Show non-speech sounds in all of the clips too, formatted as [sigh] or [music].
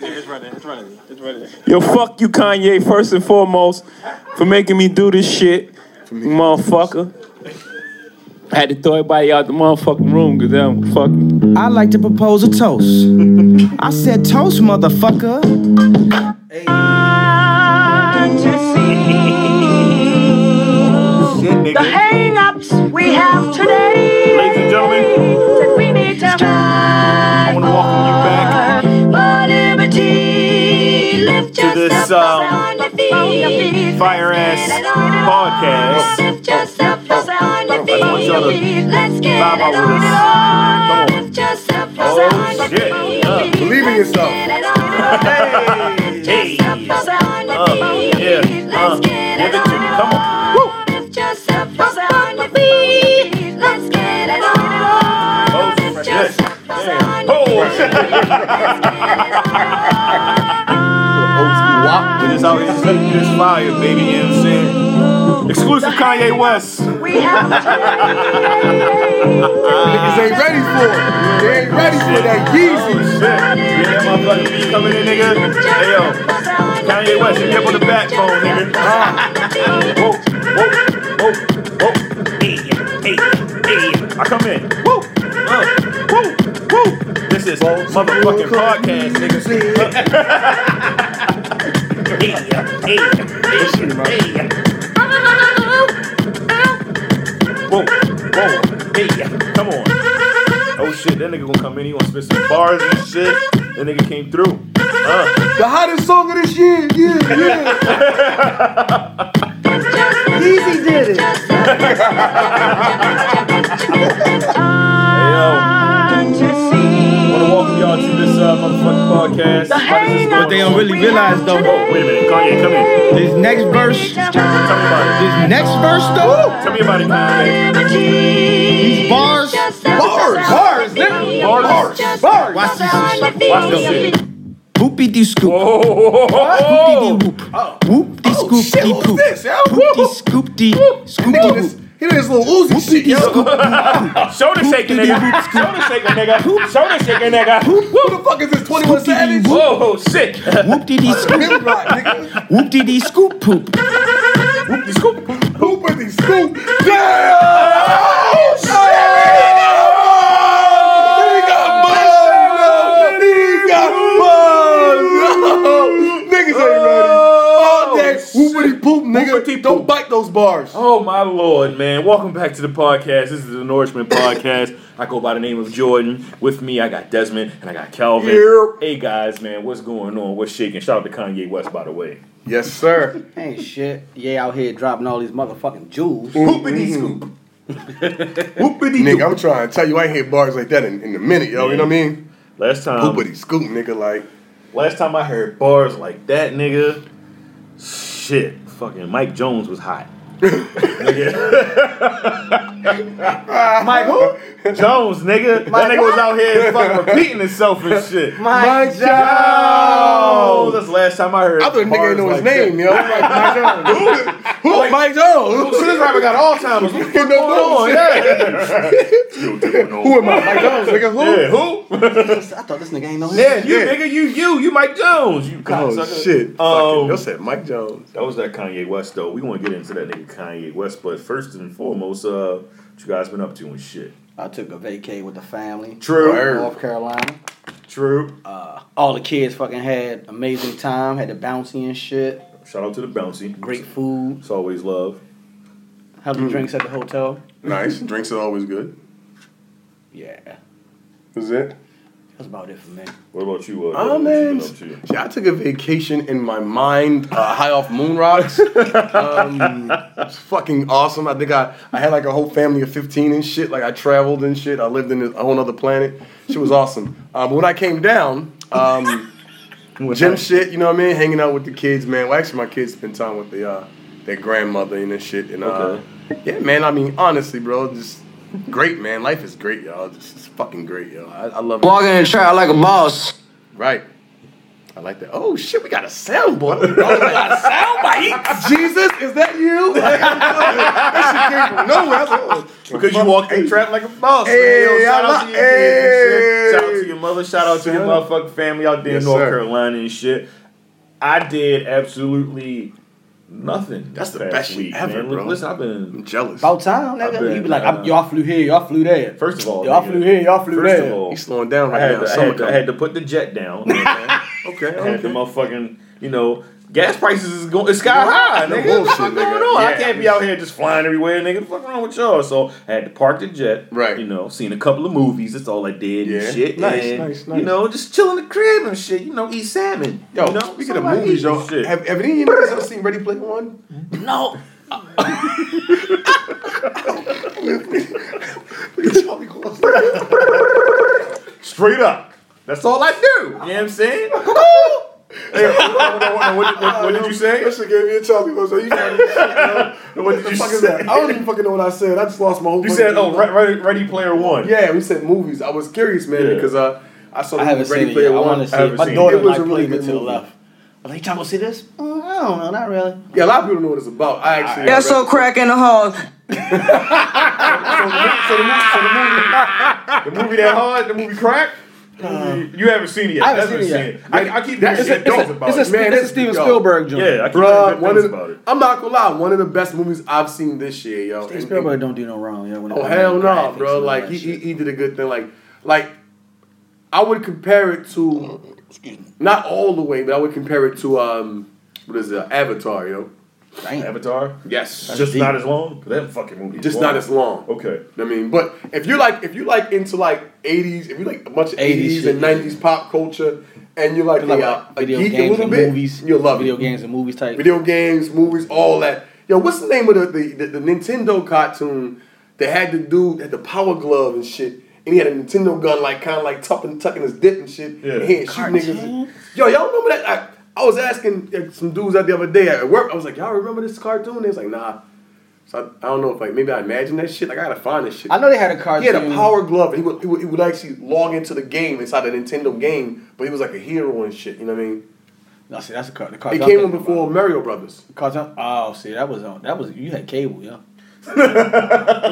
It's right there. It's right there. It's right there. Yo, fuck you, Kanye, first and foremost, for making me do this shit, motherfucker. I had to throw everybody out the motherfucking room because I'm fucking. I like to propose a toast. [laughs] I said toast, motherfucker. The hang-ups we have today. Ladies and gentlemen, That we need to I fight want to welcome you back for liberty. Lift to this um, on your feet. fire ass podcast. Lift yourself up on your I want y'all to feet. Let's get vibe out with us. Come on. lift yourself up on Oh your shit. Uh, Believe in yourself. hey. on your Uh, yeah. Uh, give it to me. Come on. Lift yourself up on your feet. Let's get it on. Oh, Lift yes. yourself up on your Oh, shit. Old We just out here just letting this fire, baby. You know what I'm saying? Exclusive Kanye West. We have [laughs] Niggas ain't ready for it. They ain't ready for that Oh, Yeezy. shit. Yeah, that motherfucking beat coming in, nigga. Hey, yo. Kanye West, you nip on the backbone, nigga. Ah. [laughs] Uh. Whoa, whoa, whoa, whoa. Hey, hey, hey. I come in. Woo. Uh, woo, woo. This is motherfucking podcast, nigga. Hey, hey, hey, hey. Whoa, whoa, hey, come on. Oh shit, that nigga gonna come in, he gonna spit some bars and shit. That nigga came through. Uh, The hottest song of this year. Yeah, yeah. Yeezy did it. hey, yo. Wanna welcome y'all to this uh, motherfucking podcast. Why does this go What they don't on? really realize though, Whoa, wait a minute, Kanye, come in. this next verse, this Tell me about it. next verse though, Tell me about it, Kanye. these bars, Bars. Bars. nigga. Bars. Bars. watch this shit. Watch this shit. Whoopie dee scoop, Oh, oh, whoopie oh, dee whoop, whoop dee Oh, scoop shit, dee who's poop, this? yo? whoop dee scoop dee, scoop Nigga, dee this- whoop, He did his little Uzi whoopie shit, dee yo. scoop, oh. Shoulder shaking, nigga. Shoulder shaking, nigga. Shoulder shaking, nigga. Who the fuck is this 21 Savage? Scoop-dee-dee-whoop. Whoa, sick. whoop dee dee scoop, Hip rock, nigga. whoop dee dee scoop poop. Scoop. Who put these scoop? Damn! He got buzzed. He got buzzed. [laughs] Niggas ain't ready. All day. Oh, Whoopity poop, nigga. Don't bite those bars. Oh my lord, man. Welcome back to the podcast. This is the Nourishment Podcast. I go by the name of Jordan. With me, I got Desmond and I got Calvin. Yep. Hey guys, man, what's going on? What's shaking? Shout out to Kanye West, by the way. Yes, sir. Ain't shit. Yeah, out here dropping all these motherfucking jewels. Whoopity scoop. [laughs] Whoopity Mm-hmm. Nigga, I'm trying to tell you, I ain't hit bars like that in, in a minute, yo. You know what I mean? Last time Whoopity scoop, nigga. Like, last time I heard bars like that, nigga. Shit. Fucking Mike Jones was hot. Mike who? Jones, nigga. that nigga was out here fucking repeating himself and shit. Mike Jones. Oh, that's the last time I heard. I thought the nigga bars ain't know his like that. name, yo. I'm Like, Mike Jones. [laughs] Who? Who? Mike Jones. So this rapper got [laughs] Alzheimer's. What's Who going on? Yeah. Still doing all- Who am I? Mike Jones, nigga. Who? Yeah, [laughs] who? I thought this nigga ain't know him. Yeah, you Yeah. nigga, you you you Mike Jones, you Oh cocksucker. shit! Um, Um, you said Mike Jones. that was that Kanye West though. We want to get into that nigga Kanye West, but first and foremost, uh, what you guys been up to and shit. I took a vacay with the family. True. North Carolina. True. Uh, all the kids fucking had amazing time. Had the bouncy and shit. Shout out to the bouncy. Great food. It's always love. Healthy drinks at the hotel. Nice. Drinks are always good. Yeah. Is it? That's about it for me. What about you? Uh, Oh Dylan? What you man, been up to? shit, I took a vacation in my mind, uh, high off moon rocks. [laughs] um, it's fucking awesome. I think I, I had like a whole family of fifteen and shit. Like I traveled and shit. I lived in a whole other planet. Shit was awesome. Uh, but when I came down, um, gym shit. You know what I mean? Hanging out with the kids, man. Well, actually, my kids spend time with the uh, their grandmother and this shit. And uh, Okay. yeah, man. I mean, honestly, bro, just great, man. Life is great, y'all. Just it's fucking great, yo. I, I love it. Walking in the trap like a boss. Right. I like that. Oh shit, we got a soundboard. Oh, we got a soundbite. Jesus, is that you? Like, I'm telling you, that shit came from nowhere. I was like, oh, Because you walk in trap like a boss. man. Hey, Yo, shout out to your hey. kids and shit. Shout out to your mother. Shout out to your motherfucking family out there Yes, in North sir. Carolina and shit. I did absolutely nothing. That's this the past best shit ever, man. bro. Listen, I've been I'm jealous. About time, I bet, nigga. You be like, I'm- uh, y'all flew here, y'all flew there. First of all, y'all nigga, flew here, y'all flew First there. of all, He's slowing down I right had, now. to, I, Summer had to, I coming. had to put the jet [laughs] down. you know what I'm saying? Okay, I had the okay. motherfucking, you know, gas prices is going it's sky high, No nigga. bullshit, what the fuck going nigga. on? I Yeah. can't be out here just flying everywhere, nigga. What the fuck wrong with y'all? So I had to park the jet. Right. You know, seen a couple of movies. That's all I did Yeah. and shit. Nice, and, nice, You nice. know, just chill in the crib and shit. You know, eat salmon. Yo, you know, speaking of Somebody movies, eat yo, this shit. have, have any of you guys ever seen Ready Player One? no. Straight up. That's all I do. You know what [laughs] I'm saying? Hey, what, what- what- what- what- what did you say? That shit gave me a Charlie Rose. You funny as shit, yo. [laughs] What did The you fuck is say? that? I don't even fucking know what I said. I just lost my whole. You fucking- said, oh, Re- Re- Ready Player One. Yeah, we said movies. I was curious, man, Yeah. because uh, I saw the I haven't movie Ready seen it yet. Player I One. want to see it. haven't My seen it. daughter It was like a really played it good to the movie. left. I'm like, y'all gonna see this? Mm, I don't know, not really. Yeah, a lot of people don't know what it's about. I actually. That's so crack in the hole. The movie that hard, the movie crack. Uh, you haven't seen it yet. I haven't That's seen what it I'm saying. I, I keep hearing It's shit a- it's dogs a- about It's it. a, Man, it's a this- Steven yo. Spielberg joint. Yeah, I keep hearing Bruh, good one things of, about it. I'm not gonna lie, one of the best movies I've seen this year, yo. And- Steven and- Spielberg don't do no wrong. Yeah, when it Oh comes to hell no, graphics and bro! all Like that he, he shit. he did a good thing. Like like I would compare it to not all the way, but I would compare it to um what is it? Avatar, yo. Damn. Avatar. Yes, Just deep. not as long. That fucking movie. is just long. not as long. [laughs] Okay. I mean, but if you're like if you like into like '80s, if you like a bunch of 80s '80s, shit, and yeah. '90s pop culture, and you're like, Like, a, like, a video geek a games little and bit, movies. you'll love video it. games and movies type. Video games, movies, all that. Yo, what's the name of the the, the, the Nintendo cartoon that had the dude had the power glove and shit, and he had a Nintendo gun like kind of like tucking tucking his dick and shit. Yeah. And he had shoot niggas. Yo, y'all remember that? I, I was asking uh, some dudes out the other day at work. I was like, y'all remember this cartoon? They was like, nah. So I, I don't know if like maybe I imagined that shit. Like I gotta find this shit. I know they had a cartoon. He had a power glove. And he would, he would he would actually log into the game inside the Nintendo game, but he was like a hero and shit. You know what I mean? No, see, that's a car, the It cartoon. I'm came on thinking before Mario Brothers. about. Cartoon. Oh, see, that was on. That was you had cable, yeah.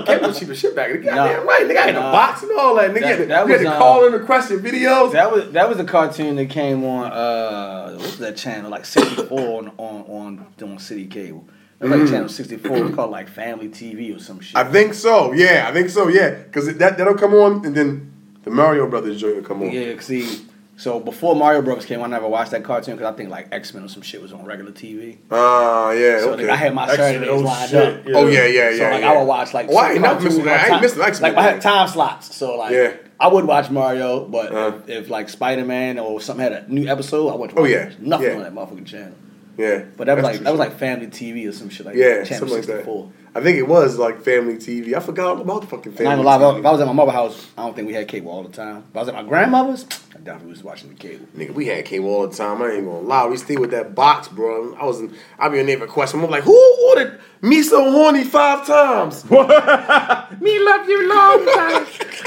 Cable was cheap as shit back. in the Nah. Goddamn right. Nigga had a Nah. box and all that. Nigga That- had to, that you had was, to uh, call in and request your videos. That was that was a cartoon that came on uh what was that channel like sixty four on on on on city cable. It was like channel sixty four. It was called like Family TV or some shit. I think so. Yeah, I think so. Yeah, because that that'll come on, and then the Mario Brothers joint will come on. Yeah, 'cause see, so before Mario Brothers came, I never watched that cartoon because I think like X Men or some shit was on regular TV. Ah, yeah. So okay. like, I had my X-Men, Saturdays oh lined shit, up. yeah. oh yeah, yeah, yeah. so like yeah. I would watch like Oh, I ain't not cartoons missing that. on I ain't time- missing X-Men. Like I had time slots, so like Yeah. I would watch Mario, but Uh-huh. if, if like Spider Man or something had a new episode, I wouldn't Oh, watch yeah, nothing yeah. on that motherfucking channel. Yeah, But that was That's like true. that was like family TV or some shit like yeah, that. Channel something like sixty that. four. I think it was like family TV. I forgot all about the fucking family. Not gonna lie, if I- TV. if I was at my mother's house, I don't think we had cable all the time. If I was at my grandmother's, I definitely was watching the cable. Nigga, we had cable all the time. I ain't gonna lie. We stayed with that box, bro. I was in, I be in there for question. I'm like, who ordered me so horny five [laughs] times? me love you long time.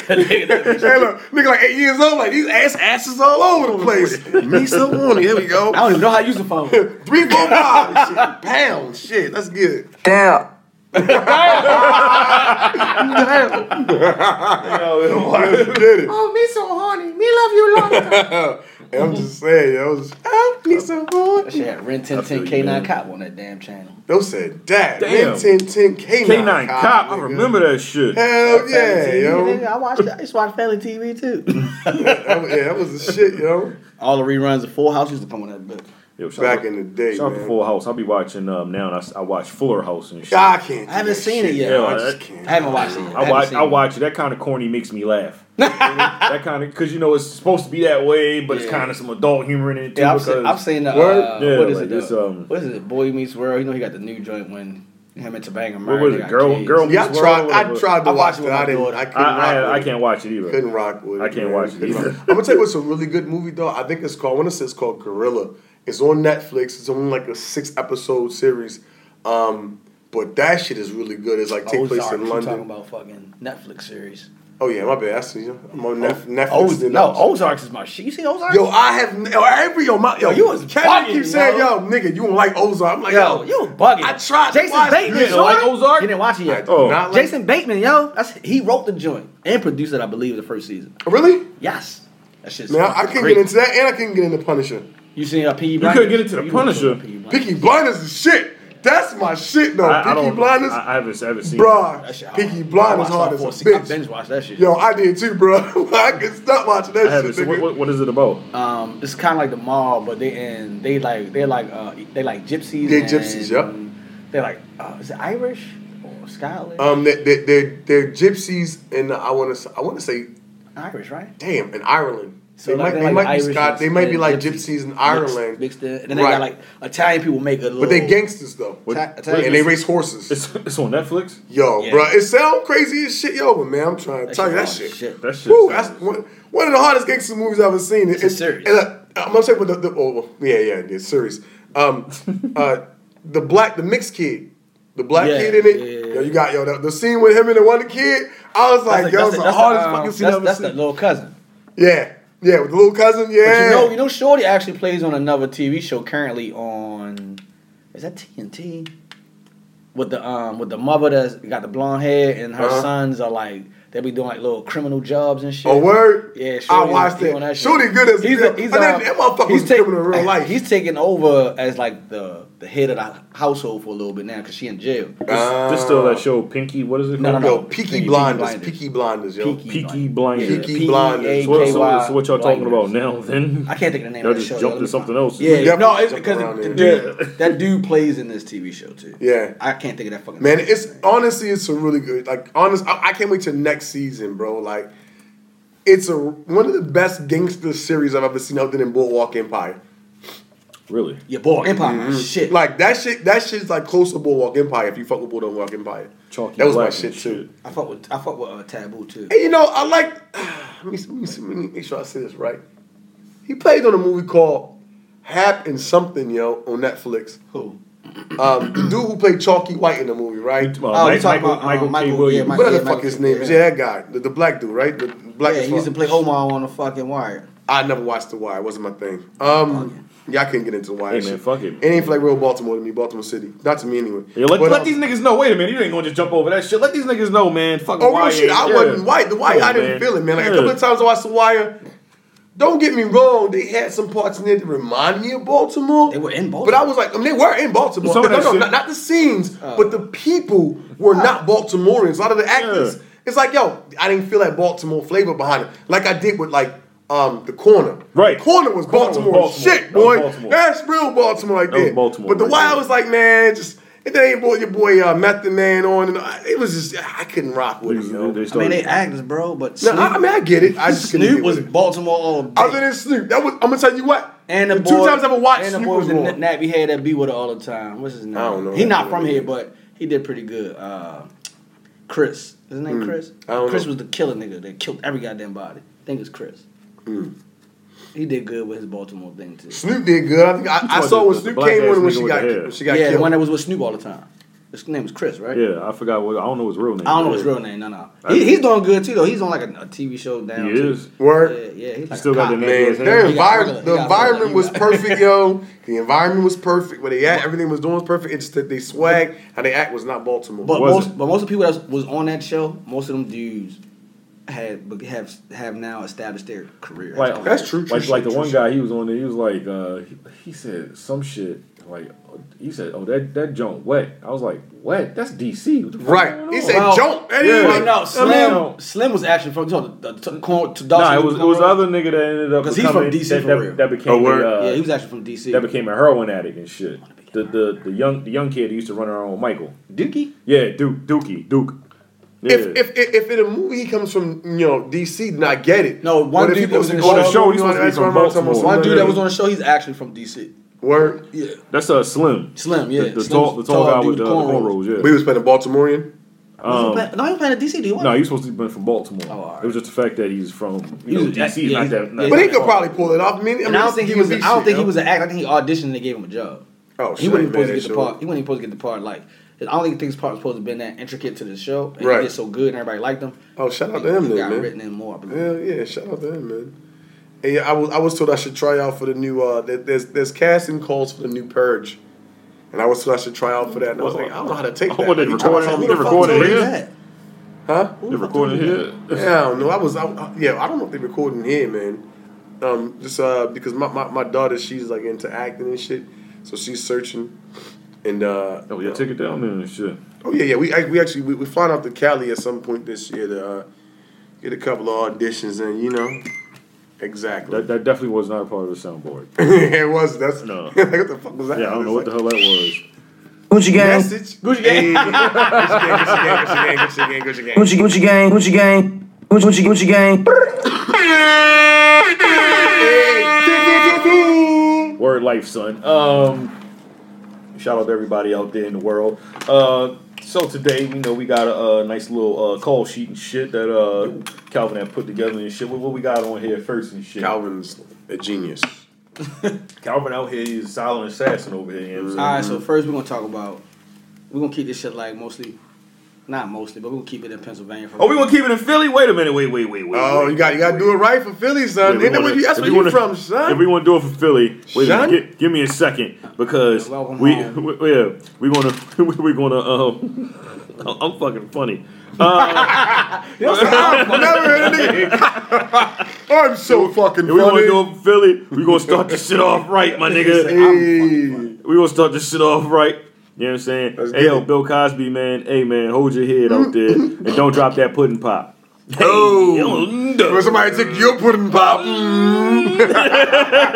[laughs] hey, look, nigga, like eight years old, like these ass asses all over the [laughs] place. me so horny. Here we go. I don't even know how to use the phone. [laughs] Three, four, five. shit, pounds. Shit, that's good. Damn. Oh, me so horny. Me love you long time. I'm just saying, yo. I was, oh, me so horny. [laughs] She had Ren Tin Tin you, K man. Nine Cop on that damn channel. Those said that. Damn. Damn. 10, 10, K9, K9 Cop. I nigga. remember that [laughs] shit. Hell yeah, Family yo. TV, nigga, I watched. I used to watch Family TV too. That was- yeah, that was the shit, yo. [laughs] All the reruns of Full House used to come on that book. Yo, shout Back out- in the day, Shout out to man. Full House. I'll be watching um, now, and I s- I, watch Fuller House and shit. God, I can't. I haven't seen it yet. Yeah, I like, just that- can't. I haven't watched it. Yet. I haven't watch. seen I it. watch it. That kind of corny makes [laughs] me laugh. that kind of because you know it's supposed to be that way, but it's Yeah. kind of some adult humor in it too. Yeah, I've because seen. I've seen the. Word? Uh, Yeah, what is like it? this, The, um, what is it? Boy Meets World. You know he got the new joint when him and Tabanga What was it? Girl, girl. Yeah, I Meets tried. World, I whatever. tried to I watch watched it. it with I my didn't. daughter. I couldn't I, I, I rock with it. can't watch it either. Couldn't rock with it. I can't man. watch it Couldn't either. rock. I'm gonna tell you what's a really good movie though. I think it's called. I want to say it's called Gorilla. It's on Netflix. It's on like a six episode series. Um, but that shit is really good. It's like take place in Talking London. about fucking Netflix series. Oh yeah, my bad. That's you know, I'm on Nef- Netflix. Oz- than Oh, no, others. Ozarks is my shit. You seen Ozarks? Yo, I have yo, every yo, my, yo, Yo, you was Kevin bugging, keep saying, yo. yo, nigga, you don't like Ozark. I'm like, yo, Yo, you was bugging. I tried to Jason watch Bateman. it. You don't like Ozark? You didn't watch it I yet. do oh. not like- Jason Bateman, yo, that's he wrote the joint and produced it, I believe, the first season. really? Yes, that shit's. Man, I, I fucking couldn't great. get into that, and I couldn't get into Punisher. You seen uh, Peaky couldn't Blinders? get into The You wasn't Punisher. on Peaky Blinders. Peaky Blinders is shit. That's my shit, though. I, I Peaky don't. Blinders, I, I haven't, I haven't seen. That shit bruh. hard. Peaky I Blinders watched hard all as four a seasons. I bitch. binge watched that shit. Yo, I did too, bruh. [laughs] I could stop watching I that haven't. shit, So nigga. what, what, what is it about? Um, it's kind of like the mall, but they and they like they like uh they like gypsies. They're and gypsies, yep. They're like uh, is it Irish or Scotland? Um, they, they, they're, they're gypsies, and I want to I want to say, Irish, right? damn, in Ireland. So they might, like, they're they like might be Irish Scot. and- They might be and like gypsies gypsies in mixed- Ireland, mixed in. and then Right. they got like Italian people make a little. but they gangsters though, Oh. What- Ta- ta- and they race horses. It's it's on Netflix. Yo, Yeah. bruh, it sound crazy as shit, yo, but man, I'm trying to tell you that shit shit. hard as shit. That shit. Woo, sounds- that's one, one of the hardest gangster movies I've ever seen. It's, a series. And uh, I'm gonna say with the, the oh well, yeah yeah it's series. [laughs] Um, uh, the black the mixed kid, the black Yeah, kid in it. yeah, yeah, yeah. Yo, you got yo the, the scene with him and the one kid. I was like, That's yo, the- it's the, that's the- hardest um, fucking scene that's- I've ever That's seen. the little cousin. yeah, yeah, with the little cousin. Yeah, But you know, you know, Shorty actually plays on another TV show currently on. Is that TNT? With the um, with the mother that's got the blonde hair and her Uh-huh. sons are like they be doing like little criminal jobs and shit. a word. Yeah, I Shorty- watched he on it. shit. Shorty good as he's a, he's I a, didn't- that motherfucker was take- criminal in [laughs] real life. He's taking over as like the the head of the household for a little bit now because she in jail. Uh, This, this still that show Pinky. What is it No, called? no, yo, no. Peaky Peaky Blinders, Blinders. Peaky Blinders, yo. Peaky Blinders. Peaky E Blinders. So, what- so what- so what y'all Blinders. talking about now? Then I can't think of the name Y'all of the just show. jumped Let me to something find it. else. Yeah, definitely no, it's jumped because around the there. dude, that dude plays in this TV show too. Yeah. I can't think of that fucking Man, it's honestly, it's a really good. Like, honest, I, I can't wait till next season, bro. Like, it's a one of the best gangster series I've ever seen, other than Boardwalk Empire. really. your boy Empire shit. Mm-hmm. Like that shit, that shit's like close to Boardwalk Empire. If you fuck with Boardwalk Empire, Chalky that was my black shit and too. I fuck with I fuck with uh, Taboo too. And you know, I like. [sighs] Let me, see- let me, see, let me make sure I say this right. He played on a movie called Hap and Something, yo, on Netflix. Who? Um, the dude who played Chalky White in the movie, right? Uh, Oh, you Mike- talking Michael, about uh, Michael, Michael- K. yeah, Williams. Michael- Whatever the fuck Michael- his name is, yeah. yeah, that guy, the, the black dude, right? The black. yeah, as he used to fuck. play Omar on the fucking wire. I never watched The Wire. It wasn't my thing. Um, yeah, I couldn't get into The Wire. Hey, man, shit. fuck it. It ain't like real Baltimore to me, Baltimore City. Not to me anyway. Yeah, let, But, let um, these niggas know. Wait a minute, you ain't gonna just jump over that shit. Let these niggas know, man. Fucking Oh, why real shit, I yeah. wasn't white. The Wire, Come on, I didn't man. feel it, man. Like Yeah. a couple of times I watched The Wire. Don't get me wrong, they had some parts in there that remind me of Baltimore. They were in Baltimore. Oh. But I was like, I mean, they were in Baltimore. Some No, of that no, shit- not, not the scenes, but the people were not Baltimoreans. A lot of the actors. Yeah. It's like, yo, I didn't feel that Baltimore flavor behind it. Like I did with like um the corner. Right. The corner was Corner was Baltimore, as Baltimore. shit, That was boy. Baltimore. That's real Baltimore right That was there. Baltimore But the right Wire there. was like, man, just it ain't boy your boy uh, Method Man on and I- it was just I couldn't rock with it, yo. No, They I mean, started- they actors, bro, but Snoop, I, I mean I get it. I just couldn't Snoop get was with it. Baltimore all day. other than Snoop. That was I'm gonna tell you what. and the, the boy, two times I ever watched and the Snoop boy was with the wrong. n- nappy hair that be with her all the time. What's his name? I don't know He that not boy. from here, but he did pretty good. Uh, Chris, is his name Chris? Hmm. I don't Chris know. was the killer nigga that killed every goddamn body. I think it's Chris. Hmm. He did good with his Baltimore thing too. Snoop did good. I think I, I talking saw about when the- the Snoop black came on ass when nigga she with got the hair. when she Yeah, got killed. the one that was with Snoop all the time. His name was Chris, right? Yeah, I forgot what. I don't know his real name. I don't know his real name. No, no. He, he's doing good too though. He's on like a, a TV show down. He too. is. Word. Yeah, yeah. He's like still a got cop. the name. Man, Yeah, their he got regular- environment, the he got environment regular- was he got- perfect, yo. The environment was perfect. Where they at, everything was doing was perfect. It's that they swag, how they act was not Baltimore. But Was most, it? but most of the people that was on that show, most of them dudes had but have have now established their career. Like, That's true, true Like, like the shit, true one shit. guy, he was on there. He was like, uh, he, he said some shit. Like he said, oh that that joint wet. I was like, wet? That's DC. What the fuck Right. going He on? said, Well, "Jump." And yeah. he Well, like, no, Slim no. Slim was actually from to, to, to, Cor- to Nah, it was it was the Cornroe. other nigga that ended up 'Cause he's from becoming- DC that, for that, real. that became Oh, word. a, uh, Yeah, he was actually from DC. that became a heroin addict and shit. The the the young the young kid who used to run around with Michael. Dookie. Yeah, Duke Dookie Duke. Yeah. if, if if if in a movie he comes from you know DC, then I get it. No, one But if dude he that was goes in to the go show, to he Baltimore, was from that's where I'm Baltimore. from. One dude that was on the show, he's actually from DC. word. Yeah, That's uh Slim. Slim. Yeah, The, the Slim's tall the tall, guy dude with uh, the, the cornrows. Yeah. But he was playing a Baltimorean. Was he playing- no, he was playing at DC. Do you want? No, he was supposed to be from Baltimore. Oh, all right. It was just the fact that he's from He you know, was- DC, yeah, not he's- that. Not yeah, But he that could far. probably pull it off. I mean, I, mean, and I don't think he was. I DB don't think he shit, was an actor. I think he auditioned and they gave him a job. Oh, he wasn't shit, man, supposed to that get the show- part. He wasn't even supposed to get the part. Like I don't think things probably supposed to been that intricate to the show. And Right. It did so good and everybody liked them. Oh, shout out It to him got then, man. written in more. I believe. Yeah, yeah, shout out to him, man. And yeah, I was I was told I should try out for the new uh there- there's there's casting calls for the new purge. And I was told I should try out for that and I was like, I don't know how to take Oh, that. what, they Like, recorded- I was like, they who the fuck recorded told it? you Yeah. That. Huh? They recorded here. Yeah, I don't know. I was, I, I- yeah, I don't know if they recording here, man. Um, just uh, because my, my, my daughter, she's like into acting and shit, so she's searching. And uh, Oh yeah, take it down there and shit. oh yeah, yeah, we I, we actually we, we flying out to Cali at some point this year to uh, get a couple of auditions in, you know. Exactly. [laughs] That, that definitely was not a part of the soundboard. it was that's No. [laughs] like what the fuck was that? Yeah, I don't know what the hell that was. Gucci gang. Message. Gucci [laughs] gang. Gucci gang. Gucci gang. Gucci gang. Gucci gang. Gucci Gucci gang. Gucci gang. Gucci Gucci Gucci gang. Word life, son. Um, shout out to everybody out there in the world. Uh, so today, you know, we got a, uh nice little uh, call sheet and shit that uh, Calvin had put together and shit. What, what we got on here first and shit. Calvin's a genius. Calvin out here is silent assassin over here. You know what I'm saying? All right, so first we're gonna talk about. We're gonna keep this shit like mostly, not mostly, but we're gonna keep it in Pennsylvania. For Oh, we gonna keep it in Philly? Wait a minute. Wait, wait, wait, wait. Oh, wait. you got you got to do it right for Philly, son. Wait, we They know wanna- where you- that's if where we you wanna- from, If son. we want to do it for Philly, wait a Son? minute, gi- give me a second because Welcome we, home. we yeah, we gonna [laughs] we gonna um, [laughs] I'm fucking funny. Uh, I've [laughs] never heard of nigga. [laughs] I'm so fucking If we want to funny. do it for Philly, we gonna start this shit off right, my nigga. [laughs] Hey. We gonna start this shit off right. You know what I'm saying? Let's hey get yo, it. Bill Cosby, man. Hey man, hold your head out there and don't drop that pudding pop. [laughs] Oh, when nigga. somebody took your pudding pop. Mm.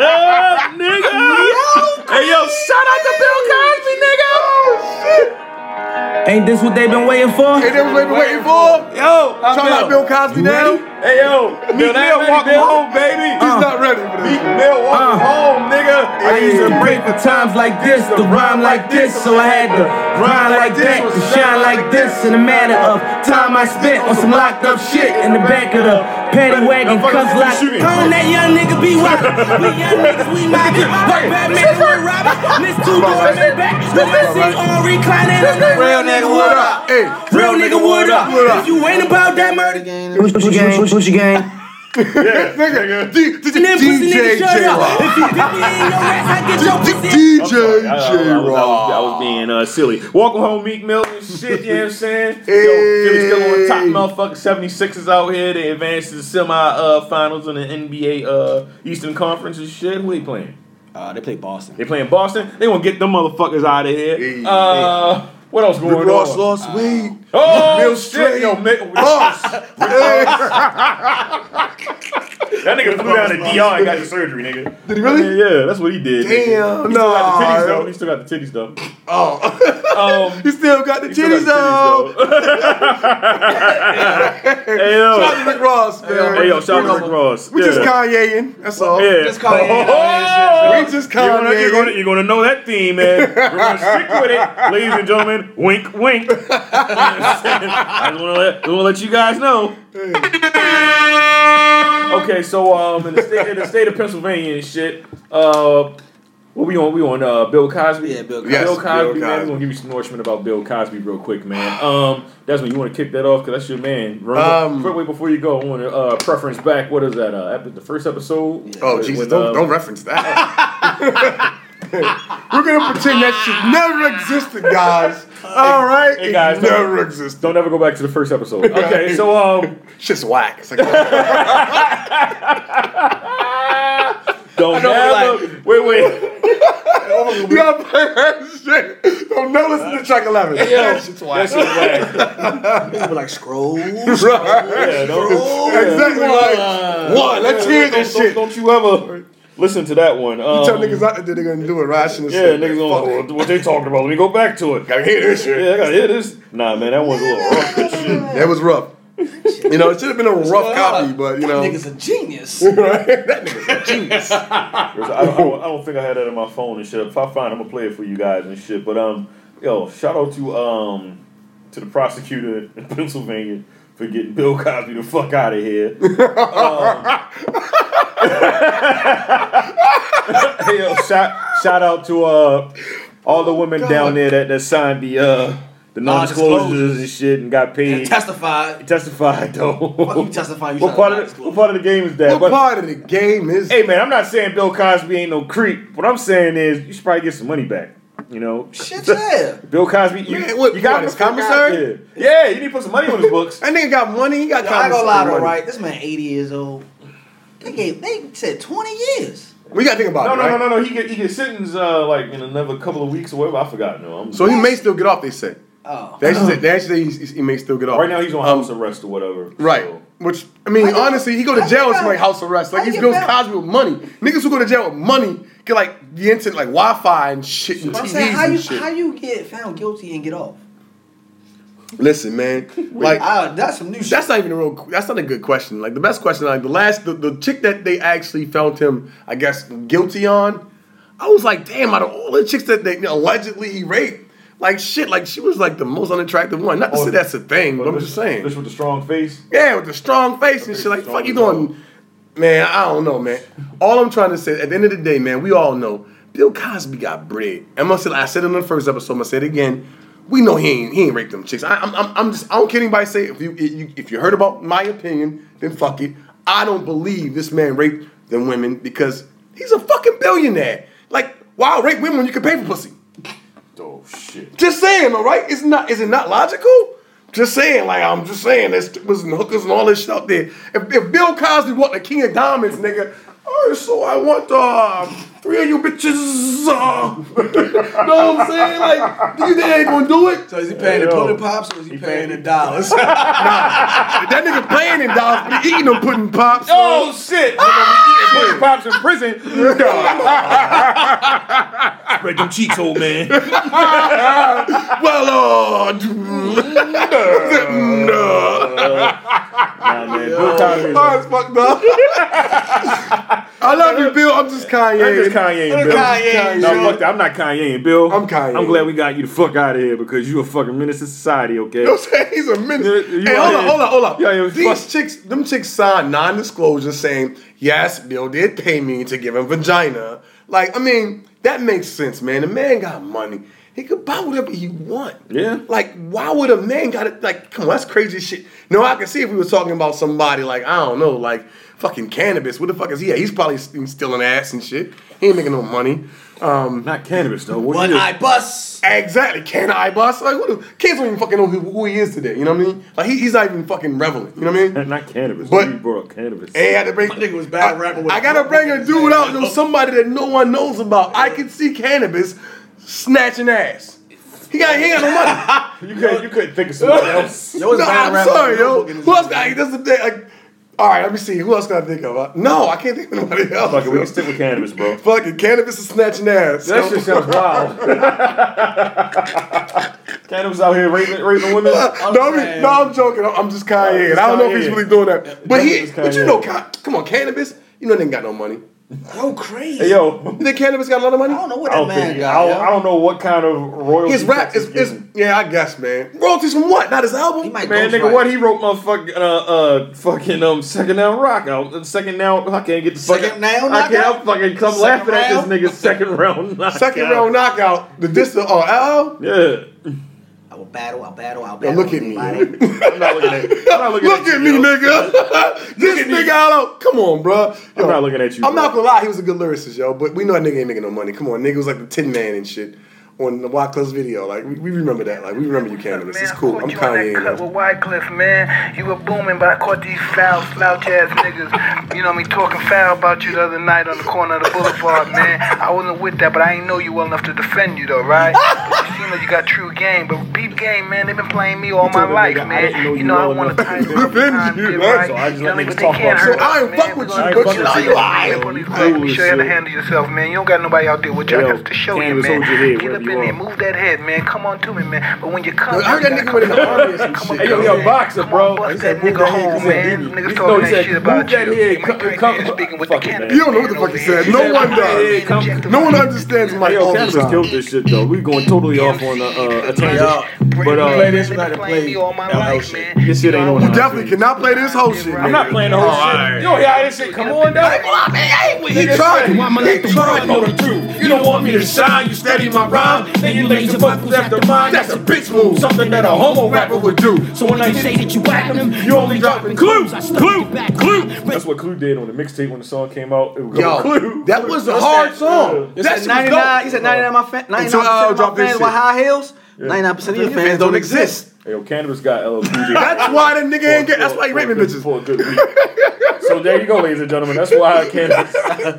Mm. Hey yo, shout out to Bill Cosby, nigga. Oh, Ain't this what they been waiting for? Hey, they was waiting, waiting for. Yo, Talking about Bill Cosby now. He's Hey yo, Meek Mill walk home, baby. Uh. not ready for this. Mill Uh-huh. walk home, nigga. I used to break for times like this, to rhyme like this, so I had to grind like that, to shine like this. In a matter of time, I spent on some locked up shit in the back of the paddy wagon, cuz like, calling that young nigga be wild. We young niggas, we mocking, like Batman and Roy Robbins, Miss Two Door in back, the missing on reclining. I'm like, Real nigga, what up? Hey, E Real nigga, what up? What up? If you ain't about that murder game, what you gang? What you gang? Nigga, D- D- And then pussy DJ nigga shut up. J-Rock. If you dip me in your ass, I get your pussy. DJ I, I- I was- I was, I was J-Rock. being uh, silly. Welcome home, Meek Mill and shit, you know what I'm [laughs] saying? Hey. Yo, Philly's still on top, motherfucking 76ers out here. They advanced to the semi uh, finals in the NBA uh, Eastern Conference and shit. Who they playing? uh, they play Boston. They playing Boston? They gonna get them motherfuckers out of here. Hey. Uh, What else going Ross on? lost weight. Oh, Mill shit, straight. Oh. yo, [laughs] Mick- Ross. Hey. That nigga flew down to DR and got the surgery, nigga. Did he really? Yeah, yeah, that's what he did. nigga. Damn, he still got the nah. titties though. He still got the titties though. Oh, [laughs] Um, he still got the he still titties got though. the though. [laughs] hey Shout out yo, to Rick Ross, man. hey yo, shout out to Rick Ross. We just Yeah. Kanyeing. That's all. Yeah. Oh. Just Oh. call it. We just You're gonna, you're, gonna, Kanyeing. you're gonna know that theme, man. [laughs] We're gonna stick with it, ladies and gentlemen. Wink, wink. You know what I'm saying? I just wanna let, just wanna let you guys know. Okay, so um, in the state, in the state of Pennsylvania and shit, uh, what we on? We on uh, Bill Cosby. Yeah, Bill Yes, Bill Bill Cosby, man. We're Cosby. gonna give you some nourishment about Bill Cosby real quick, man. Um, Desmond, you want to kick that off because that's your man. Remember, Um, wait, wait, before you go, I want to uh, preference back. What is that? Uh, ep- the first episode. Oh With- Jesus! with, don't uh, don't reference that. [laughs] We're gonna pretend that shit never existed, guys. All right, hey, guys, it don't- never existed. Don't ever go back to the first [laughs] episode. Okay, so um, Shit's whack. [laughs] It's like, don't don't ever. Wait, wait. you gotta play that shit. Don't no listen to track eleven. [laughs] Yeah, E. shit's whack. That's [laughs] right. People like scroll. Yeah, Oh, don't, exactly. Like, what? Let's hear this don't, shit. don't you ever listen to that one. Um, Tell niggas out there they're gonna do irrational yeah, shit. niggas Fuck gonna it. what, what they talking about. Let me go back to it. Gotta hear this shit. Yeah, I gotta hear this. Nah, man, that one's a little rough. and shit. That was rough. You know, it should have been a rough copy, but you know, Nigga's a genius. I don't, I, don't, I don't think I had that in my phone and shit. If I find, I'm gonna play it for you guys and shit. But um, yo, shout out to um to the prosecutor in [laughs] Pennsylvania for getting Bill Cosby the fuck out of here. [laughs] Um, hey, yo, shout shout out to uh all the women down there that that signed the uh the non-disclosures Non-disclosures. and shit and got paid. Testified. testified though. Fuck you testifying, you what part of the, testifying. what part of the game is that? What part of the game is Hey man, I'm not saying Bill Cosby ain't no creep. What I'm saying is you should probably get some money back. You know, Shit, yeah. [laughs] Bill Cosby, you, Man, what, you what, got his his commissary? commissary? Yeah. yeah, you need to put some money on [laughs] his books. That nigga got money. He got I ain't gonna lie to money. him, right? This man 80 years old. They gave, they said 20 years. We got to think about No, it. no, right? no, no, no. He get he gets sentenced uh, like in another couple of weeks or whatever. I forgot. No, I'm So he may still get off. They say. Oh. They actually say, [laughs] they actually say he's, he's- he may still get off. right now he's on Um, house arrest or whatever. Right. So. Which I mean, I get- honestly, he go to I jail get with somebody better. house arrest. Like I he's get Bill better. Cosby with money. Niggas who go to jail with money get like the internet, like Wi-Fi and shit and But I'm TVs saying, how and you, shit. how you get found guilty and get off? Listen, [laughs] man, like Ah, that's some new shit. that's not even a real. That's not a good question. Like the best question, like the last, the, the chick that they actually found him, I guess, guilty on. I was like, damn, out of all the chicks that they allegedly he raped, like shit, like she was like the most unattractive one. Not to say that's a thing, Oh, but I'm this- just saying. This with the strong face. Yeah, with the strong face and shit. Like, fuck you doing, man. I don't know, man. All I'm trying to say, at the end of the day, man, we all know Bill Cosby got bread. And I said, I said it in the first episode. I'm gonna say it again. We know he ain't he ain't raped them chicks. I, I'm, I'm I'm just I don't care anybody say if you, if you if you heard about my opinion, then fuck it. I don't believe this man raped them women because he's a fucking billionaire. Like, why rape women when you can pay for pussy? Oh [laughs] shit. Just saying, all right? It's not. Is it not logical? Just saying, like I'm just saying, there's was hookers and all this shit out there. If, if Bill Cosby want the King of Diamonds, nigga, oh, so I want uh, three of you bitches. Uh. [laughs] you know what I'm saying? Like, do you think they ain't gonna do it? so is he paying the Yo. pudding pops or is he, paying- paying, the dollars? That nigga playing in Dallas, but he eating them pudding pops. Oh shit! Put pops in [laughs] prison. Spread them cheeks, [laughs] old man. well, uh, Nah, man. Bill Cosby. oh, it's fucked up. I love you, Bill. I'm just Kanye. I'm just Kanye and Bill. Kanye, no, yo. fuck that. I'm not Kanye and Bill. I'm Kanye. I'm glad we got you the fuck out of here because you a fucking menace to society, okay? You know what I'm saying? He's a menace. You- you hey, out hold here- on, hold on, hold on. you out here These fuck- chicks, them chicks signed non-disclosure saying, yes, Bill did pay me to give him vagina. Like, I mean, that makes sense, man. The man got money. He could buy whatever he want. Yeah. Like, why would a man got it? Like, come on, that's crazy shit. No, I can see if we were talking about somebody like, I don't know, like fucking cannabis. What the fuck is he at? He's probably st- stealing ass and shit. He ain't making no money. Um, Not cannabis though. What One is- eye bus. Exactly. Can I boss? Like, what the, kids don't even fucking know who, who he is today. You know what I mean? Like, he, he's not even fucking reveling. You know what [laughs] I mean? [laughs] Not cannabis. But- But, Eh, you brought up cannabis. Hey, I had to bring. My nigga was bad I, rapping with- I gotta bring a dude out, yo, somebody that no one knows about. I can see cannabis snatching ass. He got, he ain't got no money. you couldn't. You couldn't think of [laughs] somebody else. Yo, it's no, bad I'm rapping. sorry, yo. Notebook in his Who else? hand. Like, that's the thing. Like, all right, let me see. Who else can I think of? Uh, No, I can't think of nobody [laughs] else. Fuck it. We can stick with cannabis, bro. Fucking cannabis is snatching ass. yo. That shit sounds [laughs] wild. cannabis out here raping, raping women. no, I'm, saying. no, I'm joking. I'm, I'm just Kanye. just and I don't know if Kanye. he's really doing that. But he, just but you Kanye. know, ca- come on, cannabis. You know they ain't got no money. You Bro, crazy. Hey, [laughs] yo. think cannabis got a lot of money? I don't know what I that don't, man think, I, got. don't, yo. I don't know what kind of royalty. His rap is, is yeah, I guess, man. Royalties from what? Not his album. He might Man, ghost nigga, write. what he wrote, motherfucking, uh, uh, fucking, um, second down rock out, second down, I can't get the fucking, Second round I can't, knockout? I'm fucking, come Second laughing at round? this nigga second round knockout. Second round knockout. The diss to uh, LL. Yeah, I will battle, I'll battle, I'll Yo, battle. look at me. everybody. yo. [laughs] I'm not looking at, I'm not looking Look you, at me, yo. [laughs] nigga. [laughs] this nigga out. Come on, bro. I'm not looking at you, I'm not bro. gonna lie. He was a good lyricist, yo. But we know that nigga ain't making no money. Come on, nigga was like the Tin Man and shit on the Wyclef video. Like we, we remember that. Like we remember you, cannabis. It's cool. I'm Kanye. Cut and with Wycliffe, man. You were booming, but I caught these foul slouch ass niggas. You know me talking foul about you the other night on the corner of the boulevard, man. I wasn't with that, but I ain't know you well enough to defend you though, right? You seem like you got true game, but beat game, man. They've been playing me all my told that life, nigga, I man. didn't know you you know well I want to enough to title defend you, right? So I just You know let me, niggas but they talk about can't hurt it. So I ain't us, fuck man. with We you, gonna- but you we gonna know see you it. lying. We gonna put these Cool black- We as show you how to shit. handle yourself, man. You don't got nobody out there with Yo, y'all got to show you, Candace, man. hold your head Get wherever up in you there, are. move that head, man. Come on to me, man. But when you I come, heard you that gotta nigga with an [laughs] army or some shit. Hey, yo, yo. yo, boxer, bro. Fuck He said, that move nigga that head, home, he said, man. "Move it." Niggas He talking know he that said, shit about "Move that you." head, My come- crazy come- ass speaking with fuck the it, man. cannabis You don't know what the fuck he said. No one Hey, does. come- No one understands my Hey, yo, all the cannabis time. killed this shit though. We going totally off on a, uh, a Yeah. tangent, but Play uh, this, we gotta play LL shit. this shit ain't on. You definitely cannot play this whole shit. I'm I'm not playing the whole shit. Yo, yeah, this shit. Come on, dog. I ain't with he tried to. I'm let the world know the truth. You don't want me to shine, you study my rhyme. Then you lazy buckles after mine. That's a bitch move. Something that a homo rapper would do. So when I say that you whacking him, you only dropping clues. I clue, back clue. That's what Clue did on the mixtape when the song came out. It was Yo, Clue. that was a hard song. He said That shit was 99. He dope. said 99. My fan, 99 Until Al percent of dropped my this fans with shit. high heels. 99 percent of your fans don't exist. Yo, Cannabis got LL Cool J. That's why that nigga ain't get. That's why he For a [laughs] raping good- bitches. for a good beat. so there you go, ladies and gentlemen. That's why [laughs] Cannabis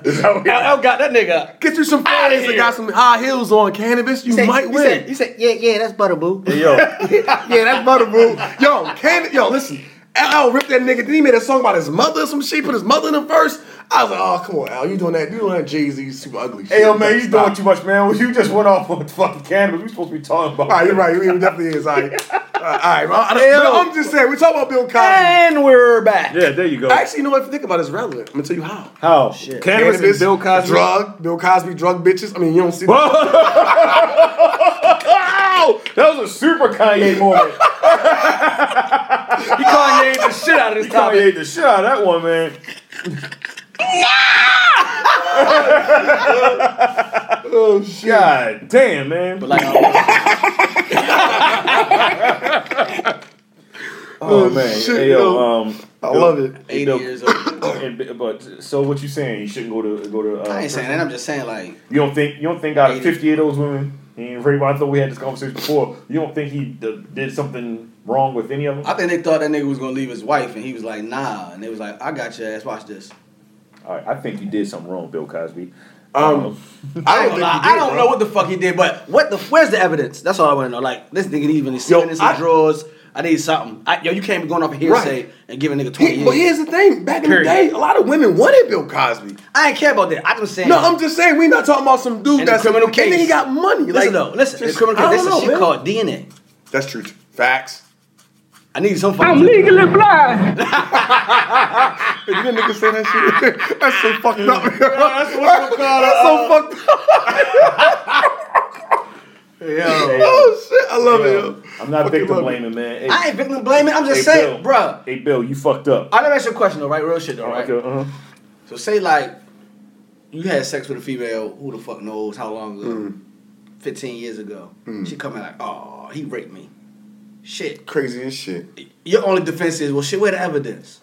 is out here. LL got that nigga. Get you some fans that got some high heels on cannabis. You He said- might he win. said- He said, "Yeah, yeah, that's butter, boo." Yo, Yeah, that's butter, bro. Yo, can yo listen. LL ripped that nigga. Then he made a song about his mother or some shit. Put his mother in the verse. I was like, oh come on, Al, you doing that? You doing that Jay Z super ugly shit? hey, yo, man, you Stop. doing too much, man. You just went off on fucking Cannabis. We supposed to be talking about. All right, you're right. It definitely is. Uh, All [laughs] right, all right. All right but I'm just saying, we're talking about Bill Cosby. And we're back. Yeah, there you go. Actually, you know what? If you think about it, it's relevant. I'm gonna tell you how. How? Oh, Cannabis, and Bill Cosby. drug, Bill Cosby, drug bitches. I mean, you don't see. Whoa! that was a super [laughs] Kanye moment. He Kanye the shit out of this topic. Kanye the shit out of that one, man. [laughs] oh shit. God damn, man. Like, [laughs] uh, oh man. shit, Hey, yo, yo. um, I love it. Eighty years old. and- but so what you saying? You shouldn't go to go to. Uh, I ain't saying that. I'm just saying like You don't think you don't think out of Eighty. fifty of those women, and Ray, I thought we had this conversation before. You don't think he d- did something wrong with any of them? I think they thought that nigga was gonna leave his wife, and he was like, "Nah," and they was like, "I got your ass. Watch this." All right, I think you did something wrong, Bill Cosby. Um, I think don't, he lie. did, I don't bro. know what the fuck he did, but what the where's the evidence? That's all I want to know. Like this nigga even is sitting in some I- drawers. I need something. I, yo, you can't be going off of hearsay Right. and giving nigga twenty He- but years. here's the thing. Back in the Period. day, a lot of women wanted Bill Cosby. I ain't care about that. I just saying. No, I'm just saying we not talking about some dude And the that's criminal And case. then he got money. listen like, though. Listen, just- it's criminal I case. There's don't a know, shit man. called DNA. That's true. Facts. I need some fucking. blind. Did that nigga say that [laughs] shit? that's so fucked up. that's [laughs] so fucked up. Oh shit, I love it. Yo. I'm not Fucking victim love it. blaming, man. Hey, I ain't victim blaming. I'm just hey, saying, Bill. bruh. Hey, Bill, you fucked up. I never asked you a question though, right? Real shit though, right? Okay, uh-huh. So say like you had sex with a female, who the fuck knows how long ago? Fifteen years ago. She come out like, oh, he raped me. Shit. Crazy as shit. your only defense is, well, shit, where the evidence?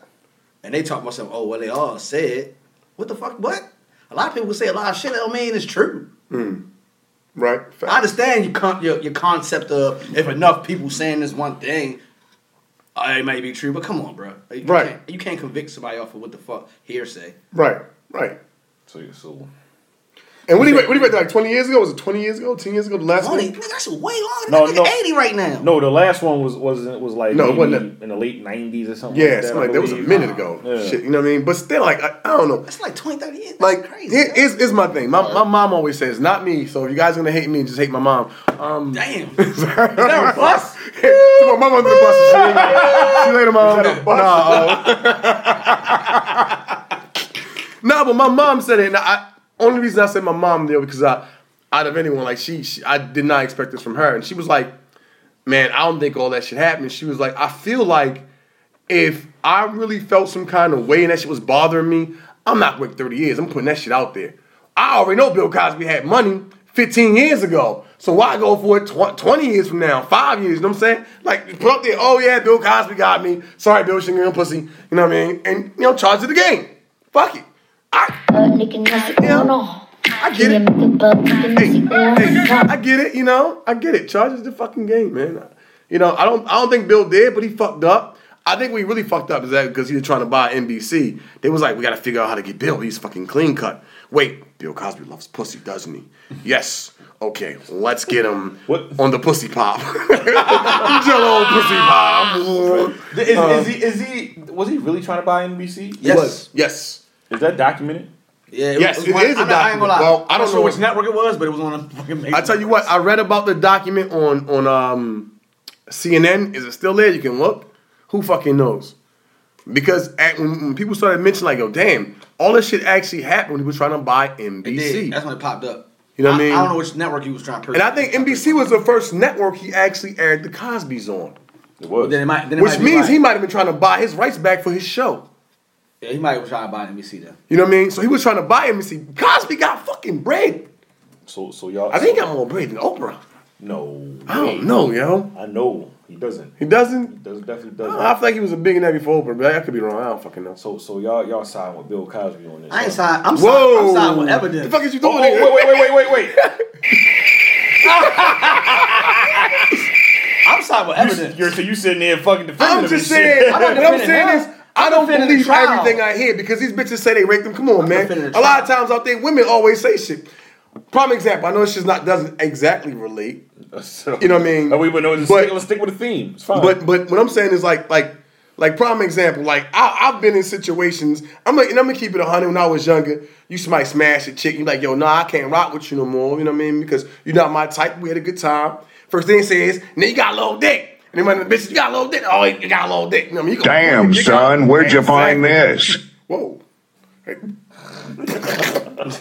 And they talk about something, oh, well, they all said. What the fuck? What? A lot of people say a lot of shit that don't mean it's true. Right? I Facts. understand your, con- your, your concept of if enough people saying this one thing, uh, it may be true, but come on, bro. You Right. Can't, you can't convict somebody off of what the fuck hearsay. Right. Right. So, so And what do you what do you read that, like twenty years ago? Was it twenty years ago? Ten years ago? The last Only, one? nigga, that's way longer No, than no. no, 80 right now. no, the last one was was was like No, it maybe wasn't in the late '90s or something. Yeah, like that, something like I that was a believe. minute ago. Yeah. Shit, you know what I mean? But still, like I, I don't know. That's like 20, 30 years. That's Like, crazy. here bro. is is my thing. My, my mom always says, not me. So if you guys gonna hate me, just hate my [laughs] mom. Um, [laughs] Damn. Sorry. that a bus? Took my mom under the bus. and She, ain't gonna- she later, mom. Nah, uh, [laughs] nah, but my mom said it. And I only reason I said my mom there because I, out of anyone, like she, she, I did not expect this from her, and she was like, "Man, I don't think all that shit happened." She was like, "I feel like if I really felt some kind of way and that shit was bothering me, I'm not waiting 30 years. I'm putting that shit out there. I already know Bill Cosby had money 15 years ago. So why go for it tw- 20 years from now, five years? You know what I'm saying? Like, put up there, oh yeah, Bill Cosby got me. Sorry, Bill, shouldn't give him pussy. You know what I mean? And, you know, charge to the game. Fuck it. I, I get it. Hey, hey, I get it, you know? I get it. Charge is the fucking game, man. You know, I don't I don't think Bill did, but he fucked up. I think we really fucked up is that because he was trying to buy NBC. They was like, we gotta figure out how to get Bill. He's fucking clean cut. Wait, Bill Cosby loves pussy, doesn't he? Yes. Okay, let's get him What? on the pussy pop. [laughs] Jello pussy pop. Is, is he is he was he really trying to buy NBC? Yes. Yes. Is that documented? Yeah, Yes, was it one- is a I'm not- I ain't gonna lie. document. Well, I don't I'm not know sure which what- network it was, but it was on a fucking major I tell you what, I read about the document on on um, CNN. Is it still there? You can look. Who fucking knows? Because at, when, when people started mentioning, like, yo, damn, all this shit actually happened when he was trying to buy It did. NBC. That's when it popped up. You know what I mean? I don't know which network he was trying to purchase. And I think NBC was the first network he actually aired the Cosby's on, It was. Then it might, then it which might be means like- he might have been trying to buy his rights back for his show. Yeah, he might be trying to buy NBC then. You know what I mean? So he was trying to buy him and see Cosby got fucking bread. So so y'all. I think he got more bread than Oprah. No. I don't know, yo. I know he doesn't. He doesn't. Does definitely I, don't doesn't. know, I feel like he was a big in that before Oprah, but I could be wrong. I don't fucking know. so so y'all y'all side with Bill Cosby on this. I ain't huh? signed. I'm Whoa! Whoa. I'm signed with The evidence. fuck is you doing? Oh, wait, wait, wait, wait, wait, wait. I'm signed with evidence. You're, so you sitting there fucking defending I'm him just and saying. shit. what I'm defending saying her. is, I don't defending believe the trial. everything I hear because these bitches say they raped them. Come on, man. defending the A lot of trial. times out there, women always say shit. Prime example. I know it's just not doesn't exactly relate. [laughs] So- You know what I mean? Oh, we would know. Just But- stick, let's stick with the theme. It's fine. But but what I'm saying is like like like prime example. Like I, I've been in situations. I'm like, and I'm gonna keep it hundred. When I was younger, you might smash a chick. You like, yo, nah, I can't rock with you no more. You know what I mean? Because you're not my type. We had a good time. First thing he says, now you got a little dick. And then when the bitches, you got a little dick. Oh, you got a little dick. You know what I mean? You gonna- Damn, you got- son, where'd you find Exactly. this? [laughs] Whoa. Hey.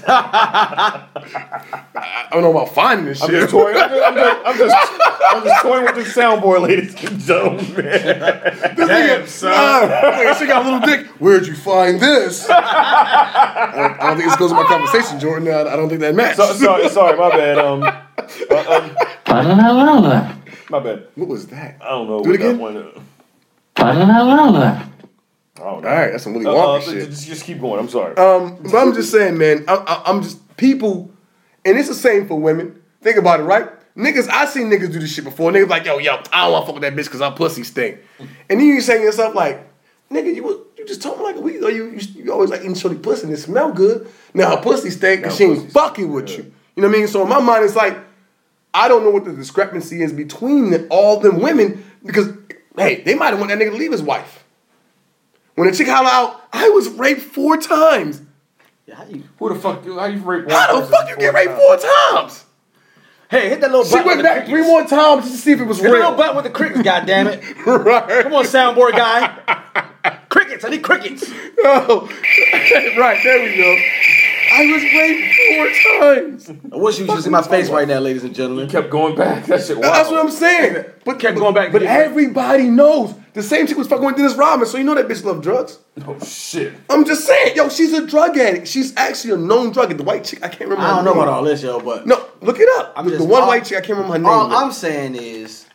I I don't know about finding this shit. I'm just toying. I'm just, I'm just, I'm just, I'm just toying with this soundboard, ladies [laughs] and gentlemen. Damn, son. she got a little dick. Where'd you find this? I don't, I don't think this goes with my conversation, Jordan. I, I don't think that matched. so, sorry, sorry, my bad. Um, uh, um, my bad. what was that? I don't know. Do it what that again? One, uh, I don't know. All right, that's some Willy Uh, Wonka uh, shit. just, just keep going. I'm sorry. Um, but I'm just saying, man. I, I, I'm just people, and it's the same for women. Think about it, right? Niggas, I seen niggas do this shit before. Niggas like, yo, yo, I don't want to fuck with that bitch because her pussy stink. And then you saying to yourself like, nigga, you was- you just told me like a week ago you, you you always like eating shorty pussy and it smell good. Now her pussy stink because she ain't fucking with you. You know what I mean? So in my mind, it's like, I don't know what the discrepancy is between them, all them women because hey, they might have want that nigga to leave his wife. When a chick holler out, I was raped four times. Yeah, how you? Who the fuck? How you rape? How the fuck you get raped four times? Hey, hit that little She button. went with the back three crickets. more times just to see if it was Hit that little real. button with the crickets. God damn it! [laughs] right. Come on, soundboard guy. [laughs] crickets. I need crickets. Oh. [laughs] right, there we go. I was raped four times. I wish you could see my face right now, ladies and gentlemen. Kept going back. That shit. Wow. That's what I'm saying. But Kept but- going back to But get raped. everybody knows the same chick was fucking with Dennis Rodman, so you know that bitch love drugs. oh shit. I'm just saying, yo, she's a drug addict. She's actually a known drug addict. The white chick, I can't remember. I don't her know name. about all this, yo, but No, look it up. I'm the, the just- one all- white chick, I can't remember her name. all I'm but- saying is,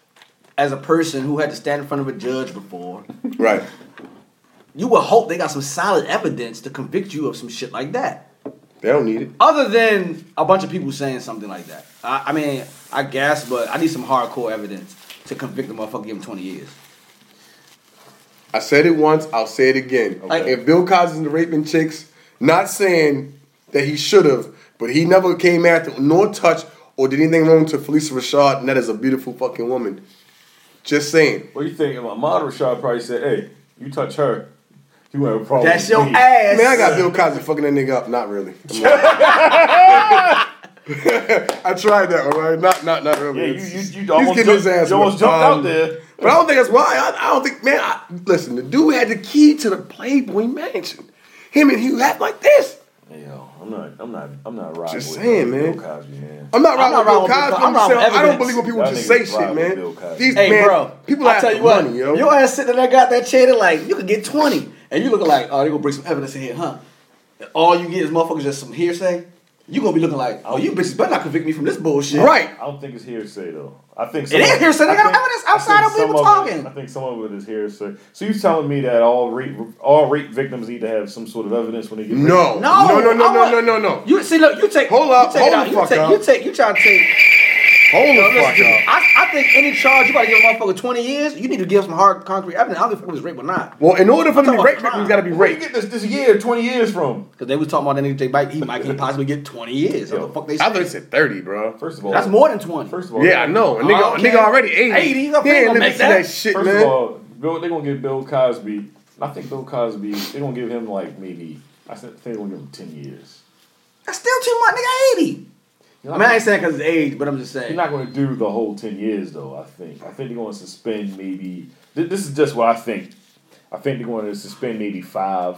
as a person who had to stand in front of a judge before, right. you would hope they got some solid evidence to convict you of some shit like that. They don't need it. Other than a bunch of people saying something like that. I, I mean, I guess, but I need some hardcore evidence to convict the motherfucker, give him 20 years. I said it once, I'll say it again. Okay. If Bill Cosby's raping chicks, not saying that he should have, but he never came after nor touched or did anything wrong to Felicia Rashad, and that is a beautiful fucking woman. Just saying. What do you think? Ahmad Rashad probably said, "Hey, you touch her, you have a problem." That's with your me." ass. Man, I got Bill Cosby fucking that nigga up. Not [laughs] really. Come on. [laughs] I tried that one, right? Not, not, not Yeah, really. you, you, you almost getting his jumped- ass you almost whooped. jumped Um, out there. But I don't think that's why. I, I don't think, man. I, listen, the dude had the key to the Playboy Mansion. Him and Hugh had like this. Yo, I'm not, I'm not, I'm not riding Just with saying, Bill man. Cosby, man. I'm not riding not with Bill riding with Bill Cosby. Co- I'm I'm saying, riding with I don't evidence. believe when people Y'all just niggas say ride shit, with Bill man. Cosby. These Hey, man, bro. people I have tell you what, money, yo. your ass sitting there got that chain and like, you could get 20. And you looking like, oh, they gonna bring some evidence in here, huh? And all you get is motherfuckers just some hearsay. You gonna be looking like, oh, you bitches better not convict me from this bullshit. right? I don't think it's hearsay though. I think It is hearsay. They I got think- evidence I outside think of people some of it- talking. I think some of it is hearsay. So you telling me that all rape, all rape victims need to have some sort of evidence when they get No, raped? No, no, no, no, I no, want- no, no, no. You see, look, you take Hold you up, take it hold out, the you fuck take, up. You take, you try to take. Hold the fuck Listen, up. I, I think any charge you gotta give a motherfucker twenty years, you need to give some hard concrete evidence. I don't give a fuck if it was rape or not. Well, in order for them to be talking raped, about victims gotta be Where you raped. get this this year, twenty years from? Cause they was talking about that nigga Jay Mike, he might can possibly get twenty years. What the fuck they I thought it say? said thirty, bro. First of all, That's more than twenty. First of all, Yeah, I know. A nigga, a Okay. nigga already eighty. 80, Yeah, I think I'll let me make see that. that shit, First of man. all, Bill, they're gonna give Bill Cosby. I think Bill Cosby. They're gonna give him like maybe. I said- I think they're gonna give him ten years. That's still too much, nigga. Eighty. You're I not mean, I gonna- ain't saying because it's age, but I'm just saying. You're not going to do the whole 10 years, though, I think. I think they're going to suspend maybe. Th- this is just what I think. I think they're going to suspend maybe five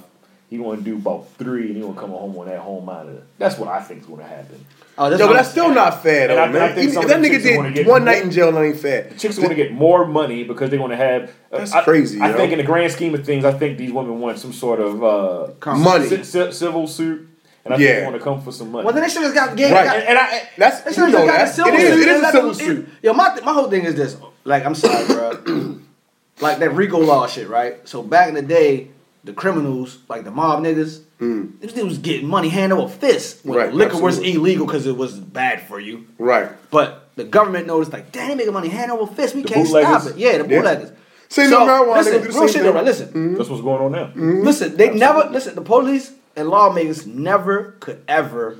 He gonna do about three, and he gonna come home on that home monitor. That's what I think's gonna happen. Oh, that's Yo, but what- that's still not fair, though, And I- I man. think Even some if of that the nigga chicks wanna did get- one night in jail, that ain't fair. Chicks are gonna get more money because they're gonna have. uh, That's I- crazy, I, yo. think in the grand scheme of things, I think these women want some sort of uh, Money. ci- ci- civil suit, and I think Yeah. they want to come for some money. Well, then they should have got game. Right. got- and, and I, That's They you should have know got a that civil it is. suit. It is a Let civil them- suit. Yo, my th- my whole thing is this. Like, I'm sorry, bro. [clears throat] like that RICO law shit, right? So back in the day, the criminals, like the mob niggas, these dudes was getting money hand over fist. When Mm. Right, liquor was absolutely. illegal because it was bad for you. Right. But the government noticed, like, damn, they making money hand over fist. We can't bootleggers. stop it. Yeah, Yeah. the bootleggers. Same no marijuana, Listen, they do the real same shit, thing. Mm. though, right? Listen, Mm-hmm. that's what's going on now. Listen, they never listen. The police and lawmakers never could ever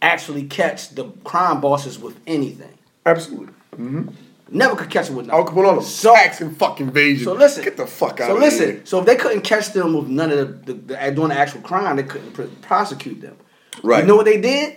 actually catch the crime bosses with anything. Absolutely. Never could catch them with Al nothing. Capone, all them So- tax and fucking invasion. So listen, get the fuck out. So of listen, here. so if they couldn't catch them with none of the, the, the doing the actual crime, they couldn't pr- prosecute them. Right. You know what they did?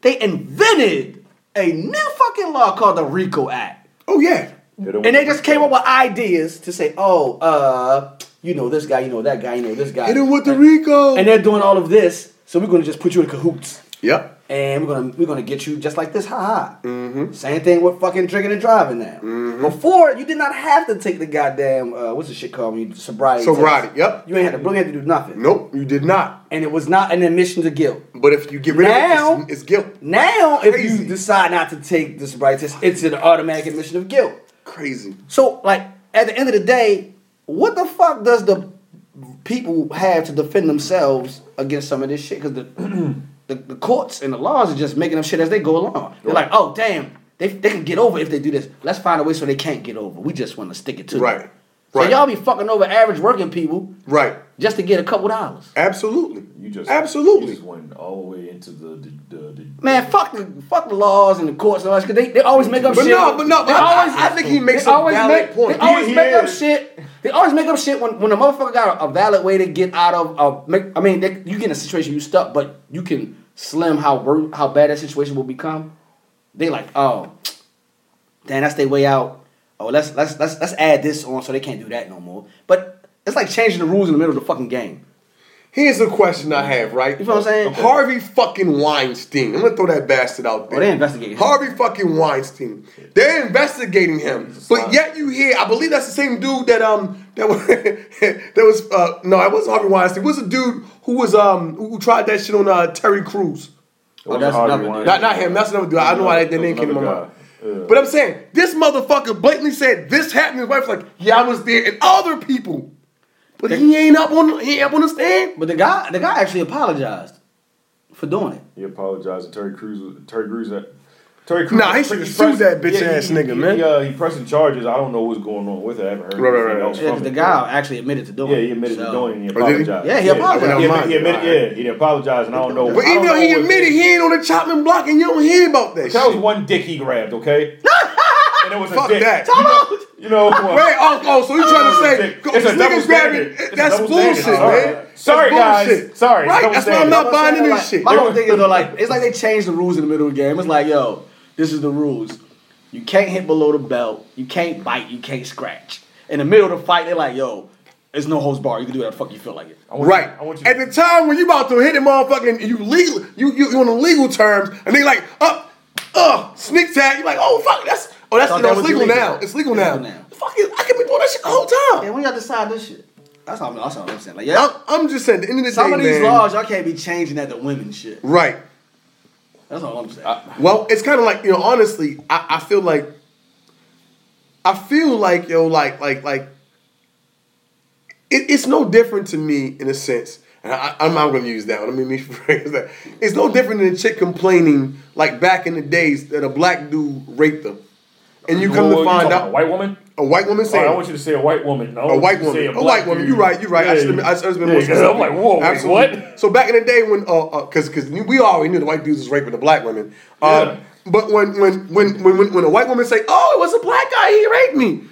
They invented a new fucking law called the RICO Act. Oh yeah. And they just came up with ideas to say, oh, uh, you know this guy, you know that guy, you know this guy. Hit him with the Rico. and they're doing all of this, so we're gonna just put you in cahoots. yep. and we're gonna we're gonna get you just like this. Ha ha. Mm-hmm. Same thing with fucking drinking and driving now. Before you did not have to take the goddamn uh, what's the shit called when you sobriety. test. Sobriety, yep. You ain't had to really have to do nothing. Nope. You did not. And it was not an admission to guilt. But if you get rid of it, Now- it's, it's guilt. Now, if Crazy. you decide not to take the sobriety test, it's an automatic admission of guilt. Crazy. So, like at the end of the day, what the fuck does the people have to defend themselves against some of this shit? Because the, [clears throat] the the courts and the laws are just making up shit as they go along. They're like, oh damn, they they can get over if they do this. Let's find a way so they can't get over. We just want to stick it to them. Right. So Right. y'all be fucking over average working people Right. just to get a couple dollars. Absolutely. You just absolutely. you just went all the way into the the, the, the Man, fuck the fuck the laws and the courts and all that because they, they always make up But shit. no, but no, They but I- I think he makes they a always valid make, point. They always He- he make up is. shit. They always make up shit when when a motherfucker got a, a valid way to get out of a. Make, I mean, they, you get in a situation you stuck, but you can slim how wor- how bad that situation will become. They like, oh, damn, that's their way out. Oh, let's let's let's let's add this on so they can't do that no more. But it's like changing the rules in the middle of the fucking game. Here's a question I have, right? You feel what I'm saying? Okay. Harvey fucking Weinstein. I'm gonna throw that bastard out there. Oh, they investigating him. Harvey fucking Weinstein. They're investigating him, but yet you hear. I believe that's the same dude that um that was [laughs] that was uh no, it wasn't Harvey Weinstein. It was a dude who was um who tried that shit on uh Terry Crews. Oh, that's Harvey another dude. Not Weinstein. not him. That's another dude. I know why that, that name came to my mind. But I'm saying this motherfucker blatantly said this happened. His wife's like, yeah, I was there, and other people. But he ain't up on he ain't up on the stand. But the guy the guy actually apologized for doing it. He apologized to Terry Crews. was- Terry Crews. That, Terry Crews. Nah, he was- should've pressing- sued that bitch he- ass he- nigga, he, man. He, uh, he pressing charges. I don't know what's going on with it. I haven't heard Right, right, anything right. else Yeah, from because the it. guy actually admitted to doing Yeah, it. he admitted to So- doing it. and He Oh, did he? apologized. Yeah, he apologized. He, admit- he Never mind. admitted. Yeah, he didn't apologize, and I don't know. But I don't even though he know what- admitted he ain't on the chopping block and you don't hear about that that was shit. one dick he grabbed. [laughs] Okay, and it was Fuck a dick. that. You know. Wait, oh, oh, so you trying to say It's a niggas grabbing- double standard. It's a That's double bullshit, standard. Sorry. man. That's Sorry, guys. bullshit. Sorry, it's Right, double that's why I'm standard. not But I'm buying saying, into like, this shit. My whole thing is though, like it's like they changed the rules in the middle of the game. It's like, yo, this is the rules. You can't hit below the belt. You can't bite. You can't scratch. In the middle of the fight, they're like, yo, it's no holds bar. You can do whatever the fuck you feel like it. I want you- Right. I want you. At the time when you about to hit the motherfucking you legal you you, you on the legal terms and they like up uh, sneak tag, you're like, oh fuck, that's oh that's Thought you know, that it's was legal illegal. now. It's legal Legal now. now. Fuck it, I can be doing that shit the whole And time. when y'all decide this shit, that's all, I'm- that's all I'm saying. Like, I'm, yeah, I'm just saying, at the end of the some day, of man, these laws y'all can't be changing at the women shit. Right. That's all I'm saying. Well, it's kind of like you know. Honestly, I, I feel like I feel like yo, like like like it, it's no different to me in a sense. And I, I'm not going to use that one. I mean, me [laughs] phrase that. It's no different than a chick complaining like back in the days that a black dude raped them, and you come Well, to find talking about out a white woman. a white woman Oh, saying. I want you to say a white woman. I a want white you to say woman, a, black white woman. dude. You're right. You're right. I Yeah. should have been, I should've been more Yeah, 'cause specific. I'm like, whoa, wait, Absolutely. what? So back in the day when, uh, because because we already knew the white dudes was raping the black women. Yeah. Um, but when when when when when a white woman say, "Oh, it was a black guy, he raped me,"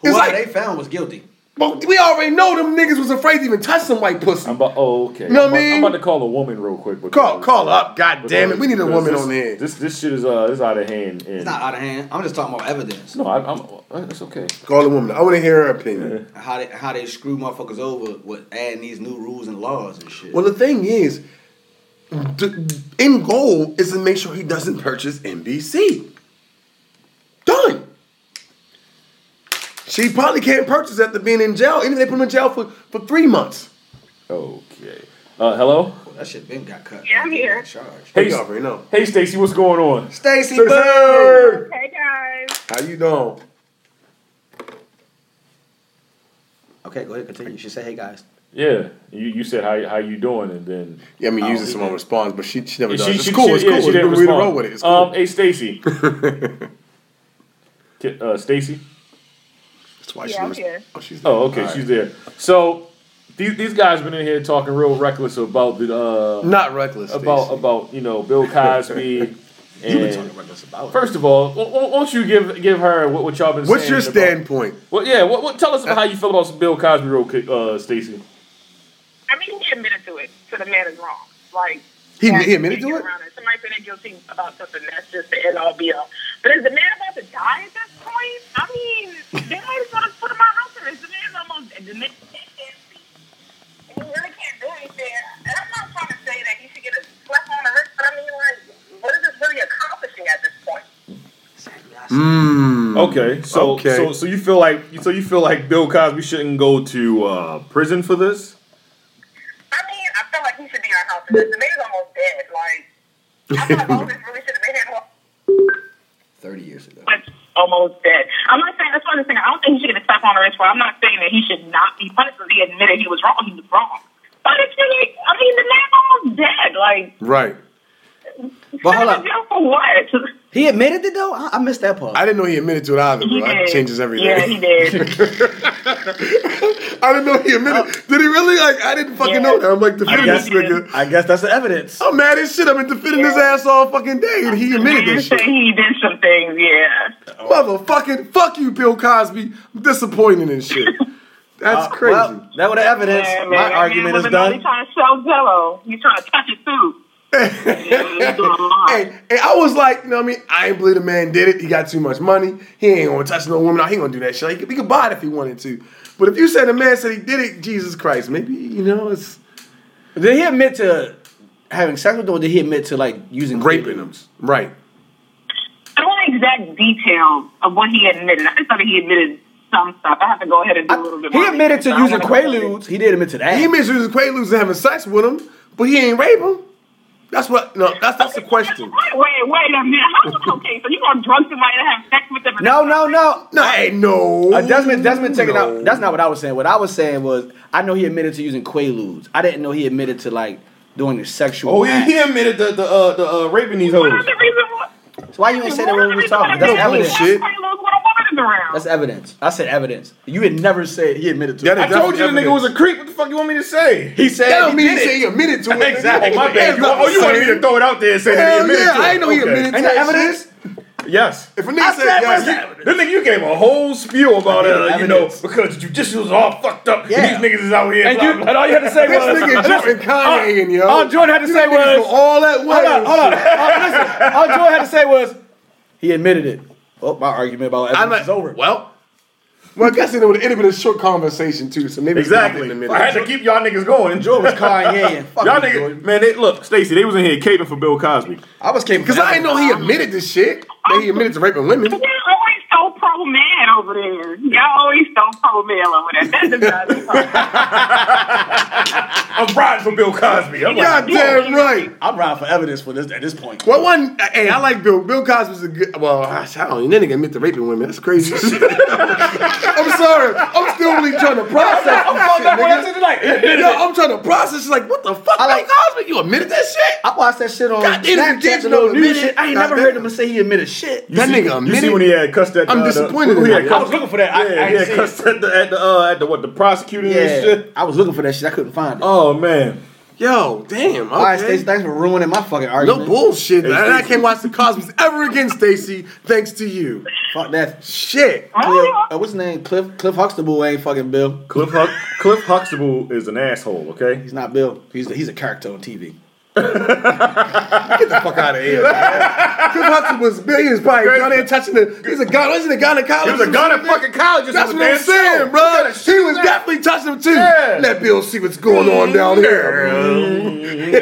it's Whoever like they found was guilty. But we already know them niggas was afraid to even touch some white pussy. I'm about, oh, okay. You know I'm what I about- mean? I'm about to call a woman real quick. because- Call, call up, god damn it. We need a because woman this- on here. This this shit is uh is out of hand. And It's not out of hand. I'm just talking about evidence. no, I, I'm uh, it's okay. Call a woman. I want to hear her opinion. How they how they screw motherfuckers over with adding these new rules and laws and shit. Well, the thing is, the end goal is to make sure he doesn't purchase NBC. Done. She probably can't purchase after being in jail. Even if they put him in jail for, for three months. Okay. Uh, hello. that shit been got cut. Yeah, I'm here. Charged. Hey, You S- already know. hey, Stacy, what's going on? Stacy Sir, Hey guys. how you doing? Okay, go ahead, continue. She said, "Hey guys." Yeah, you, you said how how you doing, and then Yeah, I mean, usually someone responds, but she, she never does. she, it's she- cool. she- it's yeah, cool. she didn't we we to respond. roll with it. It's cool. Um, [laughs] hey, Stacy. Ki- uh, Stacy. That's why Yeah, I'm res- here. Oh, she's Oh, okay, she's there. So these these guys been in here talking real reckless about the uh, not reckless. about Stacey. about you know [laughs] Bill Cosby. and this about first of all, wh- wh- won't you give give her what, what y'all been? What's saying your about- standpoint? Well, yeah. What, what, tell us about how you feel about some Bill Cosby, real quick, uh, Stacy. I mean, he admitted to it. So the man is wrong. Like He- that he admitted you to get it? around Somebody been guilty about something that's just the end all be all. But is the man about to die at this point? I mean, they always want to put him on house arrest. The man's almost the man and he really can't do anything. And I'm not trying to say that he should get a slap on the wrist, but I mean, like, what is this really accomplishing at this point? Hmm, Okay, so Okay. so so you feel like so you feel like Bill Cosby shouldn't go to uh, prison for this? I mean, I feel like he should be on house arrest. The man's almost dead. Like, I thought Moses really should have been here. thirty years ago. much almost dead. I'm not saying that's what I'm saying. I don't think he should get a slap on the wrist for. it. I'm not saying that he should not be punished because he admitted he was wrong. He was wrong. But it's really, I mean, the man almost dead. Like, Right. But hold send him up, to jail for what? [laughs] he admitted it though. I, I missed that part. I didn't know he admitted to it either. He Bro. That did. changes everything. Yeah, he [laughs] did. I didn't know he admitted. Did he really? Like, I didn't fucking Oh. Yeah. know that. I'm like defending guess this he did. nigga. I guess that's the evidence. I'm mad as shit. I've been defending his Yeah. ass all fucking day, and he admitted He this say shit. he did some things. Yeah. Motherfucking fuck you, Bill Cosby. I'm disappointed and shit. That's crazy. Uh, Well, that was the evidence. Yeah, man, My that argument man is wasn't only done. trying to sell Jello. He's trying to touch it [laughs] too. He's doing a lot. Hey, hey, I was like, you know what I mean? I ain't believe the man did it. He got too much money. He ain't gonna touch no woman. He ain't gonna do that shit. Like, he could buy it if he wanted to. But if you said the man said he did it, Jesus Christ, maybe you know it's Did he admit to having sex with them, or did he admit to like using raping him. Right. I don't know exact details of what he admitted. I just thought that he admitted some stuff. I have to go ahead and do a little bit more. He admitted to research. I using don't wanna go- quaaludes. He did admit to that. He mentioned he was Quaaludes and having sex with him, but he ain't rape him. That's what. No, that's that's the question. Wait, wait, wait a minute. How, okay, so you gonna drug somebody to have sex with them? and- no, no, no. No, hey, no. Uh, Desmond, Desmond taking No. out. That's not what I was saying. What I was saying was, I know he admitted to using quaaludes. I didn't know he admitted to like doing the sexual. Oh, yeah, acts. he admitted the the uh, the uh, raping these What is hoes. the reason? What, So why you ain't say that what when is we the were reason talking? why the That's man evidence. has Bullshit. quaaludes when a woman is around? That's evidence. I said evidence. You had never said he admitted to. Yeah, it. that- I told you the nigga was a creep. What the fuck you want me to say? he said That he don't mean did he it. say he admitted to it. [laughs] Exactly. My bad. You- oh, you wanted me to throw it out there and say that he Hell admitted yeah, to it. I ain't know he Okay. admitted Ain't to that that evidence? shit. Yes. If a nigga said said where's yes, he- Then nigga, you gave a whole spiel about I need uh, you know, evidence. because judicial is all fucked up. Yeah. And these niggas is out here. And blah, you- blah. and all you had to say this was, nigga Jordan Kanye in yo. All Jordan had to say Niggas go was, all that way. Hold on, hold on. Uh, listen, all Joy had to say was, he admitted it. Oh, my argument about evidence I'm like, is over. well. Well, I guess it would have been a short conversation too, so maybe Exactly. In a I had to keep y'all niggas going. Enjoy. Joy was Kanye and fucking Y'all niggas, man, they look, Stacy, they was in here caping for Bill Cosby. I was capable. Because I didn't know he admitted this shit. That he admitted to raping women. Y'all always so pro man over there. Y'all always so pro man over there. That's about it. I'm riding for Bill Cosby. I'm like, God damn right. I'm riding for evidence for this at this point. Well, one, hey, I like Bill. Bill Cosby's a good. Well, I don't even nigga admit to raping women. That's crazy. I'm sorry. [laughs] [laughs] I'm still really trying to process. I'm fucked up when I said it like- Yo, I'm trying to process. It's like, what the fuck, I like- Bill Cosby? You admitted that shit? I watched that shit on God damn, Snapchat, did the know little new admitted. shit. I ain't God never damn. heard him say he admitted shit. that see- nigga You see admitted. when he had cussed at I'm the, disappointed The, in he him. had I was cussed- looking for that. I- I Yeah, ain't he had seen cussed at the, at the, uh, at the, what, the prosecutor and shit. I was looking for that shit. I couldn't find it. Oh, man. Yo, damn. Okay. All right, Stacey, thanks for ruining my fucking No argument. bullshit. Hey, man. I Stacey. can't watch the Cosmos ever again, Stacy. Thanks to you. Fuck that. Shit. Cliff, uh, what's his name? Cliff Cliff Huxtable ain't fucking Bill. Cliff, Hux- Cliff Huxtable is an asshole, okay? He's not Bill. He's he's a character on TV. Get the fuck out [laughs] of here. man. Chris Hudson was billions probably down there touching the. He's a gun. Isn't a gun in college? He was a gun at fucking college. or That's some what I'm damn show. saying, bro. He was that. definitely touching him too. Yeah. Let Bill see what's going on down here.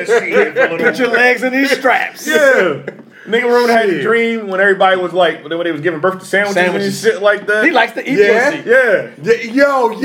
Put your legs in these straps. Yeah. Nigga remember had a dream when everybody was like when they was giving birth to sandwiches, Sandwiches. and shit like that. He likes to eat Yeah. pussy. yeah. Yeah, yo, yeah,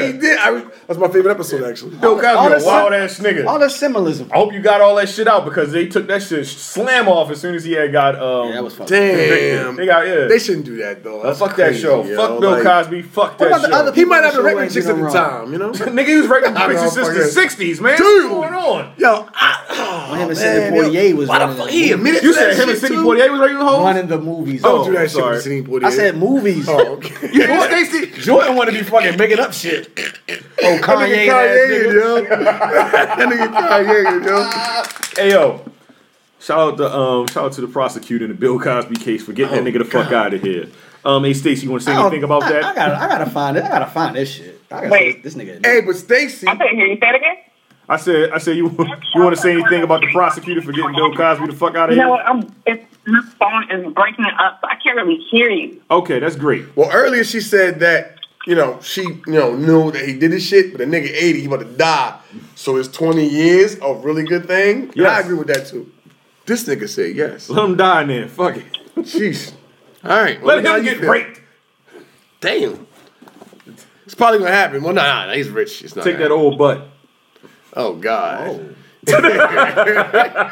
Yeah. he did. I, that's my favorite episode, actually. Bill all Cosby, that a wild sim- ass nigga. All the symbolism. I hope you got all that shit out because they took that shit slam off as soon as he had got um. Yeah, that was fucked. Damn. They got yeah. They shouldn't do that though. That's fuck that crazy, show. yo. fuck Bill Like, Cosby. Fuck What that about the show. other He might not have Show been raping ain't chicks did at no the wrong. time, you know? nigga, he was raping I don't bitches since fucking- the '60s, man. Dude. What's going on? [laughs] Yo, I, oh, Him and man, Sidney yo. Poitier was Why the running fuck the he movies. admitted You to that said him and shit, Sidney too? Poitier was raping hoes. One in the movies. Don't do Oh, that shit sorry. with Sidney Poitier. [laughs] I said movies. Oh, okay. You know what, Stacey? Jordan want to be fucking making up shit. Oh, Kanye, Kanye. Kanye yo. that nigga Kanye, yo. Hey yo. Shout out to um shout out to the prosecutor in the Bill Cosby case for getting that nigga the fuck out of here. Um hey Stacey, you wanna Oh, say anything about I, that? I gotta, I gotta find it. I gotta find this shit. I gotta Wait. see this, this nigga. Hey, but Stacy, I couldn't hear you. Say it again. I said I said you you wanna say anything about the prosecutor for getting Bill Cosby the fuck out of You know what? here? I'm, it's, my phone is breaking it up, so I can't really hear you. Okay, that's great. well, earlier she said that, you know, she, you know, knew that he did his shit, but the nigga 80, he about to die. So it's 20 years a really good thing? Yeah, I Yes. agree with that too. This nigga said yes. Let him die in there. Fuck it. Jeez. All right. well, Let now him you get feel- raped. Damn. It's probably gonna happen. Well, nah, nah, he's rich. It's not Take that gonna [laughs] old butt. happen. Oh God. [laughs] [laughs]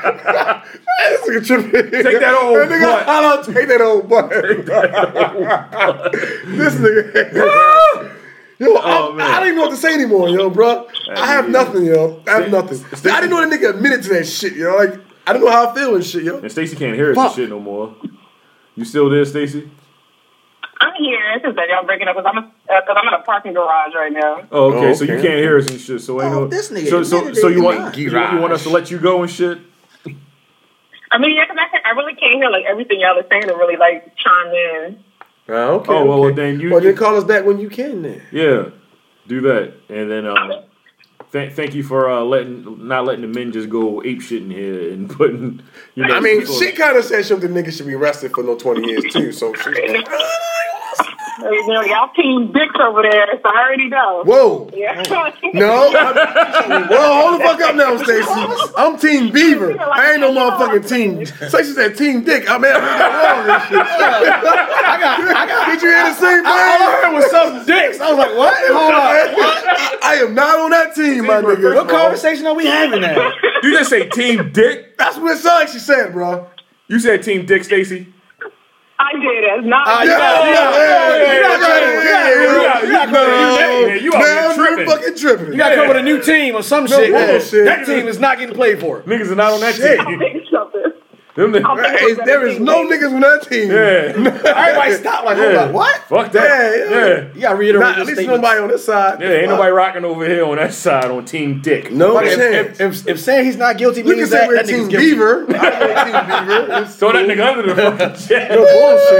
This nigga tripping. Take that old That nigga, butt. I don't take that old butt. [laughs] this nigga. [laughs] Yo, Oh, I, man. I don't even know what to say anymore, yo, bro. I have nothing, yo. I have nothing. I didn't know that nigga admitted to that shit, yo. Like, I don't know how I feel and shit, yo. And Stacey can't hear this Fuck. shit no more. You still there, Stacey? I'm here. It's just that y'all breaking up because I'm, a- uh, 'cause I'm in a parking garage right now. Oh, okay, so you Okay. can't hear us and shit. So ain't Oh, no this nigga So so admitted so it you in want mine. you, want- you want us to let you go and shit? I mean, yeah, 'cause I, can't- I really can't hear like everything y'all are saying and really like chime in. Oh, okay. Oh, well, well, okay. then you- Well, then call us back when you can, then. Yeah, do that, and then um, th- thank you for uh, letting not letting the men just go ape shit in here and [laughs] putting. You know, I mean, some she kind of said something niggas should be arrested for no 20 years, too, so she's like, You know, y'all team dicks over there, so I already know. whoa. Yeah. No. I'm- well, hold the fuck up now, Stacey. I'm Team Beaver. I ain't no motherfucking team. Stacey said Team Dick. I'm [laughs] at wrong and shit. I got, I got. Did you hear the same thing? I heard was some dicks. I was like, what? Hold on. I, I am not on that team, my nigga. What conversation are we having now? shit. You just say team dick. That's what it sounded like she said, bro. You said team dick, Stacy. [laughs] I did Ah, it. It's not. Yeah, yeah, yeah, yeah, yeah, yeah, You got yeah. you out Now here you're tripping. fucking tripping. You gotta come with a new team or some shit. bullshit. That team is not getting played [laughs] for. Niggas are not on that Shit. team. Think something. Them niggas- Hey, there is no niggas on that team. yeah. Everybody stop like, hold Yeah. on, what? Fuck that. Yeah, yeah. Yeah. You gotta reiterate Not, this at least statement. nobody on this side. Yeah, ain't nobody rocking over here on that side on Team Dick. No If, chance. if, if, if saying he's not guilty You can means say that, we're that Team nigga's guilty. Beaver. I'm Team Beaver. It's Throw that nigga [laughs] under the fucking chair. no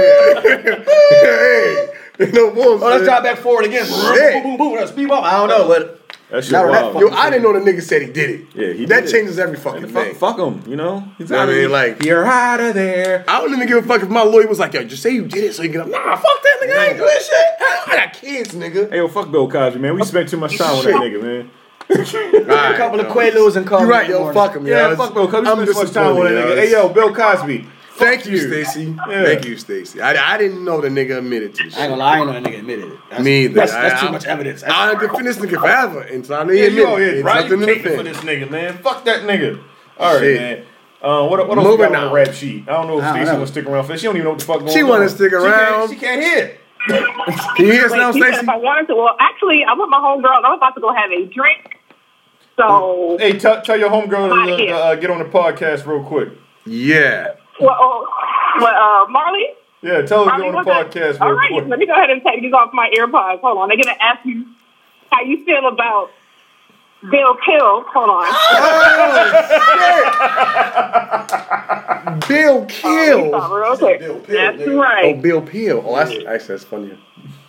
bullshit. hey, [laughs] no bullshit. Oh, let's drive back forward again. Shit. Boom, boom, boom, boom. Let's speed up. I don't know, but That shit Not on that wild. Yo, I didn't know the nigga said he did it. Yeah, he That did it. changes every fucking Fuck, thing. fuck him, you know? He's I outta mean, here. like- you're out of there. I wouldn't even give a fuck if my lawyer was like, yo, just say you did it so you can. Nah, fuck that nigga. I ain't doing shit. I I got kids, nigga. Hey, yo, fuck Bill Cosby, man. We spent too much time with that nigga, man. a couple of Quaaludes and call You're it right, in the yo. morning. Fuck him, yo. Yeah, It's- fuck Bill Cosby. I'm We spent too much time with that disappointed, nigga. yo. Hey, yo, Bill Cosby. Thank you, Stacy. Yeah. Thank you, Stacy. I, I didn't know the nigga admitted to this. I shit. ain't gonna lie, I ain't know that nigga admitted it. That's, Me either. That's, I- that's too I- much evidence. That's- I defend this nigga forever, and so I need Yeah, to you admit out it. here, It's right? nothing You new thing. caking for this nigga, man. Fuck that nigga. All right, Shit. man. Uh, what what else we Moving got on the on. rap sheet? I don't know if I don't Stacey know. will stick around for this. She don't even know what the fuck going She on. wanna stick She can't- around. She can't, hear. Can you hear us Wait, now, he said Stacy? If I wanted to, well, actually, I'm with my homegirl. and I'm about to go have a drink. So, Hey, tell tell your homegirl Outta to, here. uh, uh, get on the podcast real quick. Yeah. well, oh, well, uh, Marley. Yeah, tell her to get on Marley, the what's up? podcast All real right, quick. let me go ahead and take these off my AirPods. Hold on, they're gonna ask you how you feel about Bill Kill. Hold on. Bill Oh, we Kill. thought we were okay. That's Oh, right. Bill Peel. Oh, that's actually that's funnier.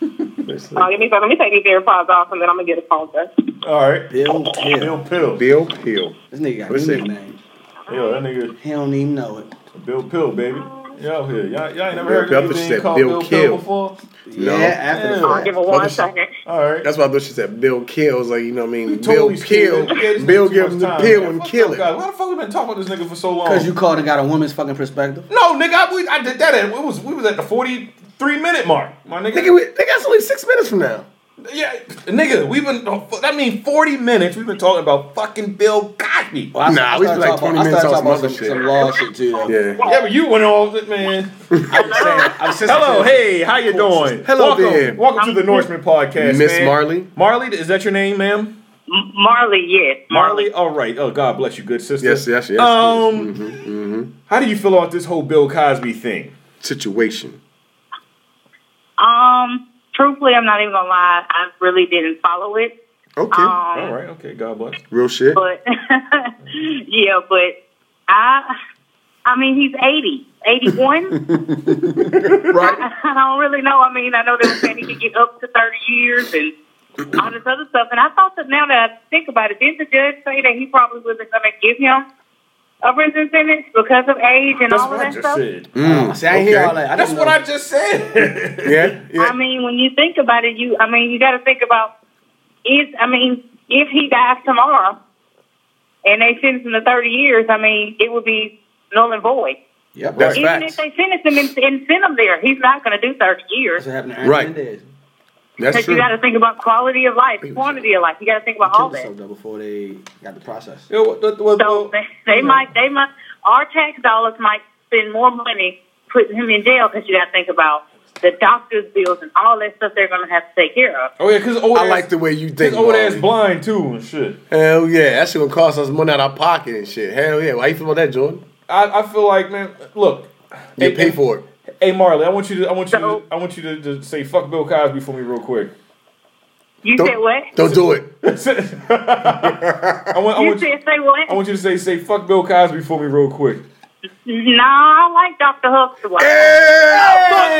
[laughs] Oh, give me a second. Let me take these AirPods off, and then I'm gonna get a phone test. All right. Bill Peel. Bill Peel. Bill Peel. This nigga got What's a it? nickname. Yo, that nigga He don't even know it. Bill Pill, baby. Y'all here. Y'all, y'all ain't never Bill heard Pill. I thought you of anything said called Bill Bill Kill. Pill before? No. Yeah, after the Yeah. I'll fact. give it one Focus. second. All right. That's why I thought she said Bill Kill. I was like, you know what I mean? Bill Totally Kill. scared. You gave this Bill nigga too give much him the time. pill Man, and fuck kill that it. guy. Why the fuck we been talking about this nigga for so long? Because you called and got a woman's fucking perspective. No, nigga, I, we, I did that at we was we was at the forty three minute mark. My nigga, Nigga, we, nigga, that's only six minutes from now. yeah, nigga, we've been oh, fu- that mean forty minutes. We've been talking about fucking Bill Cosby. Well, I- Nah, I we started like talking 20 about- I minutes started on talking about some other some, some law shit too. though. Yeah. Yeah, but you went all man. I'm saying, I'm sensitive. Hello, hey, how you doing? Hello welcome, there. welcome to the Norseman podcast, Miss man. Marley? Marley, is that your name, ma'am? M- Marley, yes. Marley. All right. Oh, God bless you, good sister. Yes, yes, yes, yes. Mm-hmm, Um, how do you feel about this whole Bill Cosby thing? Situation. Um, truthfully, I'm not even gonna lie. I really didn't follow it. Okay. Um, All right. Okay. God bless. Real shit. but [laughs] yeah, but I, I mean, he's 80, [laughs] 81. Right. I don't really know. I mean, I know they were saying he could get up to 30 years and all this other stuff. And I thought that now that I think about it, didn't the judge say that he probably wasn't going to give him a prison sentence because of age and That's all of what I that just said. stuff? Uh, see, I ain't hear Mm. okay. all that. I That's didn't what know. I just [laughs] said. [laughs] Yeah. I mean, when you think about it, you I mean, you got to think about is I mean, if he dies tomorrow and they sentence him to thirty years, I mean, it would be null and void. Yep. That's right. Even facts. if they sentence him and, and send him there, he's not going to do thirty years That's what happened to Aaron Right. Mendez. That's because you true. got to think about quality of life, quantity of life. You got to think about all Killed that. herself though before they got the process. Yo, what- what- what- So they, [laughs] they might, they might, our tax dollars might spend more money putting him in jail because you got to think about the doctor's bills and all that stuff they're going to have to take care of. oh yeah, because old. I ass- like the way you His think. old ass Marley. blind too and shit. Hell yeah, that shit gonna cost us money out of our pocket and shit. Hell yeah, why you feel about that, Jordan? I, I feel like man, look. You hey, pay for it. Hey Marley, I want you to I want you So- to, I want you to, to say fuck Bill Cosby for me real quick. [laughs] You said what? Don't do it. I want I you want you, said say what? I want you to say say fuck Bill Cosby for me real quick. no, I like Dr. Huxtable.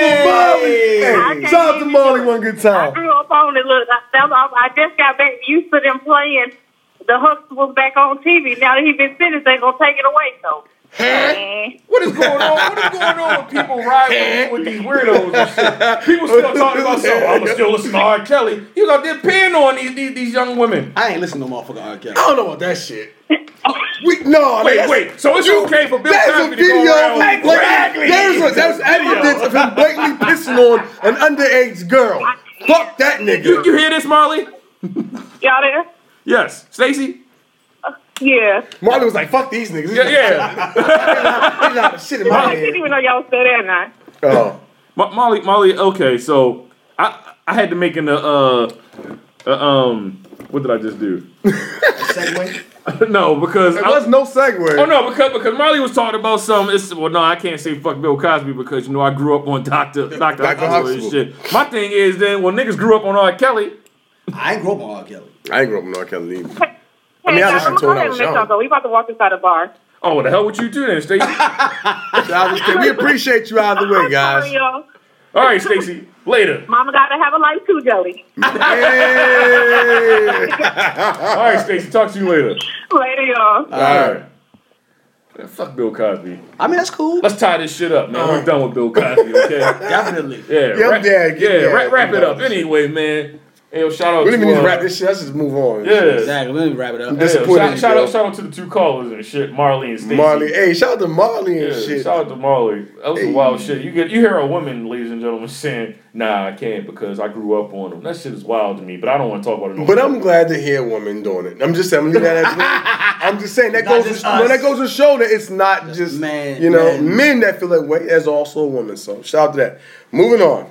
Hey, Hey, shout out to Marley one good I time. grew up on it. Look, I, I'm- I'm- I just got back used to them playing the Huxtables back on TV. Now that he's been sentenced, they going to take it away, so. Eh. What is going on? What is going on with people riding Eh? with these weirdos and shit? [laughs] People still talking about something. I'ma still listen to R. Kelly. He was out there peeing on these these, these young women. I ain't listening to no motherfucking [laughs] R. Kelly. I don't know about that [laughs] shit. We, no, Wait, that's- wait. So it's okay for Bill That is a Cosby to video. go around Like, bragging. there's a, that's evidence of him blatantly pissing on an underage girl. Fuck that You, nigga. you hear this, Marley? Y'all there? Yes, Stacy. Yeah. Marley was like, "Fuck these niggas." Yeah, yeah. [laughs] There's a lot of shit in my I head. didn't even know y'all was still there or not. Oh, Mo- Molly, Molly. Okay, so I I had to make an uh, uh um what did I just do? [laughs] Segway. no, because there I, was no segue. oh no, because because Molly was talking about some. It's well, no, I can't say fuck Bill Cosby because you know I grew up on [laughs] Doctor Doctor Dr. and Huxtable. shit. My thing is then well niggas grew up on R. Kelly. I ain't grew up on R. Kelly. I ain't grew up with R. Kelly either. I mean, I listened to it when I was young. We about to walk inside a bar. Oh, what the hell would you do then, [laughs] Stacy? I was kidding. We appreciate you either way, Sorry, guys. y'all. All right, Stacy. Later. Mama gotta have a life too, Joey. Hey. All [laughs] right, Stacy. Talk to you later. Later, y'all. All right. Man, Fuck Bill Cosby. I mean, that's cool. Let's tie this shit up, man. We're done with Bill Cosby, [laughs] okay? Definitely. Yeah, Yeah, I'm wrap, dead. yeah, Get dead. wrap, wrap Get it up. out of this Anyway, man. Hey, yo, shout out We don't to even need uh, to wrap this shit. Let's just move on. Yeah, Exactly. Let me wrap it up. yeah. Disappointed Shout, you, shout bro. out, shout out to the two callers and shit, Marley and Stacey. Marley. Hey, shout out to Marley and yeah, shit. shout out to Marley. That was Hey. some wild shit. You get you hear a woman, ladies and gentlemen, saying, "Nah, I can't because I grew up on them." That shit is wild to me, but I don't want to talk about it. No But more. I'm glad to hear a woman doing it. I'm just saying, I'm, just glad [laughs] that- I'm just saying that Not goes just to, no, us. that goes to show that it's not just man- you know man. men that feel that way. There's also a woman. So shout out to that. Moving on.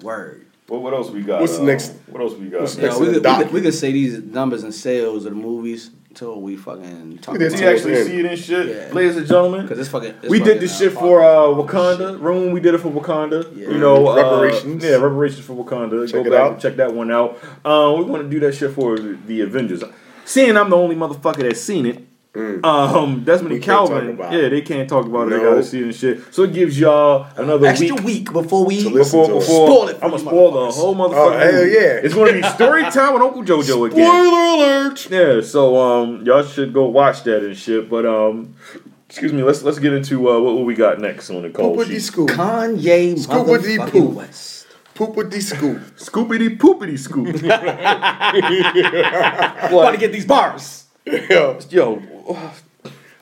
Word. What, what else we got? What's uh, next? What else we got? What's man? next? Yo, we, the could, we, doc. could, we could say these numbers and sales of the movies until we fucking talk Look at about this We actually see it and shit, Yeah. ladies and gentlemen. Because it's fucking. it's we fucking, did this shit for uh, Wakanda. Remember when we did it for Wakanda? You know, uh, Reparations. yeah, reparations for Wakanda. Check Go it back out. and check that one out. Uh, we want to do that shit for the Avengers. Seeing I'm the only motherfucker that's seen it. Um, Mm. Desmond We and can't talk Calvin, about it. yeah, they can't talk about it. They No. gotta see it and shit. So it gives y'all another Extra week week before we listen before to it. before Spoil it for I'm gonna you spoil the whole motherfucker. Oh, hell yeah. It's gonna be story time with Uncle JoJo again. Spoiler alert! Yeah, so um, y'all should go watch that and shit. But um, excuse me, let's let's get into uh, what, what we got next on the Oh, Poop call with the sheet. scoop. Kanye Scooby-Dee Poo. motherfucking West. Poop with the scoop. Scoopity poopity scoop. [laughs] [laughs] About to get these bars. Yo, Yo,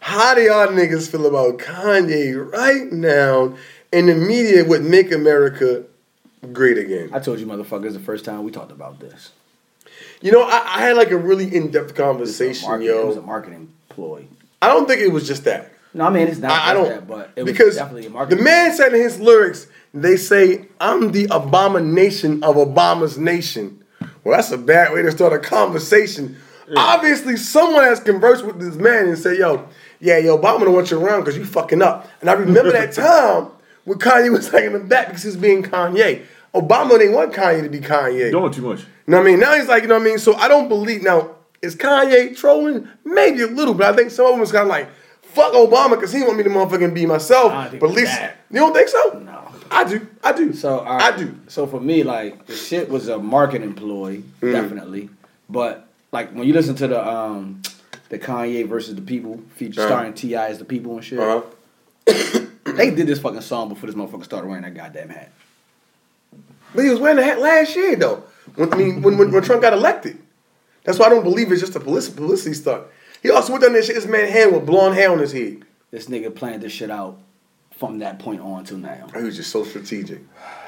how do y'all niggas feel about Kanye right now in the media with Make America Great Again? I told you, motherfuckers, the first time we talked about this. You know, I, I had like a really in depth It was a conversation, marketing, it was a yo. marketing ploy. I don't think it was just that. No, I mean it's not. I, I like don't. that, but it was because definitely a the marketing. man said in his lyrics, they say, I'm the abomination of Obama's nation. Well, that's a bad way to start a conversation. Obviously, someone has conversed with this man and said, yo, yeah, yo, Obama don't want you around because you fucking up. And I remember [laughs] that time when Kanye was taking him back because he was being Kanye. Obama didn't want Kanye to be Kanye. doing too much. You know what I mean? Now he's like, you know what I mean? So I don't believe now, is Kanye trolling? Maybe a little, but I think some of them was kinda like, fuck Obama, cause he want me to motherfucking be myself. I don't think But at least that. you don't think so? No. I do. I do. So all right. I do. So for me, like the shit was a marketing ploy, Mm. definitely. But like when you listen to the um the Kanye versus the People feature Uh-huh. starring Ti as the People and shit, Uh-huh. [coughs] they did this fucking song before this motherfucker started wearing that goddamn hat. But he was wearing the hat last year though. When I mean when, when, when Trump got elected. That's why I don't believe it's just a polic- publicity stunt. He also went down there and shit this man hand with blonde hair on his head. This nigga planned this shit out from that point on till now. He was just so strategic.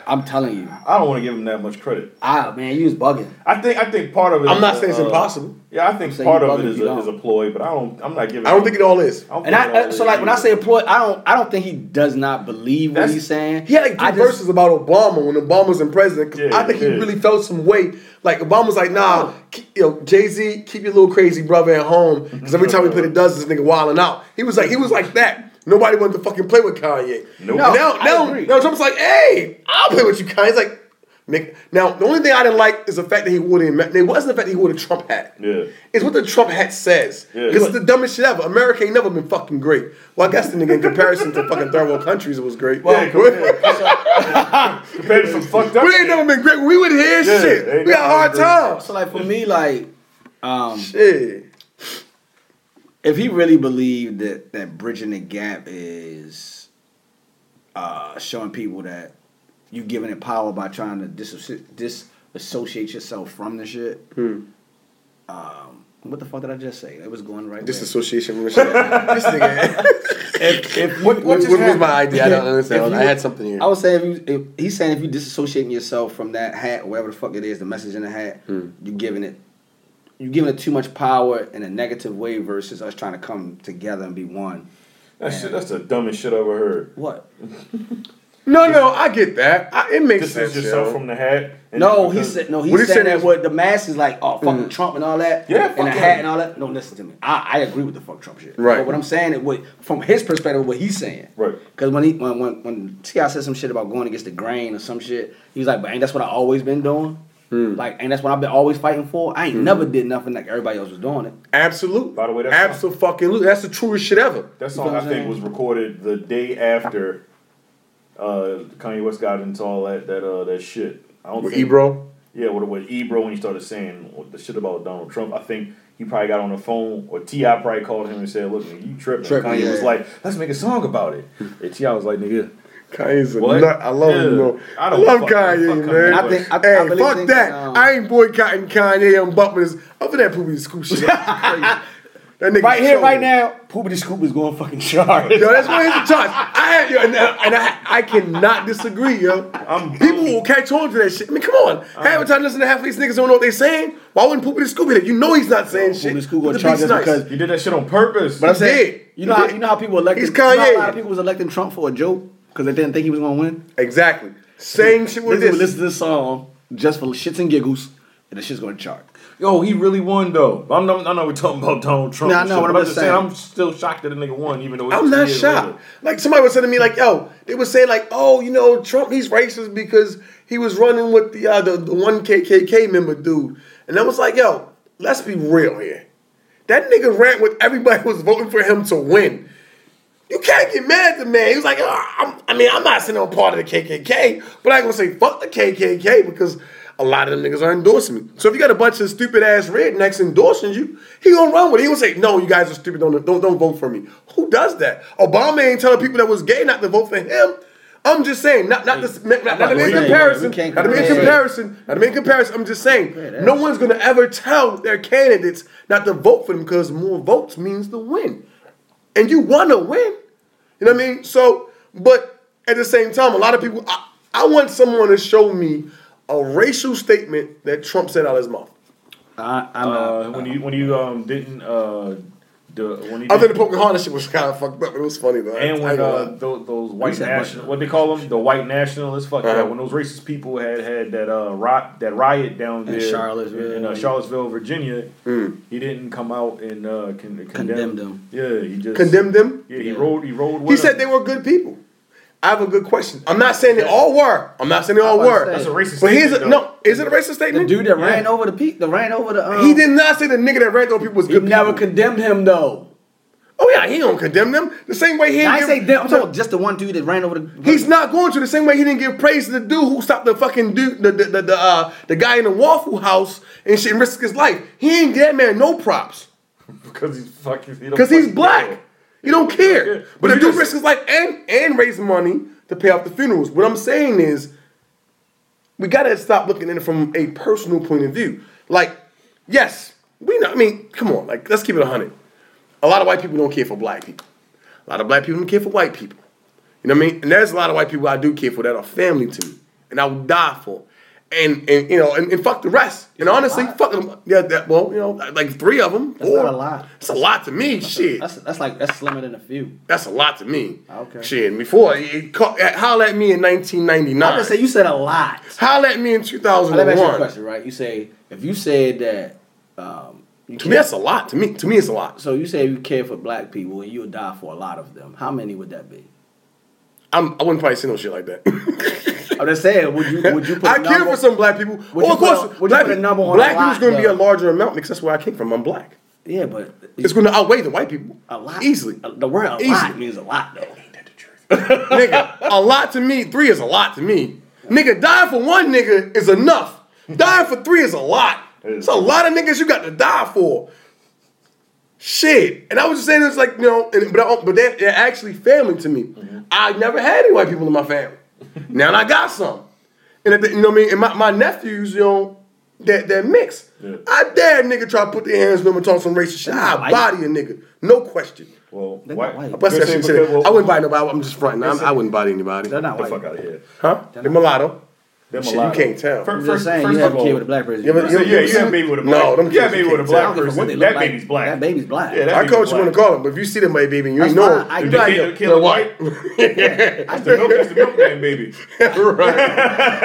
I'm telling you, I don't want to give him that much credit. ah man, you was bugging. I think I think part of it. I'm is, not saying it's uh, impossible. Yeah, I think saying part you of it bugging is if you a, don't. is a ploy, but I don't. I'm not giving. I don't think it all is. I don't And think it I uh, all so like when I is. say employ, I don't I don't think he does not believe what That's- he's saying. He had like two I just- verses about Obama when Obama was in president. 'cause Yeah, I think he he did. really felt some weight. Like Obama was like, "Nah, keep, yo, Jay Z, keep your little crazy brother at home." Because every time we play the does, this nigga wilding out. He was like, he was like that. Nobody wanted to fucking play with Kanye. Nope. Now, No, now, I now, agree. now Trump's like, "Hey, I'll play with you, Kanye." He's like, Nick. Now, the only thing I didn't like is the fact that he wore the. It wasn't the fact that he wore the Trump hat. Yeah. It's what the Trump hat says. Yeah. Because it's the dumbest shit ever. America ain't never been fucking great. Well, I guess then again, in comparison to fucking third world countries, it was great. Yeah, compared, compared to [laughs] some fucked up. We ain't never been great. We would hear Yeah, shit. ain't We never had hard been great. times. So like for me, like um, Shit. if he really believed that that bridging the gap is uh, showing people that you giving it power by trying to disasso- disassociate yourself from the shit. Um, what the fuck did I just say? It was going right. way. Disassociation from the shit. this nigga. if, if What, what, just was happened? my idea? I don't If understand. you- I had something here. I was saying, if you, if, he's saying if you disassociating yourself from that hat, or whatever the fuck it is, the message in the hat, you giving it, you giving it too much power in a negative way versus us trying to come together and be one. That shit, that's the dumbest shit I ever heard. What? no, no, I get that. I, it makes sense. Distance yourself yo. from the hat. and- No, he because- said no. He's What he saying said that is- what the mass is like, oh fucking Trump and all that, Yeah, fuck and the him. hat and all that. No, listen to me. I, I agree with the fuck Trump shit. Right. But what I'm saying is what from his perspective, what he's saying. Right. Because when he when when, when Ti said some shit about going against the grain or some shit, he was like, but ain't that's what I always been doing. Like, ain't that's what I've been always fighting for. I ain't never did nothing like everybody else was doing it. Absolute. By the way, that's absolute fucking. loot. That's the truest shit ever. That song I think was recorded the day after uh, Kanye West got into all that that uh, that shit. I don't With think- Ebro. Yeah, with, with Ebro when he started saying the shit about Donald Trump. I think he probably got on the phone or Ti probably called him and said, "Look, nigga, you tripping." Tripping, Kanye yeah. was like, "Let's make a song about it." And Ti was like, "Nigga." Kanye's a What? nut. I love Yeah. him, bro. I I, don't love fuck- fuck Kanye, Kanye man. West. I think- I- hey, I really fuck think that. that, um, I ain't boycotting Kanye and bumping his. Other than that poopy scoop shit. that nigga Right here, trolling. right now, Poopity Scoop is going fucking [laughs] charge. Yo, that's one of his charts. I had yo, and, uh, and I, I cannot disagree, yo. I'm- People will catch on to that shit. I mean, come on. Uh-huh. Half the time, listen to half of these niggas don't know what they're saying. Why wouldn't Poopy the Scooby? Like, you know he's not saying shit. Poopy the Scoop but gonna the charge beat's us because- You did that shit on purpose. But I'm saying, did. you know, how, He you know how people elected. He's you know how Kanye. a lot of people was electing Trump for a joke because they didn't think he was gonna win. exactly same shit with Niggas would this. listen to this song just for shits and giggles, and the shit's gonna chart. Yo, he really won though. I'm, I'm, I know we're talking about Donald Trump. Nah, I and know shit, what but I'm I'm just just saying. saying. I'm still shocked that the nigga won, even though it's I'm two not years shocked. later. Like somebody was saying to me, like, yo, they were saying like, oh, you know, Trump, he's racist because he was running with the uh, the, the one KKK member dude, and I was like, yo, let's be real here. That nigga ran with everybody who was voting for him to win. You can't get mad at the man. He was like, "Ah, I'm, I mean, I'm not saying I'm part of the KKK, but I ain't gonna say fuck the KKK because a lot of them niggas are endorsing me. So if you got a bunch of stupid ass rednecks endorsing you, he gonna run with it. He gonna say, no, you guys are stupid. Don't, don't, don't vote for me. Who does that? Obama ain't telling people that was gay not to vote for him. I'm just saying, not not this, not, not to make saying, comparison, we can't not to make compare. comparison, not to make comparison. I'm just saying, that's- no one's gonna ever tell their candidates not to vote for them because more votes means the win and you want to win. You know what I mean? So, but at the same time, a lot of people, I, I want someone to show me a racial statement that Trump said out of his mouth. I, I'm Uh, when you when you um didn't uh the when he Other did, than the Pocahontas shit was kind of fucked up, but it was funny though. and I ain't when gonna uh lie. those, those white said white. national what they call them the white nationalists fuck Uh-huh. yeah when those racist people had had that uh riot that riot down there Charlottesville. in, uh, Charlottesville Virginia he didn't come out and uh con- condemn Condemned them. yeah he just condemned them, yeah he rode he rode with he said they them. were good people. I have a good question. I'm not saying they all were. I'm not saying they all was were. saying. that's a racist But here's a, statement, no. Is it a racist the statement? dude that ran over the peak, the ran over the. Um, he did not say the nigga that ran over people was He good never people. condemned him though. oh yeah, he don't condemn them. The same way he I didn't say give- them. I'm talking about just the one dude that ran over the. He's not going to the same way he didn't give praise to the dude who stopped the fucking dude, the the the, the, uh, the guy in the Waffle House and shit and risked his life. He ain't that man no props [laughs] because he's fucking he don't because he's fucking care. black. He don't care. But the You dude just- risked his life and and raised money to pay off the funerals. What I'm saying is, we gotta stop looking at it from a personal point of view. Like, yes, we know. I mean, come on, like let's keep it hundred. A lot of white people don't care for black people. A lot of black people don't care for white people. You know what I mean? And there's a lot of white people I do care for that are family to me, and I would die for. And and you know, and, and fuck the rest. And honestly, fuck them. Yeah, that, well, you know, like three of them. That's not a lot. It's a lot to me. Shit, That's that's like that's slimmer than a few. that's a lot to me. Okay. Shit, and before it, it caught, it holler at me in 1999. I'm gonna say you said a lot. holler at me in Let me ask you a 2001. question, right? You say if you said that, um, you To me, that's a lot. To me, to me, it's a lot. so you say you care for black people and you would die for a lot of them. How many would that be? I'm, I wouldn't probably say no shit like that. I'm just saying, would you [laughs] would you put? a I care number- for some black people. Would well, you of put course, a- would you black, put a number on black a people's lot, going to be a though? larger amount because that's where I came from. I'm black. Yeah, but It's going to outweigh the white people. a lot Easily. The word a Easily. lot means a lot though. nigga, a lot to me, three is a lot to me. Nigga, dying for one nigga is enough. Dying for three is a lot. It's a lot of niggas you got to die for. Shit. And I was just saying this like, you know, and, but, I, but they're, they're actually family to me. I never had any white people in my [laughs] family. now I got some. And, if they- you know what I mean? And my, my nephews, you know, that, that mix. I dare a nigga try to put their hands on them and talk some racist shit. I not white. body a nigga. No question. well They're white, not white. Plus, Because- I, shouldn't say that. because- I wouldn't buy nobody. I'm just fronting. I'm, I wouldn't buy anybody. They're not the fuck white. out of here Huh? The mulatto. Them Shit, a you lot. can't tell. Fir- I'm First, just saying, first you have of a kid all- with a black person. Yeah, but- So, yeah, you Yeah, had a baby with a no, black. them you had kids a baby can't with a tell. black I don't give a person. fuck they that look like- baby's black. That baby's black. Yeah, that I baby's call what you want to black. call him, but if you see them, my baby, and you That's know fine. him. I- you The be like, kid- yo, the kid look white. I That's the milk- that's the milkman [laughs] baby. [laughs] right.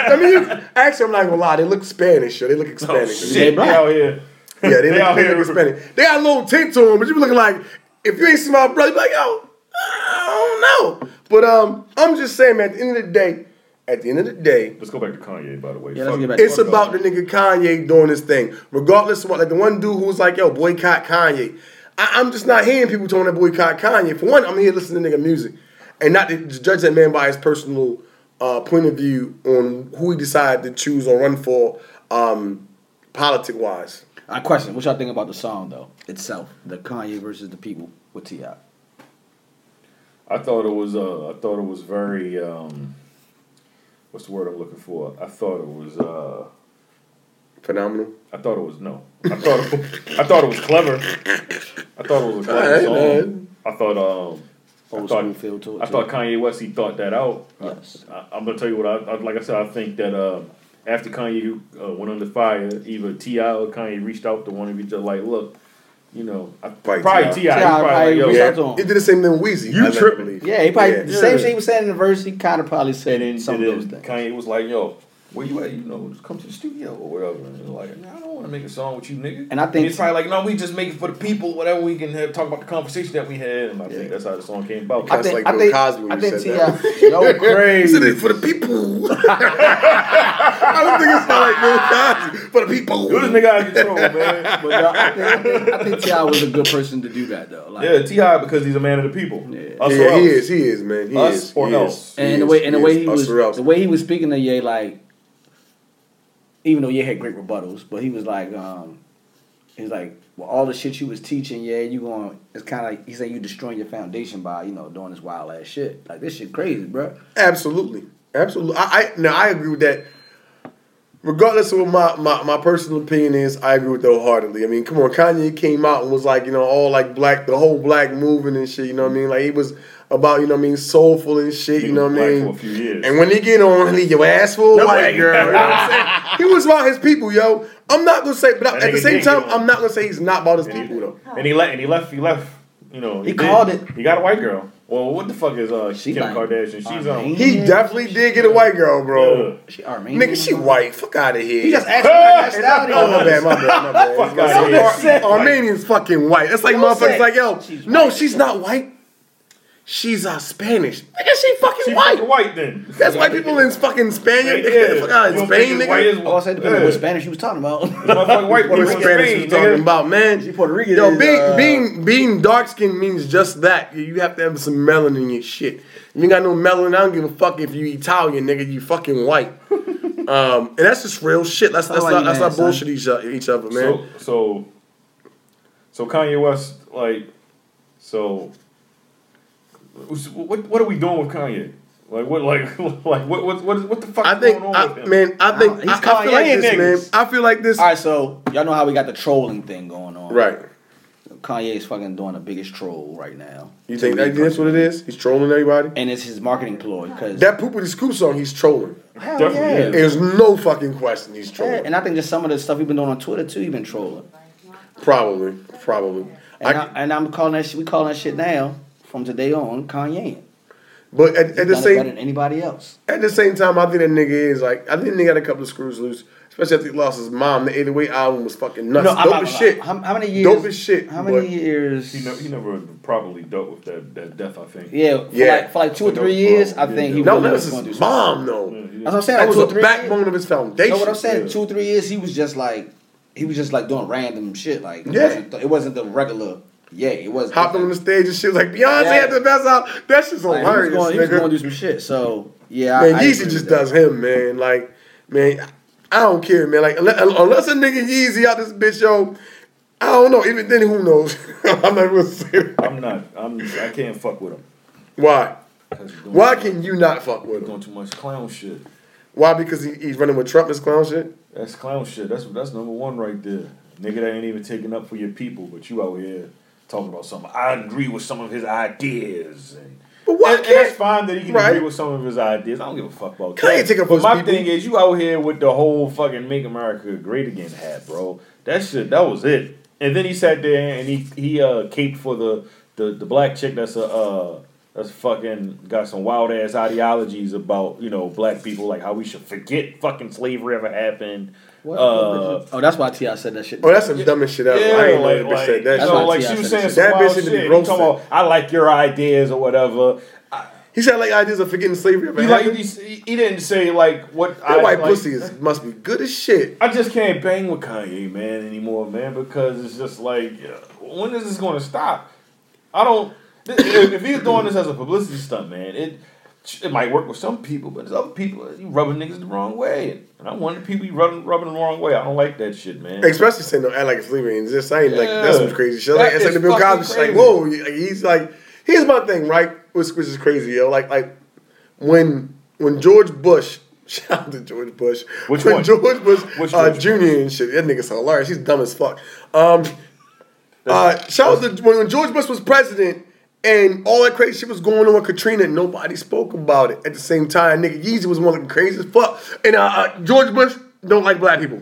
I mean, you, actually, I'm not gonna lie. They look Spanish, yo. They look Hispanic. Oh, Shit, black. they out here. Yeah, they, They look, out they here. look Hispanic. They got a little tint to them, but you be looking like if you ain't seen my brother, you be like, yo, I don't know. But um, I'm just saying, man. At the end of the day, at the end of the day, Let's go back to Kanye, by the way. Yeah, let's Fuck get back it. to It's about the nigga Kanye doing his thing. Regardless of what, like the one dude who was like, yo, boycott Kanye. I, I'm just not hearing people telling that boycott Kanye. For one, I'm here listening to nigga music and not to judge that man by his personal uh, point of view on who he decided to choose or run for um, politic wise. I question. What y'all think about the song though itself? The Kanye versus the people with Ti. I thought it was. Uh, I thought it was very. Um, what's the word I'm looking for? I thought it was. Uh, Phenomenal. I thought it was no. I thought. It, was- I thought it was clever. I thought it was a clever Alright, song. man. I thought. Um, I Old school thought, feel to it, I too. thought Kanye West he thought that out. Yes. I, I'm gonna tell you what I, I like. I said I think that uh, after Kanye uh, went under fire, either Ti or Kanye reached out to one of each other like, look, you know, I, Probably probably, T.I. Ti. He T.I. probably like, probably yo, reached Yeah, out to him. it did the same thing with Weezy. You I like tripping. believe. Yeah, he [laughs] probably Yeah. the same shit he was saying in the verse. He kind of probably said And then, some and of those then things. Kanye was like, yo, Where you at? You know, just come to the studio or whatever. And they're like, nah, I don't want to make a song with you, nigga. And I think- it's probably like, no, we just make it for the people. Whatever we can have, talk about the conversation that we had, and I think that's how the song came about. That's like Bill Cosby when I you think said T.I. that. [laughs] [laughs] Yo, crazy. It's for the people. [laughs] I don't think it's not like Bill Cosby. For the people. Yo, this nigga out of control, man. [laughs] But yo, I think, I think, I think T.I. was a good person to do that though. Like, Yeah, Ti because he's a man of the people. Yeah, Us or Yeah, he else. is. He is, man. He Us is. or he else. Is. And the is, way and the way he is. was Us or else. the way he was speaking to Ye, like even though Ye had great rebuttals, but he was like, um, he was like, well, all the shit you was teaching, yeah, you going, it's kind of like he said you destroying your foundation by you know doing this wild ass shit. Like this shit crazy, bro. Absolutely, absolutely. I, I now I agree with that. Regardless of what my, my, my personal opinion is, I agree with that wholeheartedly. I mean, come on, Kanye came out and was like, you know, all like black, the whole black movement and shit. You know what I mean? Like he was about, you know what I mean, soulful and shit. You know what I Black mean? for a few years. And when they get on, leave your ass full white girl. You know what [laughs] [laughs] I'm saying? He was about his people, yo. I'm not gonna say, but That at the nigga same did time, get on. I'm not gonna say he's not about his And he- people though. And he left. And he left. He left. You know. He called it. He got a white girl. Well, what the fuck is uh She Kim like- Kardashian? She's um, uh, I on. mean, He definitely did get a white girl, bro. Ugh. She Armenian. Nigga, she white. Fuck out of here. He just [laughs] asked her nationality. Oh, my bad, my bad, my bad. Fuck outta Ar- here. Armenian's fucking white. It's like Who said motherfuckers like, yo, she's no, white? she's not white. She's uh, Spanish. Nigga, she fucking She's white. fucking white then. That's why people in fucking Spain. Yeah, nigga, Fuck out You in don't think Spain, it's white nigga. as- Oh, I said depending on what Spanish he was [laughs] talking Yeah. about. Motherfucking white people What in is Spanish Spain, you talking nigga. about, man? She Puerto Rican. Yo, is, being uh, being being dark skinned means just that. You- You have to have some melanin in your shit. You ain't got no melanin. I don't give a fuck if you Italian, nigga. You fucking [laughs] white. um, and that's just real shit. That's that's Sound like not that's you mad, not son. bullshit each, o- each other, man. So, so, so Kanye West, like, so, what what are we doing with Kanye? Like what? Like [laughs] like what? What? What, what the fuck? I is think, going on I, with him? man, I think he's I, I feel like Kanye this, niggas. man. I feel like this. All right, so y'all know how we got the trolling thing going on. Right. Kanye is fucking doing the biggest troll right now. You think that, that's what it is? He's trolling everybody. And it's his marketing ploy because That poop with the scoop song, he's trolling. Hell Definitely, yeah. There's no fucking question he's Yeah, trolling. And I think just some of the stuff you've been doing on Twitter too, you've been trolling. Probably, probably. I, And, I, and I'm calling that shit. We calling that shit now from today on Kanye. but at, at the Done it better same than anybody else. at the same time, I think that nigga is like I think they got a couple of screws loose, especially after he lost his mom. The 808 album was fucking nuts. I'm not Dope as gonna lie. shit. How, how many years? Dope as shit, How many but- years? he never he never properly dealt with that that death. I think. yeah, for Yeah. like for like two or For three no years, I problem. think he Yeah. No, really that was was going to do his mom something. though. That's what I'm saying. That Like was two or the three. backbone Years. of his You foundation. know what I'm saying? Yeah. Two or three years, he was just like he was just like doing random shit. Like it Yeah. wasn't the, it wasn't the regular. Yeah, it was. Hopped on the stage and shit like Beyonce had the best out. That shit's Like, he was hilarious, going, he was nigga. going to do some shit. So yeah, Man, I, I agree Yeezy with just that. does him, man. Like, man, I don't care, man. Like, unless, unless a nigga Yeezy out this bitch, yo, I don't know. Even then, who knows? [laughs] I'm not gonna say that. I'm not. I'm. I can't fuck with him. why. 'Cause he's doing- Why can you not fuck with him? doing too much clown shit? Why? Because he, he's running with Trump as clown shit. That's clown shit. That's that's number one right there. Nigga that ain't even taking up for your people, but you out here talking about something. I agree with some of his ideas. And, But why and, and that's can't- fine that he can right. agree with some of his ideas. I don't give a fuck about Kanye that. take up for but his my people. thing is, you out here with the whole fucking "Make America Great Again" hat, bro. That shit, that was it. And then he sat there and he he uh caped for the the, the black chick that's a uh that's fucking got some wild ass ideologies about you know black people like how we should forget fucking slavery ever happened. Uh, oh, that's why Ti said that shit. Oh, that's some dumbest shit ever. I ain't know that bitch said that. that's so, shit. like why T.I. she was saying said that shit. some That wild bitch shit. should be You talking roasted. about, I like your ideas or whatever. He said like ideas of forgetting slavery. Ever He like happened. he, he didn't say like what that white like, pussy is, must be good as shit. I just can't bang with Kanye man anymore, man, because it's just like uh, when is this going to stop? I don't. th- If if he's doing this as a publicity stunt, man, it it might work with some people, but there's other people that you rubbing niggas the wrong way, and I'm one of the people you rubbing rubbing the wrong way. I don't like that shit, man. Especially saying no, act like slavery exists. I ain't like that's some Yeah. crazy shit. That Like, it's like is the Bill fucking Cosby. shit, Like crazy. whoa, he- like, he's like here's my thing, right? Which, which is crazy, yo. Like like when when George Bush. [laughs] Shout out to George Bush. Which when one? George Bush Which uh, George Jr. and shit. That nigga's hilarious. He's dumb as fuck. Um, uh, shout out to when, when George Bush was president and all that crazy shit was going on with Katrina. Nobody spoke about it. At the same time, nigga Yeezy was one of the craziest fuck. And uh, uh, George Bush don't like black people.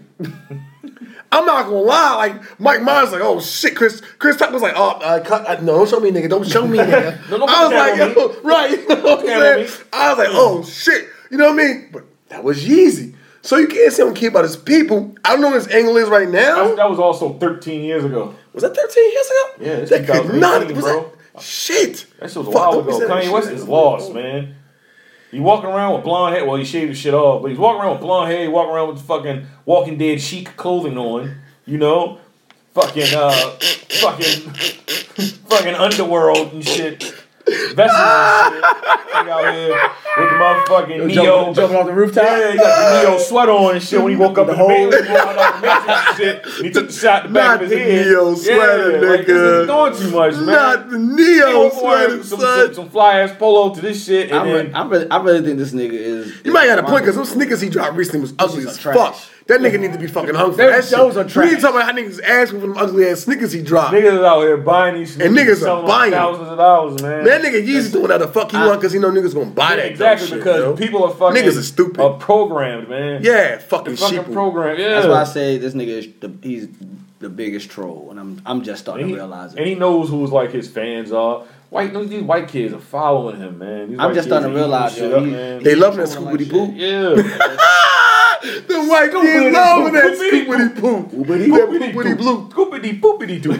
I'm not gonna lie. Like Mike Myers, like, oh shit, Chris. Chris Tucker was like, oh, uh, cut, uh, no, don't show me, nigga. Don't show [laughs] me, nigga. No, don't I was put like, that on [laughs] yo, right. You know what I'm that on saying? I was like, oh shit. You know what I mean? But that was Yeezy. So you can't say I don't care about his people. I don't know what his angle is right now. That, that was also 13 years ago. Was that 13 years ago? Yeah, it's that could not. 2018, Was bro. that, shit. That shit was a Fuck, while don't be ago. saying that Kanye shit. West is lost, man. He walking around with blonde hair. Well, he shaved his shit off, but he's walking around with blonde hair. He walking around with fucking Walking Dead chic clothing on. You know, fucking uh, fucking [laughs] fucking underworld and shit. Vessels and shit. He out here with the motherfucking Neo. Jumping, jumping off the rooftop. Yeah, he got the Neo sweat on and shit when he woke up in the whole- hole. He, walked out the Matrix and shit, and he took the shot in the back Not of his the head. Neo sweater, yeah, Like, this nigga. is doing too much, man. Not the He Neo was wearing sweater, some, son. some, some fly ass polo to this shit, and I'm then re- I really, I really think this nigga is. You might got a point because those sneakers he dropped recently was ugly are as trash. fuck. That nigga need to be fucking hung for Their that shit. shows are We trash. need to talk about how niggas ass with them ugly ass sneakers he dropped. niggas is out here buying these And niggas sneakers, are selling them buying 'em. thousands of dollars, man. That nigga Yeezy doing that the fuck he want because he know niggas gonna buy Yeah, that. dumb exactly shit, because yo. people are fucking Niggas is stupid. Are programmed, man. Yeah, fucking, fucking sheep. programmed. Yeah, That's why I say this nigga is the, he's the biggest troll, and I'm I'm just starting and, he, to realize it. and he knows who's like his fans are. White, these white kids are following him, man. These I'm white kids just starting are to realize, eating yo, shit he- up, man. They love that Trolling like scoobity poo. [laughs] yeah, The white kid love that scoobity poo. That poopity blue. Scoopity [laughs] poopity doo.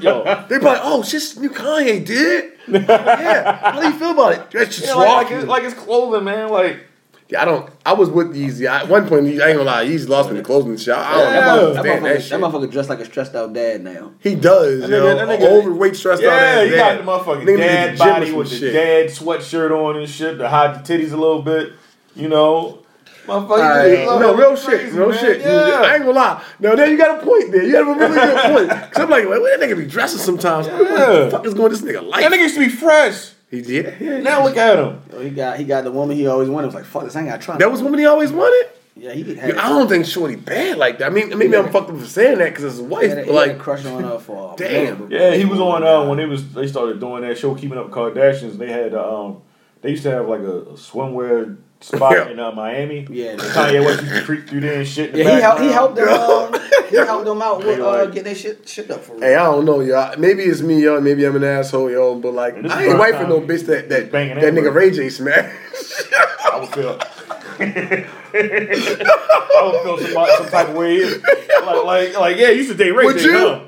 Yo, They probably, oh, shit's new Kanye did. yeah, how do you feel about it? That shit's yeah, like, like, rocking. it's, like it's clothing, man. Like Yeah, I don't. I was with Yeezy. I, at one point, I ain't gonna lie, Yeezy lost me the clothes and shit. I don't that, motherfucker, that, understand that motherfucker, shit. that motherfucker dressed like a stressed out dad now. He does, That yo. nigga- that nigga- overweight, stressed out. Yeah, ass you dad. got the motherfucking Nigga need to get dad gym or body some with the shit. dad sweatshirt on and shit to hide the titties a little bit. You know, motherfucker. Alright, No, real shit, Crazy, real man. shit. Yeah. I ain't gonna lie. Now, there you got a point there. You have a really good point. [laughs] Cause I'm like, like, where that nigga be dressing sometimes? What the fuck is going this nigga That like? nigga used to be fresh. He did. Yeah, yeah. Now look at him. Yo, he got he got the woman he always wanted. was like fuck this, I ain't got trying. That was woman he always wanted. yeah, he had, Yo, I don't think Shorty bad like that. I mean, maybe I'm fucked up for saying that because it's his he wife. had, a, But he had a like, crush on her for a Damn. minute. Yeah, he was on uh, when they was they started doing that show, Keeping Up Kardashians. They had um, they used to have like a, a swimwear spot Yeah. in uh, Miami. Yeah. Kanye West used to creep through there and shit. In the Yeah, he helped he background. helped them um, he helped them [laughs] out with Nigga, uh, like- get their shit shit up for real. hey, I don't know, y'all. Maybe it's me, y'all. Maybe I'm an asshole, y'all. But like, This is I ain't prime wifing time. no bitch that that Banging that nigga everybody. Ray J smash. [laughs] I would [laughs] feel. I would feel some, some type of way. Like, like, like, yeah, you used to date Ray Would J. you? Huh?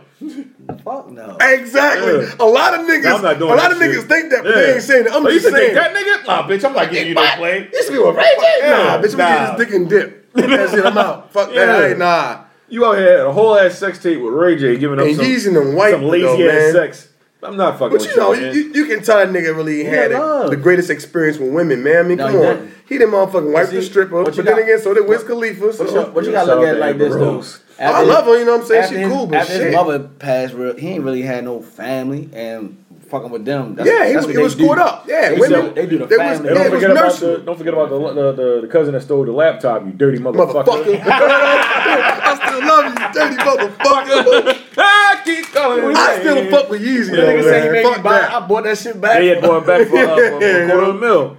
Fuck no. exactly. Yeah. A lot of niggas, I'm not a doing lot that of niggas shit. think that, but they Yeah. ain't saying it. I'm Oh, you just used to saying. date that nigga? Nah, bitch, I'm not giving you no play. This be with Ray J. Nah, Yeah, bitch, nah. we get his dick and dip. That's it. I'm out. [laughs] Fuck that. I Yeah. ain't nah. You out here had a whole ass sex tape with Ray J giving up And some, Yeezy them white some lazy though, ass man. sex. I'm not fucking But with you know, man. you, you, you can tell that nigga really had a, love. the greatest experience with women, man. I mean, No, come he on. didn't. He didn't motherfucking wipe the stripper. But what you then got- again, so did Wiz Khalifa. So. But you, but you Yeah, gotta shout out look at it to like Amber this though. Rose. I After love her, you know what I'm saying? after She his, cool, but after shit. his mother passed, real, he ain't really had no family, and fucking with them. That's, yeah, he was, that's what it they was do. screwed up. Yeah, They women. do- they do the was, family. yeah, and it don't was forget, about nursery. the, don't forget about the, the, the, the cousin that stole the laptop, you dirty motherfucker. Motherfucker. [laughs] I still love you, dirty motherfucker. [laughs] I keep calling his I still name. fuck with Yeezy, That though, nigga said he man. made Fuck that. bought that shit They had going back [laughs] for, uh, for, for Yeah. a quarter of a mil.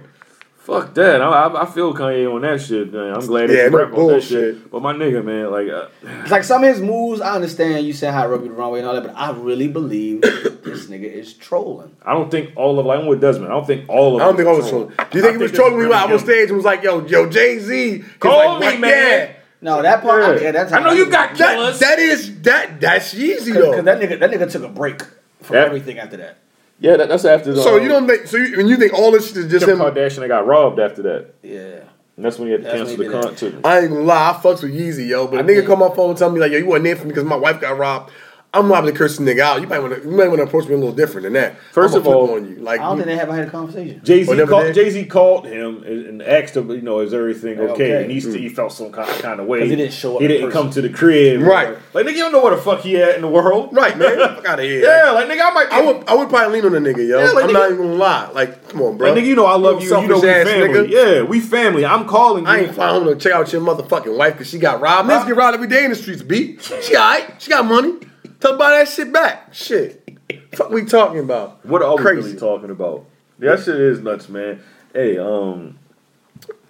Fuck that. I, I, I feel Kanye on that shit, man. I'm glad Yeah, yeah, no rap on that shit. bullshit. But my nigga, man, like, uh, It's like some of his moves. I understand you said how it rubbed you the wrong way and all that, but I [coughs] really believe this nigga is trolling. I don't think all of, like, I'm with Desmond. I don't think all of I don't think I them was trolling. Do you I think he was this trolling me is when I was really stage and was like, yo, yo, Jay Z? Call me, man. No, that part. Yeah. Yeah, that's I know you got That, killers. that is that that's Yeezy though. because that nigga that nigga took a break from Yeah. everything after that. yeah, that, that's after the. so you don't think so you, when you think all this shit is just Kim him. Kardashian that got robbed after that. Yeah, And that's when he had to That's cancel when the he concert. I ain't gonna lie, I fucks with Yeezy, yo. But a nigga come up phone and tell me like, yo, you wasn't there for me because my wife got robbed. I'm liable to curse the nigga out. You might want to you might want to approach me a little different than that. First I'ma of all- flip on you like I don't you- think they haven't had a conversation. Jay Or Z never called did. Jay Z called him and, and asked him, you know, is everything okay? Okay. And he, st- he felt some kind of, kind of way. 'Cause he didn't show up He in didn't person. come to the crib, Right. Like nigga, you don't know where the fuck he at in the world, right, man. Fuck out of here. Yeah, like nigga, I might. I would I would probably lean on a nigga, yo. Yeah, like, I'm not nigga- even gonna lie. Like, come on, bro. Like, nigga, you know I love you. You know we selfish ass family. nigga. Yeah, we family. I'm calling you. I ain't flying home to check out your motherfucking wife because she got robbed. Niggas get robbed every day in the streets, B. She alright. She got money. Tell her to buy that shit back. Shit. Fuck we talking about? what are we Crazy. really talking about? That shit is nuts, man. Hey, um,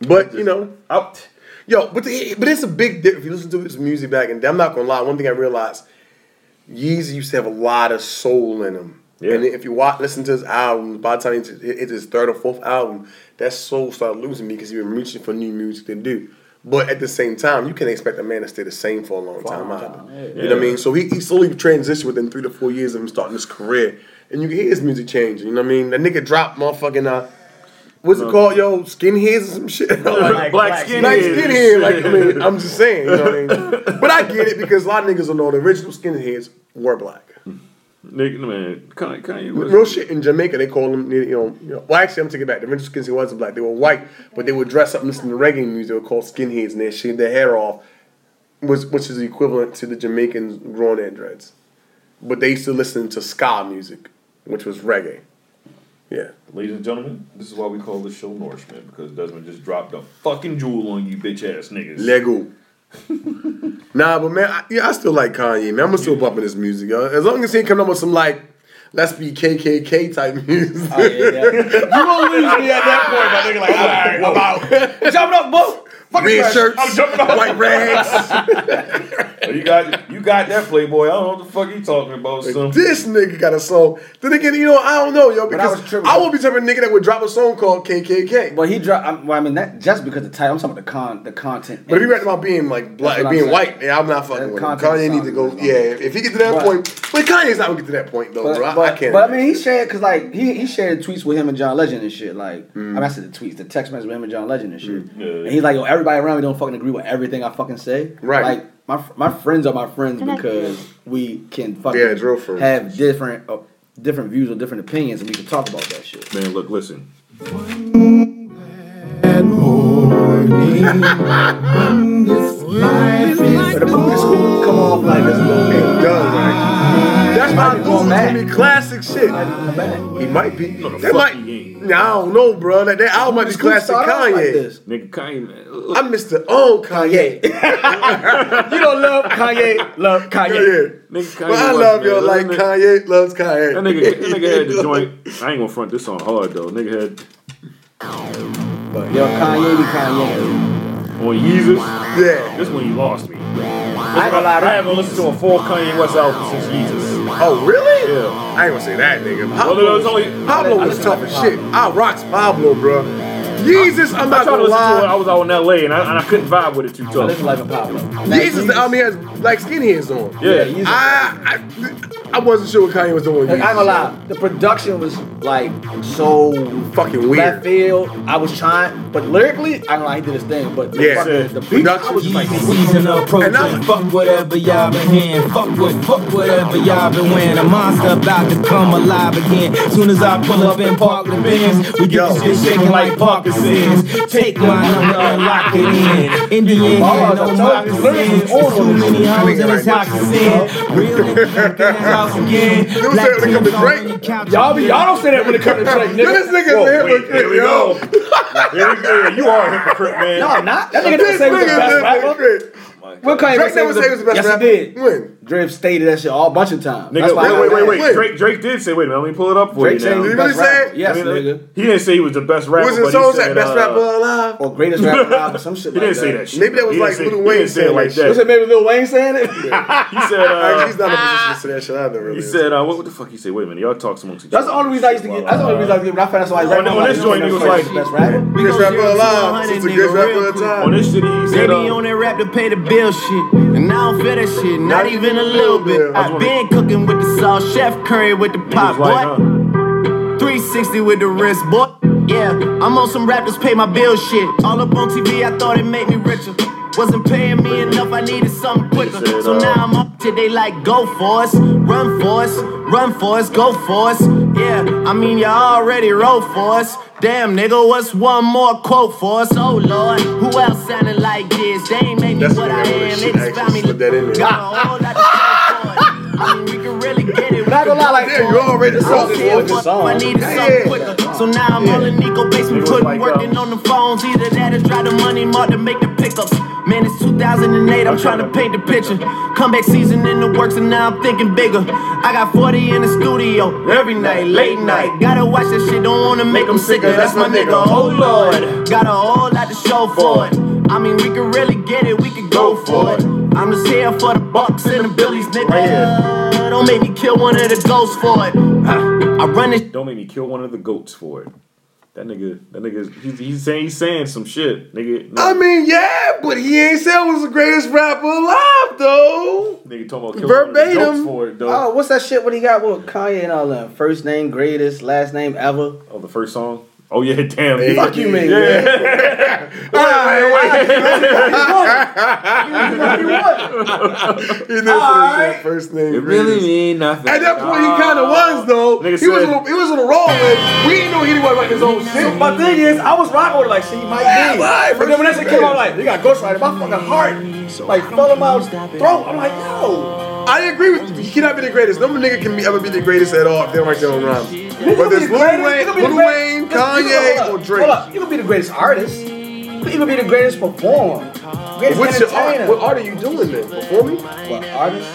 But you know, I, Yo, but the, but it's a big difference. If you listen to his music back and I'm not gonna lie, one thing I realized, Yeezy used to have a lot of soul in him. Yeah. And if you watch, listen to his albums, by the time it's, it's his third or fourth album, that soul started losing me because he was reaching for new music to do. But at the same time, you can't expect a man to stay the same for a long time long either. time, You know what I mean? So he, he slowly transitioned within three to four years of him starting his career. And you can hear his music changing. You know what I mean? That nigga dropped motherfucking, uh, what's it called, yo? Skinheads or some shit? Black, black [laughs] skin Black is. skinhead, like I mean, I'm just saying, you know what I mean. But I get it because a lot of niggas don't know the original skinheads were black. Nigga, man, Kanye, Kanye West. Real shit in Jamaica, they call them, you know, you know- well, actually, I'm taking it back. The original skinheads wasn't black; they were white, but they would dress up and listen to reggae music. They were called skinheads, and they shaved their hair off, which, which is equivalent to the Jamaicans growing their dreads. But they used to listen to ska music, which was reggae. Yeah, Ladies and gentlemen, this is why we call this show Norseman because Desmond just dropped a fucking jewel on you, bitch ass niggas. [laughs] Lego. nah, but man, I, yeah, I still like Kanye. Man, I'm still bumping his music. Yo. As long as he ain't coming up with some like, let's be KKK type [laughs] music. You won't lose me at that point, my nigga. Like, all right, [laughs] I'm out. Jumping off, boo. Fucking Red fresh. shirts, white [laughs] rags. Oh, you got you got that Playboy. I don't know what the fuck you talking about, son. this nigga got a song. Then again, you know, I don't know, yo, But I was because tripping. I, won't be type of nigga that would drop a song called KKK. But, But he dropped. I'm- Well, I mean, that just because the title. I'm talking about the con, the content. if you write about being like black, That's what I'm being saying. white, yeah, I'm not fucking That with him. content Kanye needs to go. sounds good. Yeah, if he get to that But- point, but Kanye's not gonna get to that point though, But, bro. I- but, I can't. but I mean, he shared because like he, he shared tweets with him and John Legend and shit. Like I Mm. mean, I said the tweets, the text message with him and John Legend and shit. Yeah. And he's like, yo, everybody around me don't fucking agree with everything I fucking say. Right. Like my fr- my friends are my friends because we can fucking Yeah, it's real for real. have different uh, different views or different opinions and we can talk about that shit. Man, look, listen. But the movie school come off like this little Ain't done, right? That's why Might be going Google's back. gonna be classic shit. He might be. Mm. the That might. fuck he ain't. Nah, I don't know, bro. That, that album might be classic Kanye. Nigga, Kanye, man. Look, I missed the old [laughs] Kanye. Yeah, you don't love Kanye, love Kanye. yeah. nigga, Kanye But I West, love man. yo That like nigga- Kanye loves Kanye. That nigga, that nigga had the joint. I ain't gonna front this on hard though. Nigga had But yo, Kanye be Kanye. on Yeezus. [laughs] Yeah. This one he lost me. I ain't gonna lie, I that- haven't listened to a full Kanye West album since Yeezus. Oh really? Yeah. I ain't gonna say that, nigga. Well, Pablo, no, it's only. Pablo was tough as shit. I rocks Pablo, bro. Jesus, I'm not I tried to gonna listen to it. I lie. was out in LA and I, and I couldn't vibe with it too This tough. is life of Pablo. Jesus, the album he has black skinheads on. Yeah. Yeah, he's- I, I I wasn't sure what Kanye was doing. with Like, I ain't Yeezus. gonna lie, the production was like so Fucking left weird. field. I was trying, but lyrically, I ain't gonna lie, he did his thing. But the Yeah. fucking- the beat, I Production was just like, season approaching. And I'm- Fuck whatever y'all been hearing. Fuck what, fuck whatever y'all been wearing. A monster about to come alive again. Soon as I pull up and park the Benz, we get Yo. this shit shaking like Parkinson's. Take my number and lock it in. Indian Bars, hand, I no told you, lyrics moccasins. was on Too many hoes in Nigga this like moccasin. Real niggas in his house again. Dude Black said when it come to teams on Drake. the couch y'all be y'all don't say that when it comes to Drake, nigga. This nigga's a Wait, hypocrite, here we yo. go. Here we go. You are a hypocrite, man. No, I'm not. That nigga didn't This say he was the nigga's best a rapper. hypocrite. What Kanye Drake West never said he was the best yes, rapper. Yes, he did. When? Drake stated that shit all bunch of times. That's Nigga, why I wait, got wait, wait, mad. wait. Drake, Drake did say, wait a minute, let me pull it up for Drake you now. said he was Did he the really best rapper. say it? Yes, I mean, nigga. He didn't say he was the best rapper. Was his but he songs said, like best uh, [laughs] rapper alive? Or greatest rapper alive or some shit He like didn't that. say that shit. Maybe that was He didn't like say- Lil he Wayne didn't say it like saying Was it that. maybe Lil Wayne saying it? He said, Actually, he's uh, not in a position to say that shit either, really. he said, uh, what, what the fuck he say? Wait a minute, y'all talk amongst each That's other. the only reason I used to get. That's the only reason I used to get. When I found out somebody's On- on this joint, like, he was "That's like- the best rapper. Greatest rapper alive. Since the greatest rapper of On time. this shit, he said, Baby uh, on that rap to pay the bill shit. And I don't feel that shit, not even a little bit. I i just been cooking with the sauce, Chef Curry with the he was pot, like, boy. uh, 360 with the wrist, boy. Yeah, I'm on some rappers, pay my bill shit. All up on TV, I thought it made me richer. Wasn't paying me enough, I needed something quicker. Said, So uh, now I'm up till they like, go for us, run for us, run for us, go for us. Yeah, I mean, y'all already wrote for us. Damn, nigga, what's one more quote for us? Oh lord, who else sounding like this? They ain't made me That's what the I name of the am. They shit, just actually. found me. Slip that in there. Got a whole lot to show for it. I mean, we can really get it. Not gonna lie, like Damn, you already saw this Yeah, one. but I need Yeah, something yeah. quicker. So now I'm all in Nico basement, was putting like, working uh, on the phones. Either that or try the money mark to make the pickups. Man, it's 2008, I'm trying to paint the picture. Comeback season in the works, and now I'm thinking bigger. I got 40 in the studio every night, late night. Gotta watch that shit, don't wanna make them sicker. That's my nigga, oh lord. Got a whole lot to show for it. I mean, we can really get it, we can go for it. I'm just here for the Bucks and the Billies, nigga. Don't make me kill one of the ghosts for it. I run this don't make me kill one of the goats for it. That nigga, that nigga, he's, he's saying he's saying some shit, nigga. I mean, yeah, but he ain't said was the greatest rapper alive, though. nigga talking about killing verbatim. verbatim. for it though. Oh, what's that shit? What he got with Kanye and all that? First name greatest, last name ever. Oh, the first song. Oh yeah, [laughs] damn. Hey. nigga. Fuck you, man. [laughs] [laughs] He did say first name. It greatest. really mean nothing. At that point, he kind of was though. Nigga he was said- a little, he was a little raw. Like, we didn't know he was about his own shit. My thing is, I was rocking with it, like, see, Mike Yeah, D. right, But then when that first shit came name. out, like, you got Ghostwriter, my fucking heart, like, fell in my throat. I'm like, yo. I agree with you. He cannot be the greatest. No nigga can be, ever be the greatest at all if they don't write their own rhymes. Whether it's You Lil gonna be the greatest- you Wayne, gonna be the Lil greatest- Wayne, you gonna- hold Kanye, up, or Hold Drake. up, you gonna be the greatest artist. You can be the greatest performer. Greatest What's your art? entertainer. What art are you doing then? Performing? What, artist?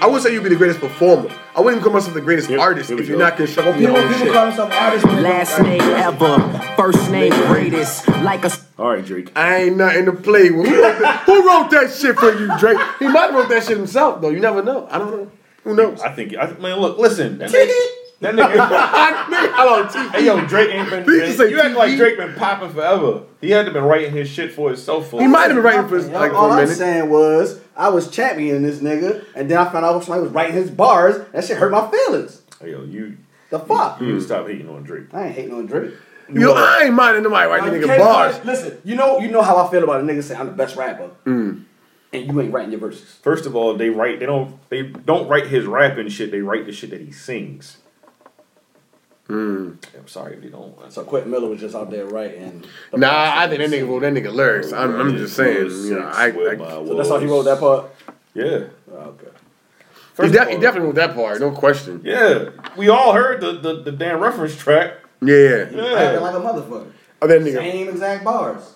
I would say you'd be the greatest performer. I wouldn't even call myself the greatest Here- artist here we if you're go. not constructing your People, own people shit. call themselves artists. when they don't Last write. name ever, first name greatest. Like a All right, Drake. I ain't nothing to play with. Who wrote, that, who wrote that shit for you, Drake? He might have wrote that shit himself, though. You never know. I don't know. Who knows? [laughs] I think. I man, look, listen. [laughs] That nigga. that nigga Hello, T. hey yo, Drake ain't been. He just said you act TV. like Drake been popping forever. He had to been writing his shit for himself for. He might have been writing for his, All- like for all a I'm minute. saying was I was championing this nigga, and then I found out somebody was writing his bars. That shit hurt my feelings. Hey yo, you. The fuck? You need to stop hating on Drake. I ain't hating on Drake. You know, I ain't minding nobody Like, writing you nigga can't bars. find- Listen, you know, you know how I feel about a nigga saying I'm the best rapper, Mm. and you ain't writing your verses. First of all, they write. They don't. They don't write his rap and shit. They write the shit that he sings. Hmm. I'm sorry if they don't. So Quentin Miller was just out there writing. Nah, I think that nigga wrote that nigga lyrics. I'm, I'm just saying, you know, I, I, So that's how he wrote that part. Yeah. Okay. he, First de- of he all- definitely wrote that part, no question. Yeah, we all heard the, the, the damn reference track. Yeah, Acting Yeah. like a motherfucker. oh, that nigga Same exact bars.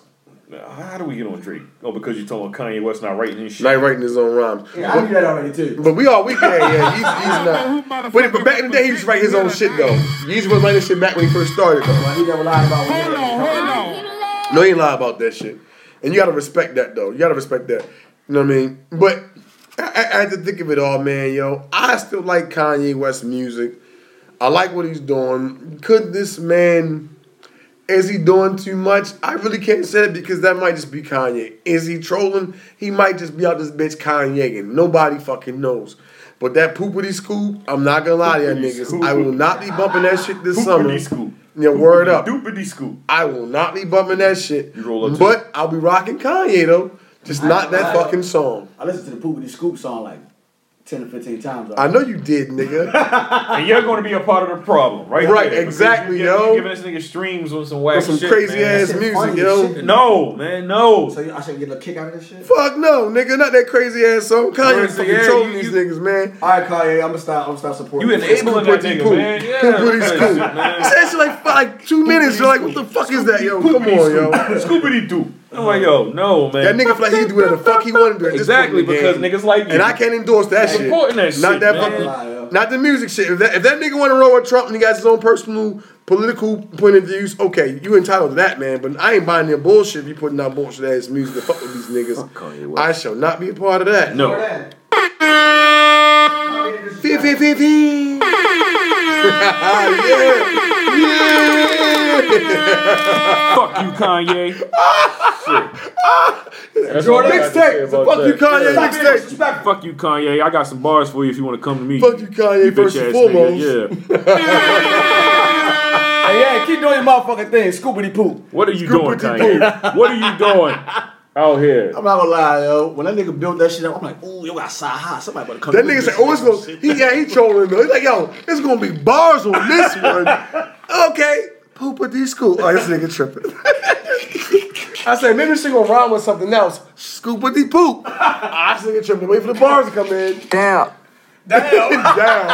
How do we get on Drake? Oh, because you told Kanye West not writing his shit. not writing his own rhymes. Yeah, I knew that already too. But we all we yeah yeah he's, he's not. But, but back in the day, he used to write his own shit though. He used to write his shit back when he first started though. I knew that was lying about. Hold on, No, he ain't lie about that shit. And you gotta respect that though. You gotta respect that. You know what I mean? But I, I, I had to think of it all, man. Yo, I still like Kanye West music. I like what he's doing. Could this man? Is he doing too much? I really can't say that because that might just be Kanye. Is he trolling? He might just be out this bitch Kanye and nobody fucking knows. But that poopity scoop, I'm not gonna lie to you Poopity niggas. scoop. I will not be bumping that shit this summer. Poopity scoop. Yeah, word up. Doopity scoop. I will not be bumping that shit. You roll up to but I'll be rocking Kanye though. Just not that fucking song. I listened to the Poopity Scoop song like ten or fifteen times. I know you did, [laughs] nigga. And you're going to be a part of the problem, right? Right, there, because exactly, you giving- yo. you Giving this nigga streams on some whack With some shit, crazy man. ass Shit music, funny yo. as shit. No, man, no. So you- I should get a little kick out of this shit. Fuck no, nigga. Not that crazy ass song. Kanye Crazy, fucking yeah, trolling you- these you- niggas, man. All right, Kanye, I'm gonna stop. I'm gonna stop supporting. You enabling that Poopity nigga, poop. man. Yeah, Poopity man, [laughs] scoop. man. Said shit like for like two minutes. You're like, what the fuck is that, yo? Come on, yo. Scoopity doo. I'm like, yo, no, man. That nigga feel like he can do whatever the fuck he wanted to do. at this Exactly, point in the because game. niggas like you. And I can't endorse that shit. Supporting that not shit, that man. fucking, Nah, yeah. not the music shit. If that, if that nigga want to roll with Trump and he got his own personal political point of views, okay, you entitled to that, man. But I ain't buying their bullshit. If you putting out bullshit ass music to fuck with these niggas, Kanye West. I shall not be a part of that. No. Fee, fee, fee, fee. [laughs] yeah, yeah. Fuck you, [laughs] Kanye. That's all I got to say Mixtape. So about fuck you, that. Kanye. Mixtape. Fuck you, Kanye. I got some bars for you if you want to come to me. Fuck you, Kanye, bitch first and ass foremost. Nigga. Yeah. Hey, yeah, keep doing your motherfucking thing, Scoopity Poop. What are you doing, Kanye? What are you doing out here? I'm not gonna lie, yo. When that nigga built that shit up, I'm like, ooh, yo, got side high. Somebody better come. That do nigga this said, "Oh, it's gonna." He, yeah, he trolling though. He's like, "Yo, it's gonna be bars on this one." okay, poopa D school. Oh, this nigga tripping. I said, maybe she gonna rhyme with something else. Scoopa D poop. I this nigga tripping. Wait for the bars to come in. down. [laughs] Down.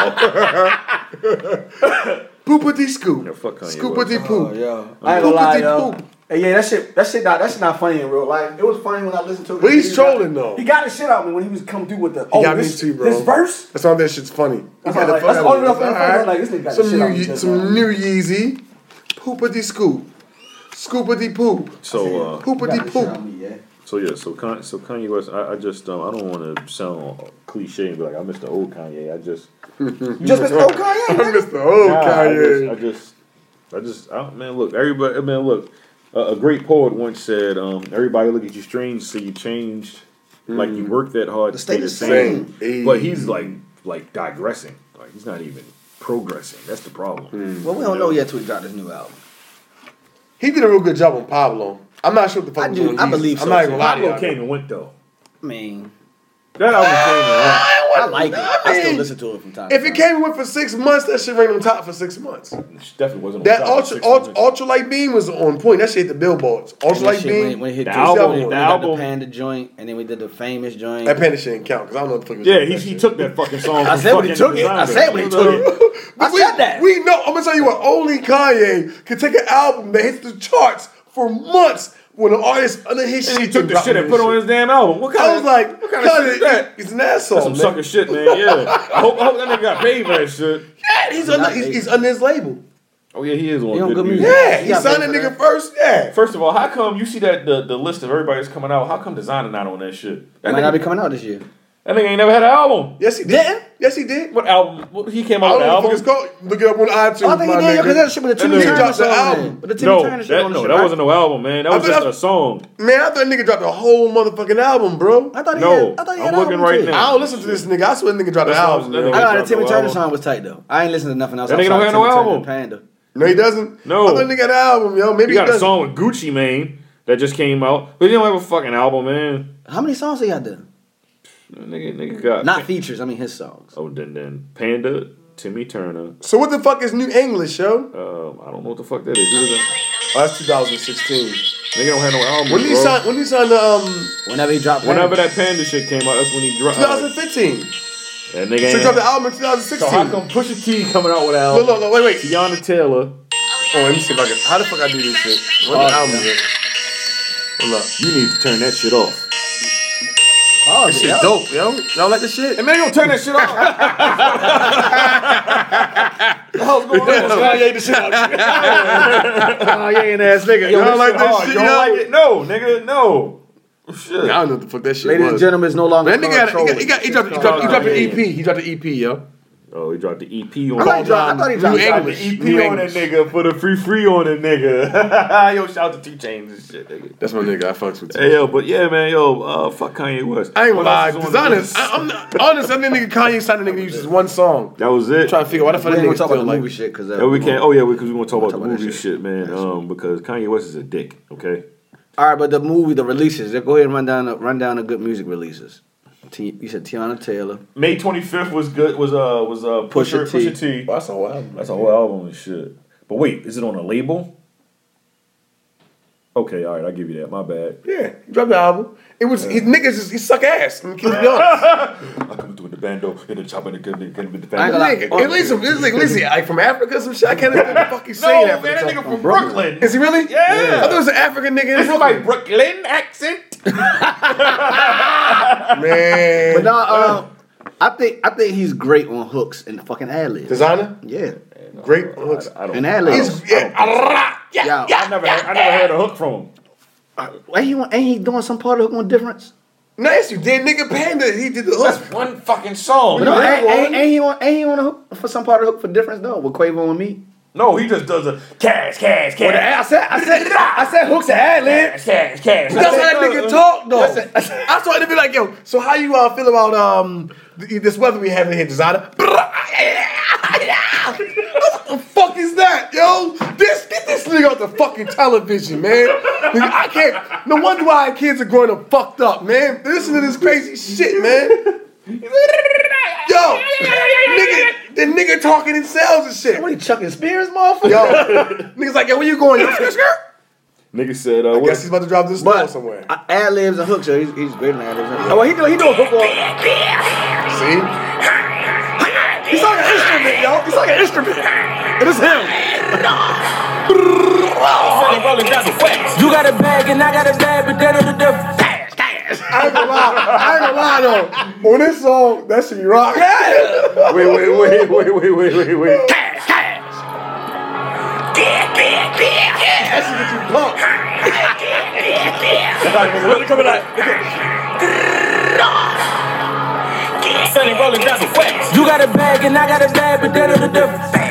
poopa D scoop. fuck Kanye Scoopa West. D Oh, poop. yo. I ain't gonna lie, yo. Hey, yeah, that shit, that shit, not, that shit not funny in real life. It was funny when I listened to it. But he's He got- trolling, though. He got his shit out of me when he was come through with the. Oh, got me this, too, bro. This verse. That's why that shit's funny. That's all like- that's all the fucking funny. Like, this nigga got some the shit out new, of Ye- this some man. new Yeezy, poopa D scoop, scoopa D poop. So, uh, Poopa de He got his shit out poop. of me, yeah. So yeah, so Kanye, so Kanye West, I, I just um, I don't want to sound cliche and be like I miss the old Kanye. I just You Just missed old Kanye. [laughs] I nigga. [laughs] miss the old Nah, I just, I Kanye. just I just, I don't, man, look, everybody, man, look. A a great poet once said, um, "Everybody look at you strange, so you changed, like Mm. you worked that hard to stay the same." But he's like, like digressing. Like he's not even progressing. That's the problem. Well, we don't know yet till he dropped his new album. He did a real good job on Pablo. I'm not sure what the fuck I was do- on I these. believe I'm so, not too. even lying. Pablo came and went though. I mean, that album came I like it. I still listen to it from time. to If it came and went for six months, that shit ran on top for six months. Definitely wasn't That ultra, ultra, ultralight beam was on point. That shit hit the billboards. And that Ultralight shit beam. when, when it hit the two album, album. the album, the Panda joint, and then we did the famous joint. That Panda shit didn't count because I don't know what the fuck. Yeah, he, he took that fucking song. I said when he took it. I said when he took it. I said that. [laughs] We know. I'm gonna tell you what. Only Kanye could take an album that hits the charts for months when an artist under his shit. He took the shit and put it on his damn album. What kind I was of, like, what kind of shit is that? He's an asshole. That's some man. sucker shit, man. Yeah. I hope, I hope that nigga got paid for that shit. Yeah, he's under, he's, he's under his label. Oh yeah, he is one. He on good good music. music. Yeah, he He got signed paid that for nigga that. first. Yeah. First of all, how come you see that the, the list of everybody that's coming out? How come Designer not on that shit? That Might not nigga, be coming out this year. that nigga ain't never had an album. Yes, he did. Yes, he did. What album? What, he came I don't out with an know what album. it's called. Look it up on iTunes. Oh, I think my he did, yeah, nigga. 'cause that shit with the Timmy nigga Turner dropped song the on album. it. With the no, that, no, that wasn't no album, man. That I was thought just a that's- song. Man, I thought nigga dropped a whole motherfucking album, bro. I thought he No, had- I thought he I'm had an looking album, right too. now. I don't listen to this nigga. I swear, nigga dropped That's an what album. I'm- that bro. nigga I thought dropped the Timmy no Turner album. song was tight though. I ain't listening to nothing else. That nigga don't outside have no Timmy Turner album. and Panda. No, he doesn't. No. I thought nigga had an album, yo. Maybe he he, got a doesn't. song with Gucci Mane that just came out, but he don't have a fucking album, man. How many songs he got done? Nigga, nigga got Not features. I mean his songs. Oh, then then Panda, Timmy Turner. So what the fuck is New English, yo? Um, I don't know what the fuck that is. He doesn't- Oh, that's 2016. Nigga don't have no album. When did he bro. Oh. sign? When did he sign the um? Whenever he dropped. Whenever that Panda shit came out, that's when he dropped. 2015. That nigga. So he ain't- dropped the album in So 2016. how come Pusha T coming out with an Look, album? look, look, wait, wait. Tiana Taylor. Oh, let me see if I can. How the fuck I do this shit? What Oh, the album yeah. is? Hold up. You need to turn that shit off. Oh, this shit dope, yo. Y'all like this shit? And man, you turn that shit [laughs] off. How's going on? Kanye the shit [laughs] Oh, Kanye and ass nigga. Y'all like this shit, You yo? don't like it? No, nigga, no. Shit. I don't know what the fuck that shit Ladies was. and gentlemen, it's no longer. That nigga had, he, called got, he, got, he dropped, he Trolling. dropped, he dropped an Yeah. EP. He dropped an EP, yo. Oh, he dropped the EP on. I thought he dropped. I thought he dropped. E New English. EP New on English. that nigga for the free free on that nigga. [laughs] yo, shout out to T Chains and shit, nigga. That's my nigga. I fucks with Hey yo, but yeah, man, yo, uh, fuck Kanye West. I ain't gonna What lie. else is on Cause the honest, list? I, I'm not, honest. I think nigga Kanye signed a nigga to use just one song. that was it. trying to figure out why the fuck We that ain't gonna nigga talk still about the like. movie shit because Yeah, we can't. Oh yeah, because we want to talk about the movie shit, man. Um, because Kanye West is a dick. Okay. All right, but the movie, the releases. Go ahead and run down the run down the good music releases. T, you said Tiana Taylor. May twenty fifth was good. Was uh was uh Pusha Pusha T. Pusha T. That's a whole album. That's a whole album and shit. But wait, is it on a label? Okay, all right, I give you that. My bad. Yeah, he dropped the album. It was his niggas. Just, he suck ass. I'm gonna be honest. I come through in the bando, in the chopper, and the gun with the I ain't gonna lie. family. Nigga, at least, at least, at least he, like from Africa, or some shit. I can't [laughs] even fucking say No, that. man, that nigga from Brooklyn. Is he really? Yeah. I thought it was an African nigga in This is my Brooklyn. Brooklyn accent. But Man, no, uh, I think I think he's great on hooks and fucking ad libs. designer, Yeah, great looks. I don't. and I ad don't- libs. He's yeah, Yeah, I never, heard, I never heard a hook from him. ain't he, ain't he doing some part of hook on difference? nice. You did, nigga. Panda. He did the hook. One fucking song. But no, Yeah, ain't, ain't, one. ain't he on ain't he on a hook for some part of hook for difference though with Quavo and me? No, he just does a cash, cash, Well, the, cash, I said I said I said hooks and ad libs. cash, cash. That's how that nigga talk though. I started to be like, yo, so how you all feel about um th- this weather we having here, designer? what the fuck is that, yo? This get this nigga off the fucking television, man. Nigga, I can't. No wonder why our kids are growing up fucked up, man. Listen to this crazy shit, man. Yo, nigga, the nigga talking in cells and shit. What are you chucking spears, motherfucker? Yo, niggas like, yo, where you going? Yo, skirt, skirt. Nigga said, uh, I guess he's what, about to drop this ball But somewhere. ad libs and hooks, yo, he's, he's great on ad libs. Oh, well, he do he do a hook on. See? He's like an instrument, yo. He's like an instrument. It is him. You got a bag and I got a bag, but that are the difference. I ain't gonna lie. I ain't gonna lie though. On this song, that shit rock. Yeah. wait, wait, wait, wait, wait, wait, wait, wait. That shit get you pumped. You got a bag and I got a bag, but that are the difference.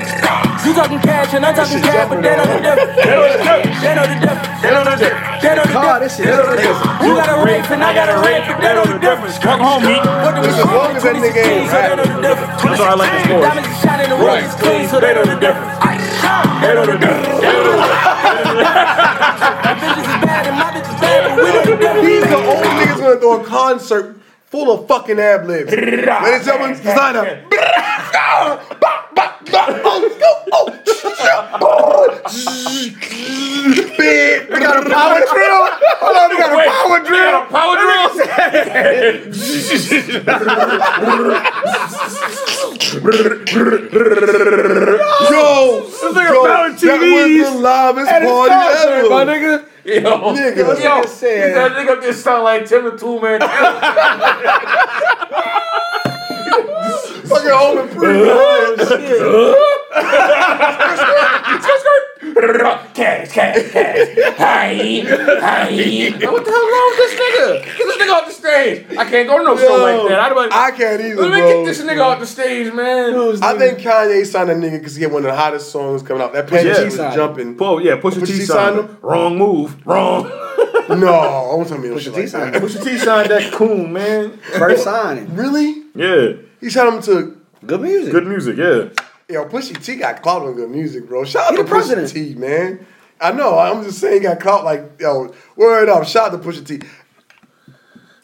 You talking cash and I'm talking cash, but they know the difference. They know the difference. They know the difference. They know the difference. They know the difference. You got a rape and I got a rape, but they know the difference. Come home, me. What the fuck is that nigga ain't That's why I like this voice. Diamonds is shining, the world is clean, so they know the difference. They know the difference. They know the These the old niggas gonna do a concert full of fucking ab libs. Ladies and gentlemen, sign up. Big, we got a power drill. Hold on, we got a power drill. power drill. Yo, this nigga power TVs. That was the loudest At his party concert, ever, my nigga. Yo, Nigga, yo, this nigga said- that nigga just sound like Tim the [laughs] Two Man. Fucking home and [laughs] free. Cash, cash, cash. Hi, hi. What the hell wrong with this nigga? Get this nigga off the stage. I can't go to no show Yo, like that. I'd be like, I can't either. Let me bro. get this nigga off the stage, man. I think Kanye signed a nigga because he had one of the hottest songs coming out. That Pusha Yeah. T He signed was him. jumping. Pull, yeah, Pusha T signed him. Wrong move. [laughs] Wrong. no, I won't tell me no shit like that. Pusha T signed that coon, man. First signing. Really? Yeah. He signed him to good music. Good music, yeah. Yo, Pusha T got caught on good music, bro. Shout out to Pusha T, man. I know. I'm just saying, he got caught like yo. Word up! Shout out to Pusha T.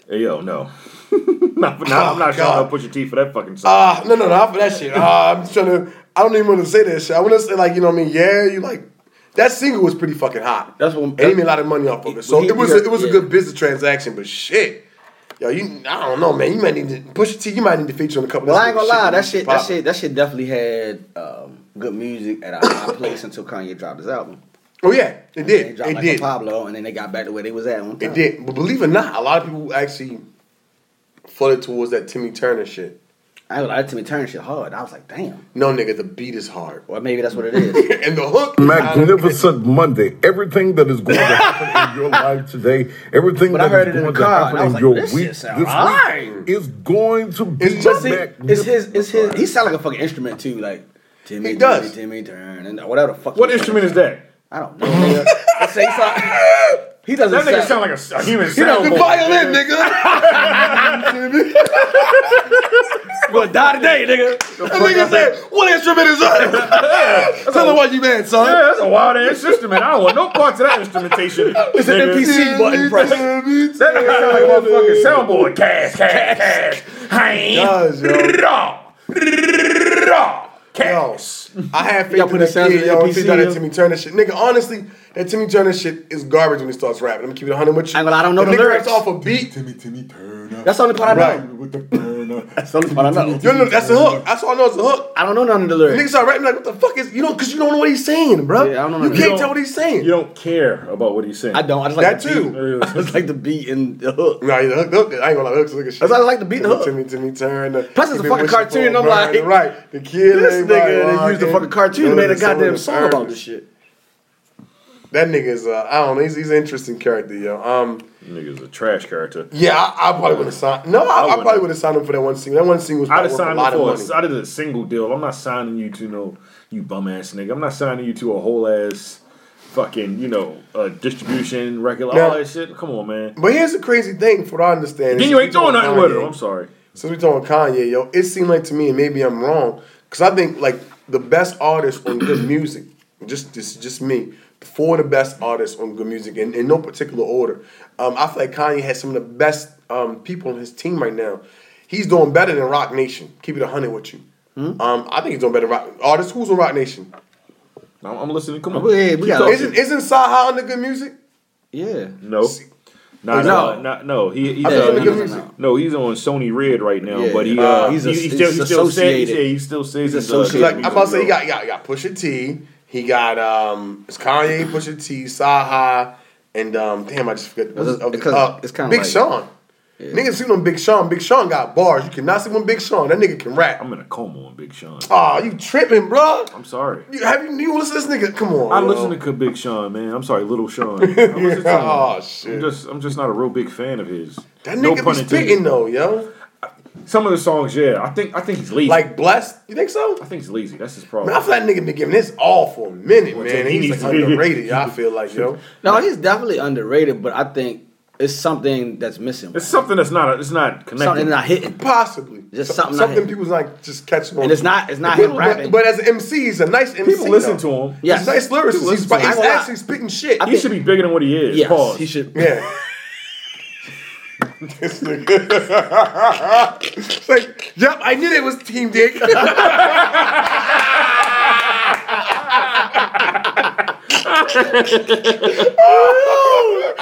Hey, yo, [laughs] no. not, for- not, I'm not shouting out Pusha T for that fucking song. Ah, no, no, no, not for that shit. Ah, I'm just trying to. I don't even want to say that shit. I want to say like, you know what I mean? Yeah, you like that single was pretty fucking hot. That's what. And he made a lot of money off of it, so he- it was he a, got- it was a yeah. good business transaction. But shit, yo, you I don't know, man. You might need to push T. You might need to feature on a couple. Well, of I ain't gonna lie, that shit, that pop. shit, that shit definitely had um, good music at a high place until Kanye dropped his album. Oh yeah, it did. They dropped It like did. Pablo, and then they got back to where they was at. One time. It did, but believe it or not, a lot of people actually flooded towards that Timmy Turner shit. I like Timmy Turner shit hard. I was like, damn. No, nigga, the beat is hard. [laughs] Well, maybe that's what it is. and the hook. Magnificent Monday. Everything that is going [laughs] to happen in your life today, everything But I that heard is it in going the to car, and happen I was in like, your this week shit this sound week alright. is going to be It's, just, it's his, it's his. He sound like a fucking instrument too, like Timmy. He does. Timmy, Timmy Turner, and whatever the fuck. What instrument is that? I don't know. nigga. I say he sound- he doesn't. That nigga sound like a- a human He doesn't- soundboard. violin, [laughs] nigga. But die today, nigga. The nigga said, "What instrument is [laughs] that?" Tell him what you meant, son. Yeah, that's a wild ass instrument. I don't want no parts of that instrumentation. It's an NPC button press. That nigga sound like a motherfucking soundboard. Cash, cash, cash. It does, yo. Yo, I had faith Y'all in that put the sounds kid, of yo, NPC, until he got that yo. Timmy Turner shit. Nigga, honestly, that Timmy Turner shit is garbage when he starts rapping. Let me keep it 100 with you. I don't know the nigga lyrics. raps off a beat. That's the only part I know. That's the only part I know. You know, that's the hook. That's all I know is the hook. I don't know none of the lyrics. Niggas start rapping like, what the fuck is, you know, because you don't know what he's saying, bro. Yeah, I don't know You none of can't that. tell what he's saying. You don't care about what he's saying. I don't. I just like that the beat. too. [laughs] I just like the beat and the hook. Nah, the hook, the hook. I ain't gonna lie, the hook's like a shit. That's why I like the beat and the hook. Timmy, Timmy Turner. Plus, it's a He been fucking wishing cartoon, for and I'm a bride, like, right, the kid. this ain't nigga, right, they used the walking. fucking cartoon and Know made a that someone goddamn is song about earnest. this shit. That nigga is, uh, I don't know, he's, he's an interesting character, yo. Um, Nigga's a trash character. yeah, I, I probably would have signed. No, I, I, probably would have signed him for that one single. That one single was I'd probably have worth a signed lot him of for. money. A, I'd have did a single deal. I'm not signing you to no you bum ass nigga. I'm not signing you to a whole ass fucking you know uh, distribution record all Now- that shit. Come on, man. But here's the crazy thing, from what I understand. Then is you since ain't we doing talking nothing with it. Kanye- I'm sorry. Since we talking Kanye, yo, it seemed like to me, and maybe I'm wrong, because I think like the best artists on good [coughs] music, just this is just me, four of the best artists on good music, in, in no particular order. Um, I feel like Kanye has some of the best um, people on his team right now. He's doing better than Rock Nation. Keep it hundred with you. Um, I think he's doing better. than Rock artists, who's on Rock Nation? I'm, I'm listening. Come on. Yeah, Keep talking. isn't isn't Saha on the good music? Yeah. No. Nah, Oh, no, no. no, no. He, he's, I thought uh, he was he's- on- no, he's on Sony Red right now, Yeah. but he, uh, Uh, he's, he's a- he's, still, he's he's still saying, associated. yeah, he still He's says he's uh, associated. Like, I'm about to say he music, got, he got, he got Pusha T. He got um, it's Kanye, Pusha T, Saha, and um, damn, I just forget. What's, It's- uh, because uh, it's kinda Big like- Sean. Niggas seen on Big Sean. Big Sean got bars. You cannot see on Big Sean. That nigga can rap. I'm Oh. in a coma on Big Sean. Aw, you tripping, bro? I'm sorry. You, have you, you listen to this nigga? Come on. I yo. listen to Big Sean, man. I'm sorry, [laughs] Little Sean. I listen to him. Oh, shit. I'm just, I'm just not a real big fan of his. that No nigga pun be intended. spitting though, yo. Some of the songs, yeah. I think I think he's lazy. Like blessed? You think so? I think he's lazy. That's his Man, problem. I feel that nigga been giving this all for a minute, Well, man. he He's needs like to be- underrated. [laughs] y'all, I feel like yo. No, he's definitely underrated, but I think it's something that's missing. It's something that's not. It's not connected. Something not hitting. Possibly. Just Some- something. something Something. people's like just catching on. And it's to. not- it's not But- him rapping. But, but as an MC, he's a nice MC. People listen though. to him. He's a Yes. nice People lyricist. He's, listen to him. he's I ain't actually spitting shit. he should be bigger than what he is. Yes, Pause. he should. [laughs] Yeah. this nigga. it's like, yep, I knew it was Team Dick. [laughs]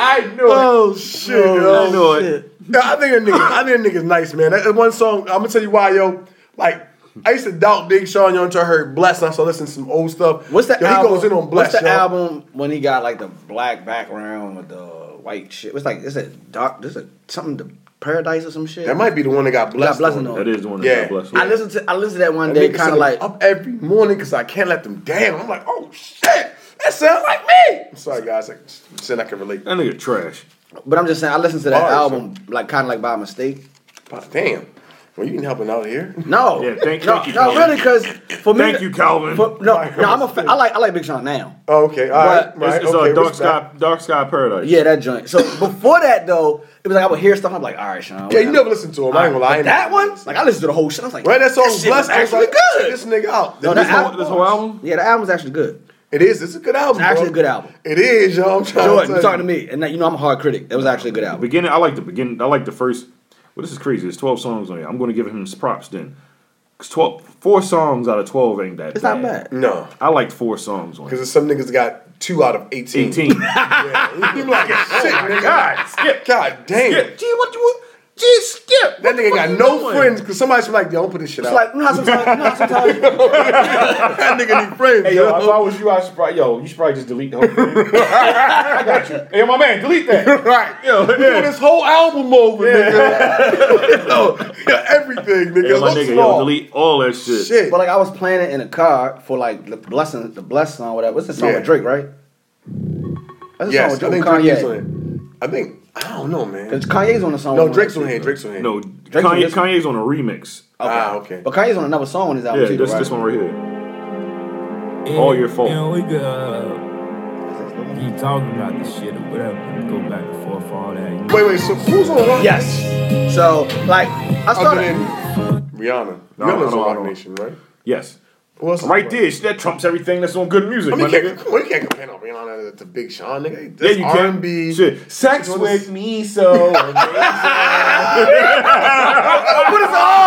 I knew oh, it. Shit, Oh, I knew it. I think a nigga, I think a nigga's nice, man. That that one song, I'm gonna tell you why, yo. Like, I used to doubt Big Sean, yo, until I heard Bless, and I started listening to some old stuff. What's that yo, album? He goes in on Bless, what's the yo. album when he got like the black background with the white shit? It's like it's a dark. This a something to paradise or some shit. That might be the one that got blessed. blessing on. on. That is the one that Yeah. got blessed on. I listened to I listened to that one That day, nigga kind said of I'm like up every morning because I can't let them down. I'm like, oh shit, that sounds like me. I'm sorry, guys. I said I can relate. That nigga trash. But I'm just saying, I listened to that Bars, album like kind of like by mistake. Damn. Well, you can help him out here. No. Yeah, thank- no, thank you, No, Calvin. really, because for me, Thank you, Calvin. for- no, no, I'm a fan. I like I like Big Sean now. Oh, okay. All But- right. It's- right. it's, uh, okay, Dark respect. Sky, Dark Sky Paradise. Yeah, that joint. [laughs] So before that though, it was like I would hear stuff. I'm like, all right, Sean. Yeah, you never listened to him. I ain't gonna lie. I ain't That never one, like I listened to the whole shit. I was like, Right, that song shit was blessed. I was actually like, good. check this nigga out. No, This the whole- album- this whole album? Yeah, the album's actually good. It is. It's a good album. It's actually bro. a good album. It is, yo. I'm trying to Jordan, tell you're talking to you. me, and that, you know I'm a hard critic. It was actually a good album. Beginning, I like the beginning. I like the first. Well, this is crazy. There's 12 songs on it. I'm going to give him his props then. Cause 12, four songs out of 12 ain't that. It's not bad. No. I liked four songs on it. Because some niggas got two out of 18. 18. yeah. You [laughs] [laughs] like, shit, nigga. God, skip. God damn. Skip. Gee, what you want? Gee, skip. That nigga got no friends because somebody's been like, yo, don't put this shit It's out. like, nah, sometimes, nah, [laughs] sometimes. that nigga need friends. Hey, yo, if I was you, I should probably, yo, you should probably just delete the whole thing. I got you. Hey, my man, delete that. [laughs] right. [laughs] Yo, You doing this whole album over, nigga. [laughs] yo, yo, everything, nigga. Hey, my What's nigga, yo, wrong? delete all that shit. But like I was playing it in a car for like the blessing, the blessed song, whatever. What's the song Yeah. with Drake, right? That's the Yes, song I with think Drake, with Drake's on Kanye. it. I think I don't know, man. Because Kanye's on the song. No, with Drake's one. on here. Drake's on here. No, Drake's on Kanye, this- Kanye's on a remix. Ah, okay. But Kanye's on another song on his album Yeah, too. this, right? this one right here. All your fault. Yeah, we could uh, keep talking about this shit or whatever. Go back and forth, all that. You know? Wait, wait. So who's on Rock Yes. So like I started. Rihanna. Rihanna's No, I on don't- I Rock don't. Nation, right? Yes. Who else is right on there, shit, that trumps everything that's on good music, I mean, my you can't, nigga. well, you can't compare no Rihanna to Big Sean, nigga. Yeah, That's you R&B. can. be Shit. Sex [laughs] with me, so. Put his arms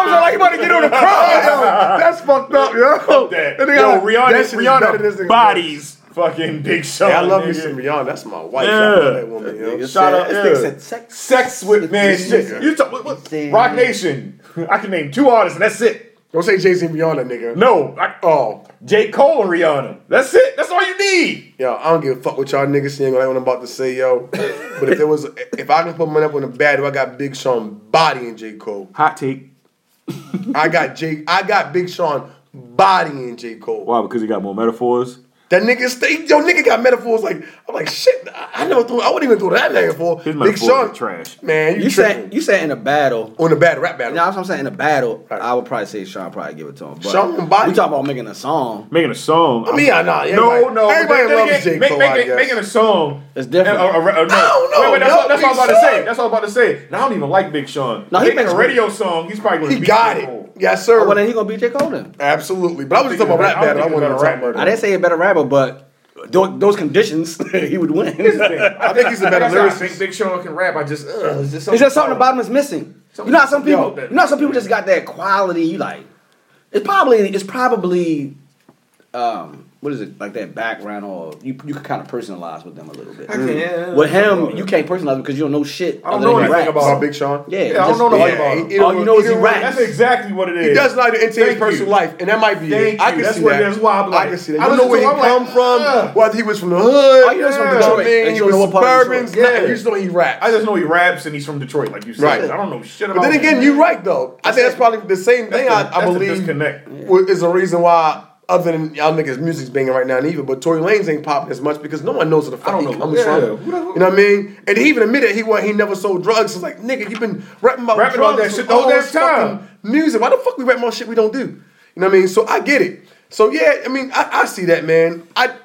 on like he about to get on the cross. Yo, [laughs] That's fucked up, yo. That Yo, nigga got- [laughs] Rihanna, that shit is better than this Rihanna nigga. bodies. Fucking Big Sean. Yeah, I love me nigga. some Rihanna. That's my wife. Yeah. I love that woman, yo. Shout out. This nigga yeah. said, sex, with man. this Shit. nigga. You talk, what, what- Rock Nation. I can name two artists and that's it. Don't say Jay Z and Rihanna, nigga. No. I, oh. J. Cole and Rihanna. That's it. That's all you need. Yo, I don't give a fuck what y'all niggas saying like what I'm about to say, yo. But if there was, if I can put money up on the bad, I got Big Sean body and J Cole. Hot take. I got J, I got Big Sean body and J Cole. Why? Because he got more metaphors. That nigga stay, yo, nigga got metaphors like I'm like shit. I, I never threw, I wouldn't even throw that name for His Big metaphors Sean. are trash. Man, you, You tripping. said you said in a battle. On the battle, rap battle. No, that's what I'm saying. In a battle, I would probably say Sean probably give it to him. But Sean we can body. talking about making a song. Making a song. I mean, yeah, nah, no, everybody- no. everybody but then loves again, J. make- Cole, make I it- guess. Making a song. It's different. Uh, uh, uh, no. I don't know, Wait, wait, that's, yo, what, that's what I'm Big about to say. Sean. That's what I'm about to say. And I don't even like Big Sean. No, he Making makes- a radio song. He's probably going to He got it. Yes, sir. Oh, Well, then he gonna beat J Cole then. Absolutely. But I was just talking think about rap he's a battle. I better- wasn't even talking I about didn't say a better rapper, but tho- those conditions, [laughs] he would win. I think he's a better Like I said, I lyricist. think Big Sean can rap. I just, uh, it's just It's just something about him that's missing. you know, how some people, Yo. you know, how some people just got that quality. You like, it's probably, it's probably, um, what is it like that background or you, you can kind of personalize with them a little bit. I can, yeah. With him, you can't personalize because you don't know shit. I don't other know than he anything raps. about Big Sean. Yeah, Yeah, I don't know nothing about him. All you know is he raps. That's exactly what it is. He does not into his Thank personal you. life, and that might be Thank it. I you. can That's see what it that. is. Why I'm I like- can see I that. You know listen where to he him, I'm come like, from, uh. whether he was from the Oh, hood, you know he's from yeah. Detroit, man, and he you don't was know what part of suburban. Detroit. Yeah, Yeah. you just know he raps. I just know he raps and he's from Detroit, like you said. Right. I don't know shit But about then him. again, you're right though. I That's think that's it. probably the same That's thing. the- I, I that's the believe disconnect. wa- is the reason why other than y'all niggas' music's banging right now, and even but Tory Lanez ain't popping as much because no one knows where the fuck I don't know. comes yeah. from. You know what I mean? And he even admitted he wa- he never sold drugs. It's like nigga, you been rapping about Rapping about drugs that shit with the whole all damn this time. fucking Music. Why the fuck we rap more shit we don't do? You know what I mean? So I get it. So yeah, I mean, I, I see that man. I.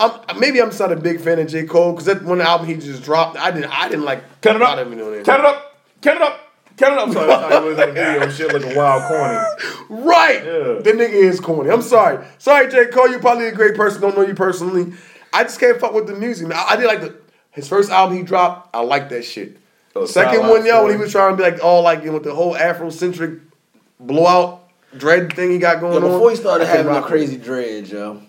I'm, maybe I'm just not a big fan of J. Cole because that one album he just dropped, I didn't, I didn't like. Cut it up, cut it up, cut it up, cut it up. Sorry, sorry, it was like video shit looking wild corny. Right. The nigga is corny. I'm sorry. Sorry, J. Cole. You're probably a great person. Don't know you personally. I just can't fuck with the music. man. I, I did like the his first album he dropped. I like that shit. Second Style one, Out yo, when he Story. was trying to be like all like you know with the whole Afrocentric blowout dread thing he got going Yo, on. before he started I couldn't having the rock with it. crazy dread, yo.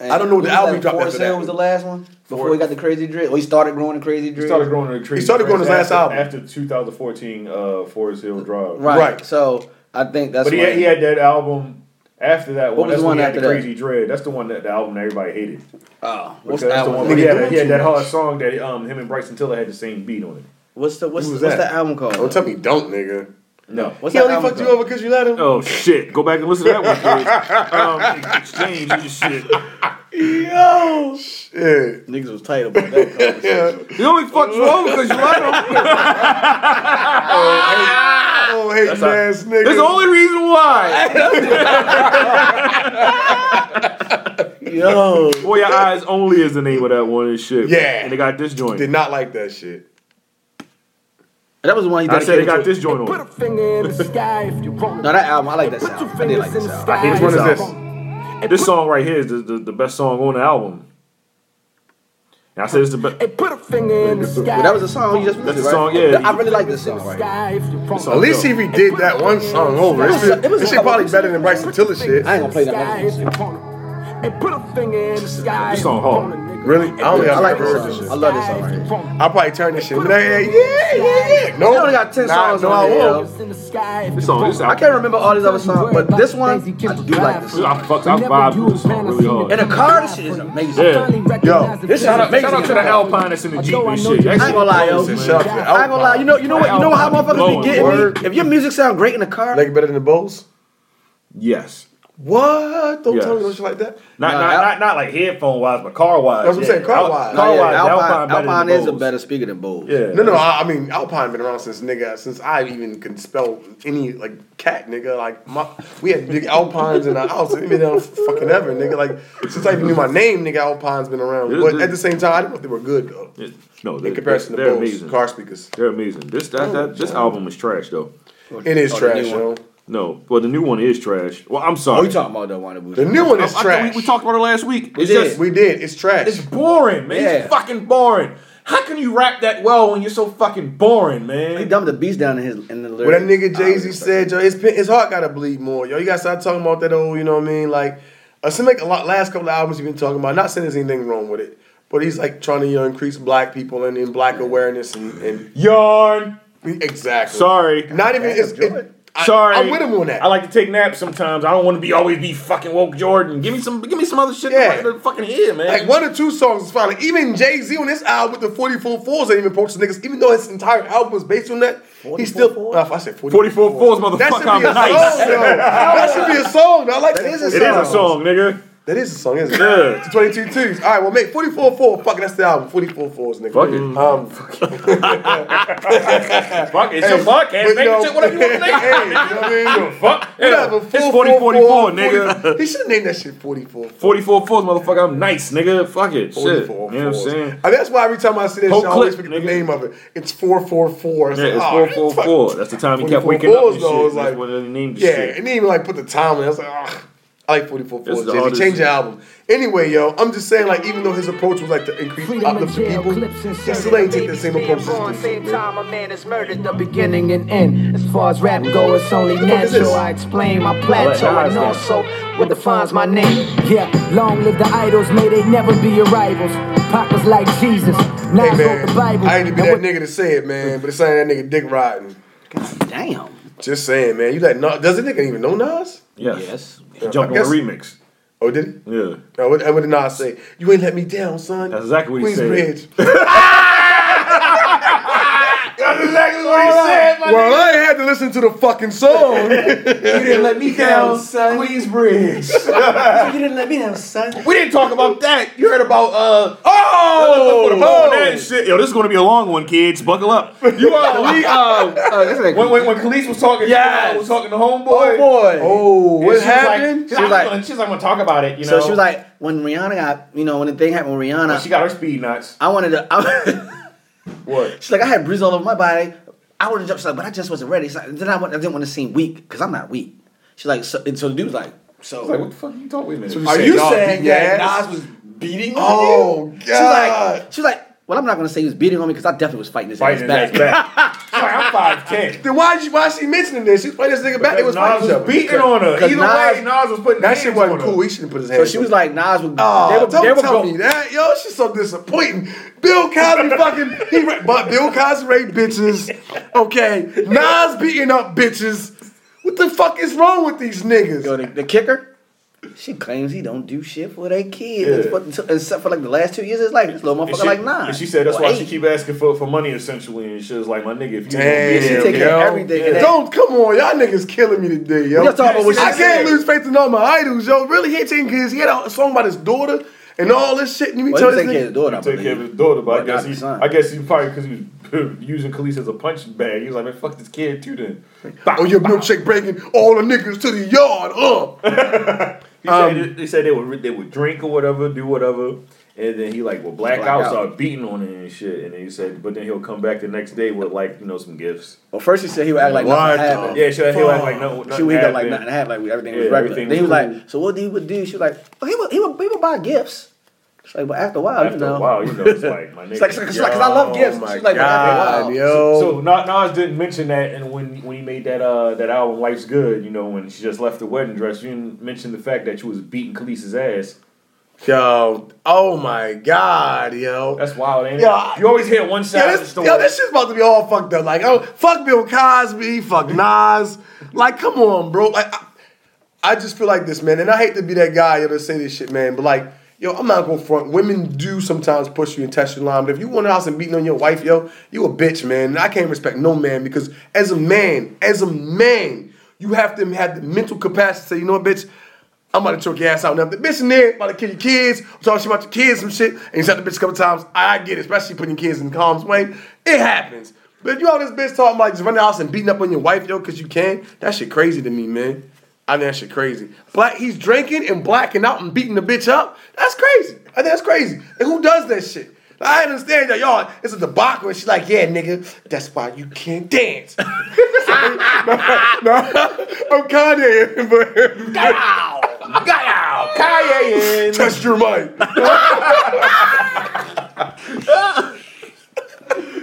I don't know what the album he dropped Forest after that. Hill was the last one. Before he got the crazy dread, well, he started growing the crazy dread. He started growing the tree. after- after, after 2014 uh, Forest Hill Drive. Right. So I think that's. but he when- had, he had that album after that What one. was That's the when one he had after the that? Crazy Dread. That's the one that the album that everybody hated. Oh, what's what's that's that the one? one? Nigga, But he had, you a- he had too that hard much. song that um him and Bryson Tiller had the same beat on it. What's the what's, Who was what's that? the album called? Don't tell me, don't nigga. No, What's he that only album fucked you over because you let him. Oh shit! Go back and listen to [laughs] that one, dude. Um, exchange you shit. Yo, shit. Niggas was tight about that. He only fucked you over because you let him. oh, hey, That's ass nigga. That's the only reason why. Yo, boy, your eyes only is the name of that one and shit. Yeah. and they got this joint. Did not like that shit. That was the one he I said they dedicated got to- this joint on. No, that album. I like that sound. I did like that sound. I hate this album. This song right here is the, the, the best song on the album. And I said it's the best. Well, that was the song you just That's played, the song, right? yeah. I really like this song right here. At least he redid that one song over. This shit, this shit probably better than Bryson Tiller shit. I ain't gonna play This song hard. Really? I don't think I I've like ever this heard song. this shit. I love this song right here. I'll probably turn this shit. But hey, hey, yeah, yeah, yeah. No, It only got 10 Nah, songs no, on I there, won't. This song, this I album. can't remember all these other songs, but this one, I do like this song. I fucked. I vibed with this song really hard. In a car, this shit is amazing. Yeah. Yo, this shout out, is amazing. shout out to the Alpine that's in the Jeep and shit. I ain't gonna lie, yo. I That ain't shit blows, man. gonna lie. You know, you know what? You know how motherfuckers be getting me? If your music sound great in the car, like it better than the Bose. Yes. What? Don't Yes. tell me no shit like that. Not, not, not, not like headphone wise, but car wise. That's what I'm saying, car-wise. oh, Car wise. Nah, yeah, Alpine, Alpine- better than Alpine is a Bose. better speaker than Bose. Yeah. No, no. I, I mean, Alpine been around since nigga since I even could spell any like cat nigga. Like my, we had big Alpines in our house. It been there fucking ever, nigga. Like since I even knew my name, nigga, Alpine's been around. Yeah, But yeah. at the same time, I didn't know if they were good though. No, in comparison to they're Bose amazing. car speakers. They're amazing. This that, that this album is trash though. It is Oh, the trash, new one. yo. No, well the new one is trash. Well, I'm sorry. Oh, you talking about that one? that we- The new one is I- I- trash. we, we talked about it last week. We It's did. just We did. It's trash. it's boring, man. Yeah. It's fucking boring. How can you rap that well when you're so fucking boring, man? He dumped the beast down in his in the lyrics. Well, that nigga Jay Z said, yo, his, pen- his heart gotta bleed more. Yo, you gotta start talking about that old, you know what I mean? Like, it seems like a lot, last couple of albums you've been talking about, not saying there's anything wrong with it, but he's like trying to you know, increase black people and, and black awareness and, and. Yarn! Exactly. Sorry. Not even. It's, it, I- Sorry, I'm with him on that. I like to take naps sometimes. I don't want to be always be fucking woke, Jordan. Give me some, give me some other shit Yeah. to, to fucking hear, man. Like one or two songs is fine. Like, even Jay Z on this album with the 44 fours ain't even approach the niggas. Even though his entire album was based on that, he still. Uh, I said 44 44 fours, That motherfucker. should I'm be a nice. [laughs] song, though. That should be a song. though. I like that. It is It is a song, nigga. That is a song, isn't Yeah. it? It's 22 twos. All right, well, mate, 44 4. Fuck it, that's the album. 44 4s, nigga. Fuck it. Um, fuck it. Fuck it, it's your podcast, nigga. Shit, whatever [laughs] you wanna name it, Hey, you know what I mean? Fuck. Whatever. It's 44, 44, 44, nigga. 40. He should have named that shit 44. 44 fours, motherfucker. I'm nice, nigga. Fuck it. Shit. You know what I'm saying? And that's why every time I see that Whole shit, I always clip, forget the name of it. It's 444. Yeah, it's like, four oh, four fuck. four. That's the time he kept 44 waking up and fours, shit. though, is That's like- what they named the Yeah, shit. and even like put the time in. I was like, ah, I like 44 This is fours. the Jay Z, hardest change shit. the album. Anyway, yo, I'm just saying, like, even though his approach was like to increase uplift the people, he still ain't take the same approach. as Born same time a man is murdered, the beginning and end. As far as rap go, it's only natural. I explain my plateau and also what defines my name. Yeah, long live the idols, may they never be your rivals. Pop was like Jesus, Hey Nas wrote the man, Bible. I ain't to be that nigga to say it, man, but it's ain't that nigga dick riding. God damn. Just saying, man. You like Nas? Does the nigga even know Nas? Yes. Yeah, Jumped on I the guess- remix. Oh, did he? Yeah. No, what, what did Nas say? You ain't let me down, son. That's exactly what he [laughs] said. Queensbridge. That's exactly what he said, my Well, nigga. I ain't had to listen to the fucking song. [laughs] You didn't let me down, son. Queensbridge. You didn't let me down, son. [laughs] We didn't talk about that. You heard about uh oh, Oh! that shit. Yo, this is gonna be a long one, kids. Buckle up. [laughs] You are Khalees. Uh, when, when, when Khalees was talking, yeah, was talking to homeboy. Homeboy. Oh, And what she was like- happened? She's She was like, like- I'm she's like, I'm gonna talk about it. You know. So she was like, when Rihanna got, you know, when the thing happened with Rihanna, When she got her speed nuts. I wanted to. I, [laughs] what? She's like, I had bruises all over my body. I would have jumped. She's like, but I just wasn't ready. She's like, then I, went, I didn't want to seem weak because I'm not weak. She's like, so, and so the dude was like, so She's like, what the fuck are you talking? Wait a minute. So Are you saying that ass? Nas was beating on Oh, you? She's like, she's like, well, I'm not gonna say he was beating on me because I definitely was fighting his Fighting ass his back. I'm five ten. Then why you why she mentioning this? She was playing this nigga back. They was fighting each Because Nas was other. beating on her. Because Either way, Nas was putting that shit wasn't cool. He shouldn't put his so hands. she was like, Nas was. Oh, they were, don't they were tell go- me that, yo. She's so disappointing. Bill [laughs] Cosby fucking he, ra- but Bill Cosby raped bitches. [laughs] Okay, Nas beating up bitches. What the fuck is wrong with these niggas? Yo, the, the kicker, she claims he don't do shit for their kids, Yeah. but until- except for like the last two years of his life, this little And motherfucker she, like Nas. and she said that's Or why eight. she keep asking for, for money essentially, and she was like, my nigga, if you Damn, don't yo. Don't come on, y'all niggas killing me today, yo. We just talking about what she I said. can't lose faith in all my idols, yo. Really, he ain't taking kids. He had a song about his daughter and all this shit. And you be Well, telling he this take care of nigga, his daughter, I He take believe. care of his daughter, but I Well, guess not he- his son. I guess he probably because he was [laughs] using Khalees as a punching bag. He was like, man, fuck this kid too then. Oh, your milkshake breaking all the niggas to the yard. Uh. He said, they said they would they would drink or whatever, do whatever, and then he like will black, Black out, out. start beating on it and shit. And then he said, but then he'll come back the next day with like you know some gifts. Well, first he said he would act like What nothing happened. the Yeah, she- he'll act like no- She nothing would act like happened. nothing happened, like everything Yeah, was regular. everything then he was was like, "So what do you would do?" She was like, well, "He would, he would, he would buy gifts." She's like, "But after a while, After you a know, while, you know, it's like, [laughs] my She's like, nigga. she's like, 'cause I Oh love gifts." Yo, She's like, "But after a while, So, so Na- Nas didn't mention that, and when when he made that uh that album, Life's Good, you know, when she just left the wedding dress, you didn't mention the fact that you was beating Khalees's ass. Yo, oh my god, yo, that's wild, ain't Yeah. it? You always hear one side Yo, of the this, story. yo, this shit's about to be all fucked up. Like, oh, fuck Bill Cosby, fuck Mm-hmm. Nas. Like, come on, bro. Like, I, I just feel like this, man. And I hate to be that guy, yo, to say this shit, man. But like, yo, I'm not gonna front. Women do sometimes push you and test your line. But if you went out and beating on your wife, yo, you a bitch, man. And I can't respect no man because as a man, as a man, you have to have the mental capacity to say, you know what, bitch. I'm about to choke your ass out now. The bitch in there about to kill your kids. I'm talking shit about your kids, some shit. And you shot the bitch a couple times. I get it, especially putting your kids in harm's way. It happens. But if you all this bitch talking like just running the house and beating up on your wife, yo, cause you can, that shit crazy to me, man. I think that shit crazy. Black, he's drinking and blacking out and beating the bitch up. That's crazy. I think that's crazy. And who does that shit? I understand that y'all, it's a debacle. And she's like, yeah, nigga, that's why you can't dance. no, I'm Oh, Kanye, [laughs] but. Kanye is. Test your mic.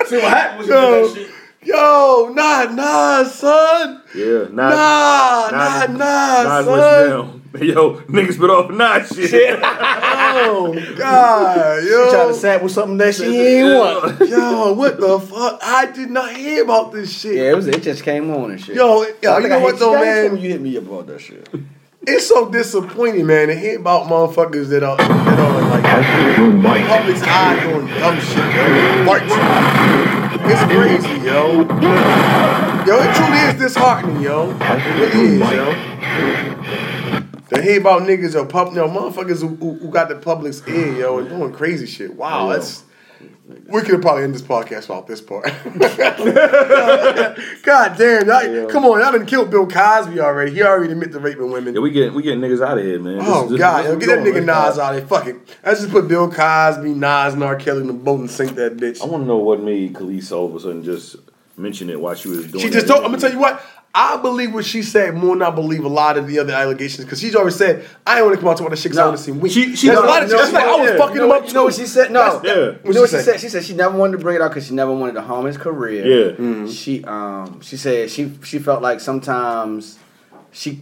See what happened was you did yo, that shit. yo, nah, nah, son. Yeah, Nas, Nah, nah, nah, Nas son. went down. [laughs] Yo, niggas bit off Nas shit. oh God, yo. She tried to sample something that she ain't want. Yo, what the fuck? I did not hear about this shit. Yeah, it was. It just came on and shit. Yo, yo, I think you I know hit what though, I hit you man? When you hit me about that shit. It's so disappointing, man, to hear about motherfuckers that are that are like in the public's eye doing dumb shit, yo. Farts. It's crazy, yo. Yo, it truly is disheartening, yo. It really is, yo. To hear about niggas or pub, no motherfuckers who, who, who got the public's ear, yo, and doing crazy shit. Wow, that's. We could have probably end this podcast without this part. [laughs] God damn, y'all, come on, y'all done killed Bill Cosby already. He already admitted to raping women. Yeah, we get we getting niggas out of here, man. This Oh is- this- God, this yo, is get that nigga going right Nas out of there. Fuck it. Let's just put Bill Cosby, Nas, and R. Kelly in the boat and sink that bitch. I want to know what made Khalees all of a sudden just mention it while she was doing. She just that. told. I'm gonna tell you what. I believe what she said more than I believe a lot of the other allegations because she's always said I ain't want to come out to all the shit because I want to seem weak. She, she- There's a no, lot of no, shit. That's she- like I was yeah. fucking You know him what- up. you know what too. she said? No. That's- yeah. You know what she said? She said she never wanted to bring it out because she never wanted to harm his career. Yeah. Mm. She um she said she she felt like sometimes she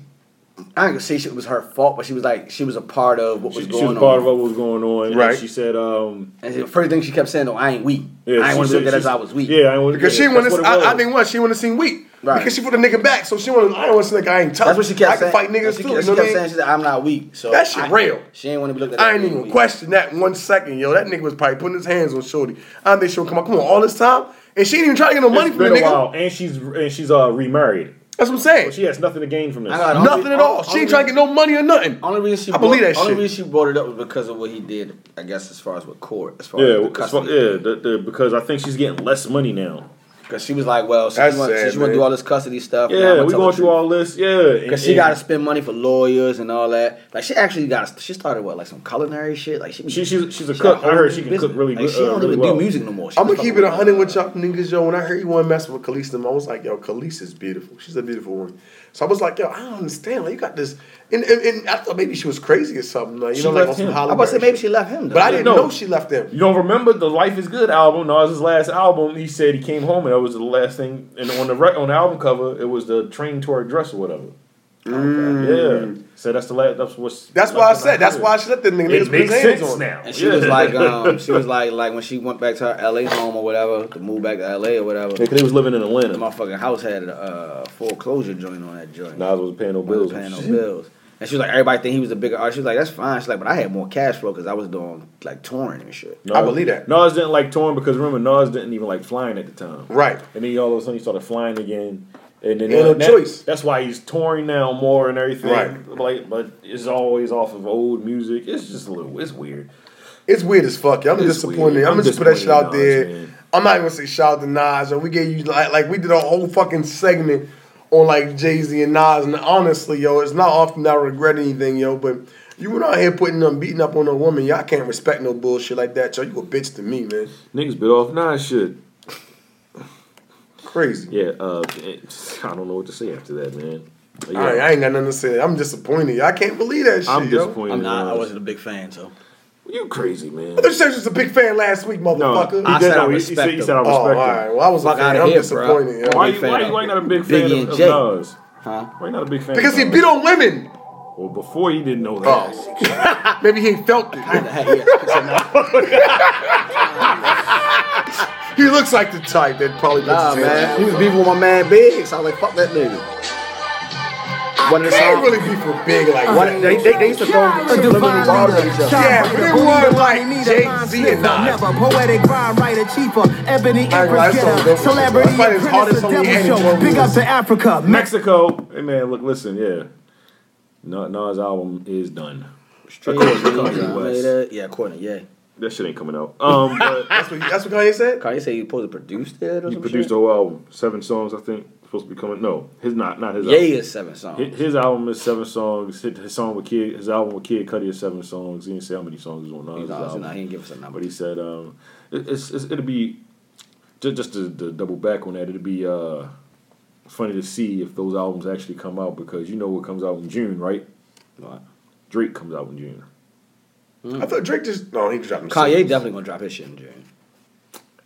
I ain't gonna say she- it was her fault, but she was like she was a part of what was she going was on. part of what was going on. and Right. She said, um, and the first thing she kept saying, "Oh, I ain't weak. Yeah, I she ain't want to said- look at she as I said- was weak." Yeah, I ain't wanna- Because she Yeah, want that's to, what it I, I was. think what she want to seem weak. Right. Because she put a nigga back, so she want. I don't want to like I ain't tough. That's what she kept I saying. can fight niggas she, too. You She know what I kept mean? saying, she said, "I'm not weak." So That shit I- real. She ain't want to be looked at. as I ain't being even weak. question that one second, yo. That nigga was probably putting his hands on Shorty. I think she'll come out. Come on, all this time, and she ain't even trying to get no money It's from the been a nigga. while, and she's and she's uh remarried. That's what I'm saying. she has nothing to gain from this. Nothing at all. She ain't trying to get no money or nothing. Only reason she I believe brought, that Only shit. reason she brought it up was because of what he did. I guess as far as with court, as far Yeah, as the it's fu- custody. yeah, the, the, because I think she's getting less money now. Because she was like, well, since That's you want, sad, since you want man. to do all this custody stuff, Yeah, we going through all this. Yeah, because and- she and- got to spend money for lawyers and all that. Like she actually got, she started what, like some culinary shit. Like she, She- she's- she's a got cook. I whole heard she can business. cook really Like, good, she uh, don't really even well. do music no more. She I'm gonna fucking keep it with- 100 with y'all niggas, yo. When I heard you want to mess with Khalees, them, I was like, yo, Khalees is beautiful. She's a beautiful woman. So I was like, yo, I don't understand. Like, you got this. And, and, and I thought maybe she was crazy or something. Like, you She know, like left on some him. Holly I'm about to Berry say maybe she left him. But I didn't No. know she left him. You don't remember the Life Is Good album? No, it was his last album. He said he came home and that was the last thing. And on the re- on the album cover, it was the train toward dress or whatever. Yeah. So that's the last. That's what's. That's why I said. That's why she let the nigga niggas It put his makes hands sense on. her. now. And she was like, um, she was like, like when she went back to her LA home or whatever, to move back to LA or whatever. Yeah, 'cause they was living in Atlanta. The motherfucking house had a uh, foreclosure joint on that joint. Nas was paying no bills bills. and Paying no shit. bills. And she was like, everybody think he was a bigger artist. She was like, that's fine. She's like, but I had more cash flow because I was doing like touring and shit. Nas- Nas didn't like touring because remember Nas didn't even like flying at the time. Right. And then all of a sudden he started flying again. And then He had no that- choice. That's why he's touring now more and everything. Right. Like, but it's always off of old music. It's just a little. It's weird. It's weird as fuck. yo. I'm It's disappointed. weird. I'm, I'm gonna just put that shit out disappointed there. in Nas, I'm not even gonna say shout out to Nas. Yo. We gave you like, like we did a whole fucking segment on like Jay Z and Nas. And honestly, yo, it's not often that I regret anything, yo. But you went out here putting them beating up on a woman. Y'all can't respect no bullshit like that, yo. You a bitch to me, man. Niggas bit off nine shit. Crazy. Yeah, uh, it- [laughs] I don't know what to say after that, man. But yeah, All right, I ain't got nothing to say. I'm disappointed. I can't believe that shit. I'm yo. disappointed I'm not- in I Nas. wasn't a big fan, so. You crazy, man. This was a big fan last week, motherfucker. he I did said I though. He- he said- respect he said I him. respect Oh, all right. Well, I was a Fuck fan. outta I'm here, bro. disappointed. yo. Why you, why, you- why you not a big fan Biggie of, and E of Jay. Nas? Huh? Why you not a big fan? Because of he Nas? beat on women. Well, before he didn't know that. Oh. Maybe he ain't felt it. he looks like the type that probably puts Nah, his man. hands He was beefing with my man Big, so I was like, fuck that nigga. One of the Can't songs. really be for big like one, they, they, they used to throw subliminal bars at each other. Yeah, but it was like Jay-Z and Nas. Never poetic rhyme writer, cheaper, ebony lie, that empress, song getter, dope. celebrity That's probably his apprentice, hardest the song he devil had in show. twelve Big up years. to Africa, Mexico. Hey man, look, listen, yeah. Na- Nas album is done. Straight Kanye West. Yeah, according to Ye. That shit ain't coming out. Um, but [laughs] that's what that's what Kanye said. Kanye said he supposed to produce that. Or he some produced shit? the whole album, seven songs, I think. Supposed to be coming. No, his not not his. Yeah, album. he is seven songs. His, his album is seven songs. His, his song with Kid, his album with Kid Cudi is seven songs. He didn't say how many songs was on Nas' honest, album. nah, he didn't give us a number. But he said, um, it, it's, it's it'll be just just to, to double back on that. It'll be uh, funny to see if those albums actually come out because you know what comes out in June, right? Drake comes out in June. I thought Drake just no, he dropped. Mm. Kanye definitely gonna drop his shit in June.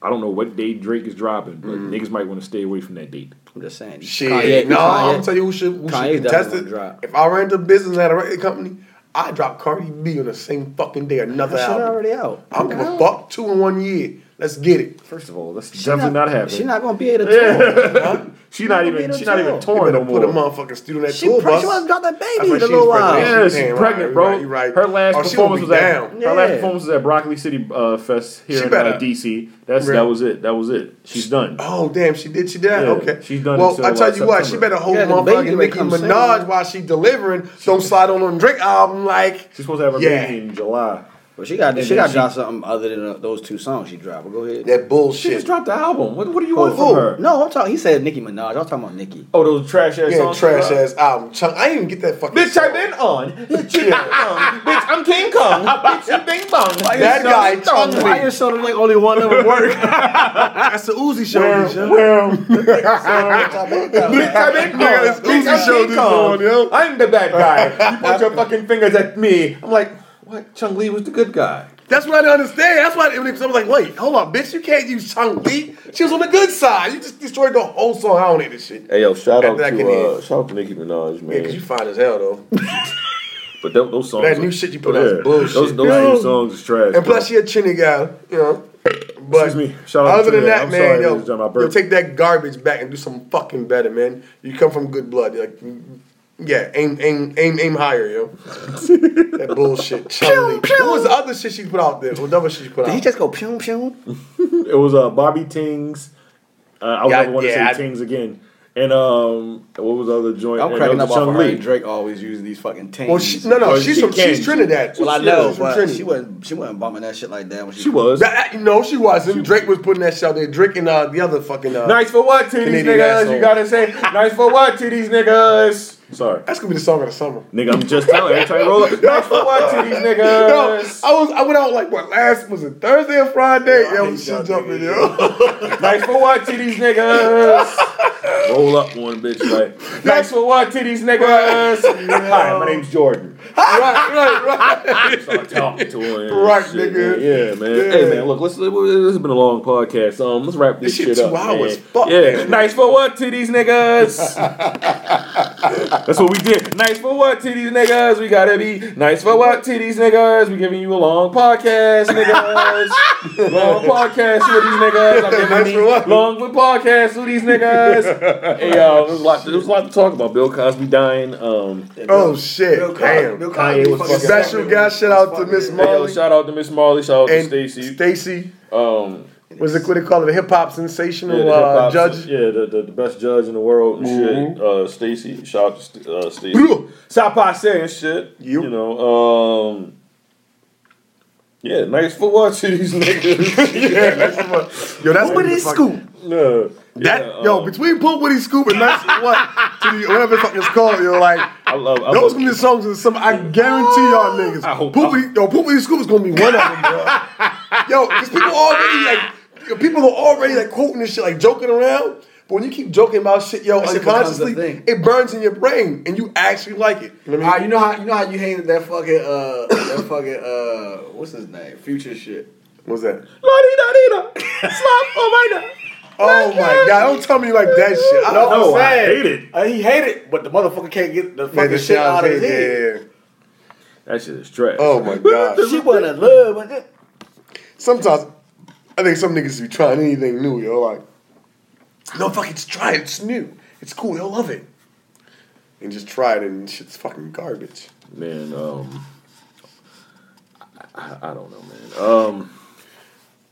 I don't know what date Drake is dropping, but niggas might want to stay away from that date. I'm just saying. Shit, no, I'm gonna tell you who should who Kanye should contest definitely it. gonna drop. If I ran the business and had a record company, I drop Cardi B on the same fucking day another That shit album. already out. I'm gonna fuck two in one year. Let's get it. First of all, that's definitely not- not happen. happening. she not gonna be able to tour. Huh? She not gonna be even able she to not even You torn better no put a more. motherfucking student that She tour pre- bus. she wasn't got that That's baby in right, a she little was pregnant. while. Yeah, she's Damn, right, pregnant, you bro. right, you right. Her last Oh, she gonna performance be was at down. her last Yeah. performance was at Broccoli City uh, Fest here She in better- uh, DC. That's that Really? was it. That was it. She's done. Oh damn, she did. She did. Yeah, okay, she's done Well, until, I tell uh, you what, she September. better hold Yeah, the baby motherfucking gonna Nicki come soon. Minaj while she delivering. Don't slide on on Drake album like she's supposed to have her yeah. baby in July. But she got And she then got to she- drop something other than uh, those two songs she dropped. But go ahead. That bullshit. She just dropped the album. What, what do you want oh, from her? No, I'm talking. He said Nicki Minaj. I'm talking about Nicki. Oh, those trash ass Yeah, songs. trash ass album. Chunk. I didn't even get that fucking. Bitch, I've [laughs] been on. Bitch, I'm King Kong. Bitch, you Bing Bong. That guy chunked me. your shoulder like only one of them work? That's the Uzi shoulders, yo. [laughs] Bitch, I'm Bing Bong. Yeah, it's Uzi Bitch, I'm King shoulders Kong. on, yo. I'm the bad guy. You put your fucking fingers at me. I'm like, what? Chung Lee was the good guy. That's what I didn't understand. That's why I, didn't- 'cause I was like, wait, hold on, bitch, you can't use Chung Lee. She was on the good side. You just destroyed the whole song. I don't need this shit. Hey yo, shout out After that to can uh, end. shout out to Nicki Minaj, Yeah, 'cause you man. fine as hell though. But tho- those songs, That new shit you put out is Yeah, bullshit. Those, those Yo. new songs is trash. And bro. plus, she a chinny guy, you know. But Excuse me. Shout out other to than Trinidad. that, I'm man, sorry, yo, ladies and gentlemen, I yo, burped. take that garbage back and do some fucking better, man. You come from good blood, like, yeah, aim, aim, aim, aim higher, [laughs] yo. that bullshit. Chun-Li. What was the other shit she put out there? What other shit she put out? Did he just go pum pum? it was uh Bobby Ting's Uh, I would Yeah, never want to yeah, I- say Tings again. And um, what was the other joint? I'm And cracking that was up off Chung of her Lee. and Drake always using these fucking Well, Oh, she, no, Oh, no, she's from she's Trinidad. Well, I She's know, from but Trinidad. she wasn't. She wasn't bumming that shit like that when she. She was. no, she wasn't. Drake was putting that shit out there. Drake and uh, the other fucking. Uh, Nice for what, titties, Canadian niggas? asshole. You gotta say, nice for what, titties, niggas? Sorry. That's gonna be the song of the summer. Nigga, I'm just telling you, every time you roll up, nice for what, titties, niggas? Yo, I was I went out like what last was it Thursday or Friday? Yo, she jumping yo. nice for what, titties, niggas? Roll up one, bitch, like, nice for what, titties, niggas? Hi, my name's Jordan. [laughs] right, right, right. Talking to her. and Right, shit, nigga. man. Yeah, man. Yeah. Hey, man, look, let's, this has been a long podcast. Um, let's wrap this, This shit two up. man. hours. Fuck, yeah. man. Nice for what, titties, [laughs] niggas? That's what we did. Nice for what, titties, niggas? We gotta be nice for what, titties, niggas? We giving you a long podcast, [laughs] niggas. long podcast with these niggas. I'm giving Nice for what? long with podcast with these niggas. hey, y'all, there's a lot. There's a lot to talk about. Bill Cosby dying. Um, Oh shit! Damn. Kanye was fucking special guest. Shout out to Miss Hey, yo, Marley. shout out to Miss Marley. Shout out And to Stacy. Stacy. Um, Was it what they call it? A hip hop yeah, sensational the uh, hip-hop- judge. Mm-hmm. Yeah, the, the, the best judge in the world and shit. Uh, Stacy. Shout out to St- uh, Stacy. Southpaw saying shit. You know. Um, yeah, nice football to these [laughs] niggas. [laughs] Yeah, nice football. Yo, that's What gonna be is fucking- Yeah. That Yeah, yo um, between Pump Woody Scoop and that's what to the, whatever the fuck it's called. Yo, like I love I those love- [laughs] gonna be the songs of the summer. I guarantee y'all niggas. Pump Woody, yo, Pump Woody Scoop is gonna be one of them, bro. yo, because people already like yo, people are already like quoting this shit, like joking around. But when you keep joking about shit, yo, That shit becomes a unconsciously it burns in your brain and you actually like it. You know what I mean? Ah, you know how you know how you hated that fucking uh that fucking uh what's his name future shit. What's that? oh my god. Oh my god! Don't tell me you like that shit. I No, know, Oh, I'm saying, I hate it. Uh, he hate it, but the motherfucker can't get the Man, fucking this shit out of his yeah, head. yeah, yeah. That shit is trash. Oh [laughs] my god. She wasn't in love. with it. Sometimes I think some niggas be trying anything new, yo. Like, no, fuck, it's try it. It's new. It's cool. They'll love it. And just try it, and shit's fucking garbage. man. Um, I, I, I don't know, man.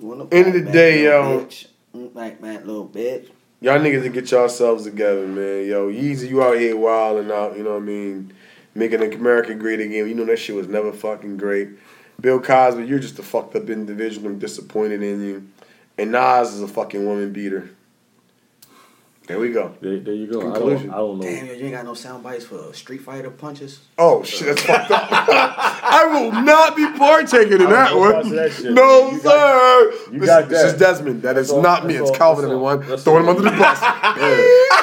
Um, End of the day, yo, Like man, little bitch. y'all niggas to get yourselves together, man. Yo, Yeezy, you out here wilding out. You know what I mean? Making America great again. You know that shit was never fucking great. Bill Cosby, you're just a fucked up individual. I'm disappointed in you. And Nas is a fucking woman beater. There we go. there, there you go. Conclusion. I don't, I don't know. Damn, yo, you ain't got no sound bites for Street Fighter punches. Oh shit, that's fucked up. [laughs] I will not be partaking in that go one. parts of that shit, no, man. You sir. you this, got this that. is Desmond. That is That's all- not me. It's that's all- Calvin, that's all- everyone. that's Throwing him all. under the [laughs] bus.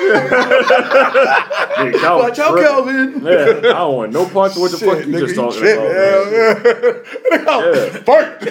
Yeah, y'all Watch out, tripping. Calvin. Yeah, I don't want no parts of what the Shit, fuck you nigga, just you talking tripping. about. man. Hell, Fart. [laughs]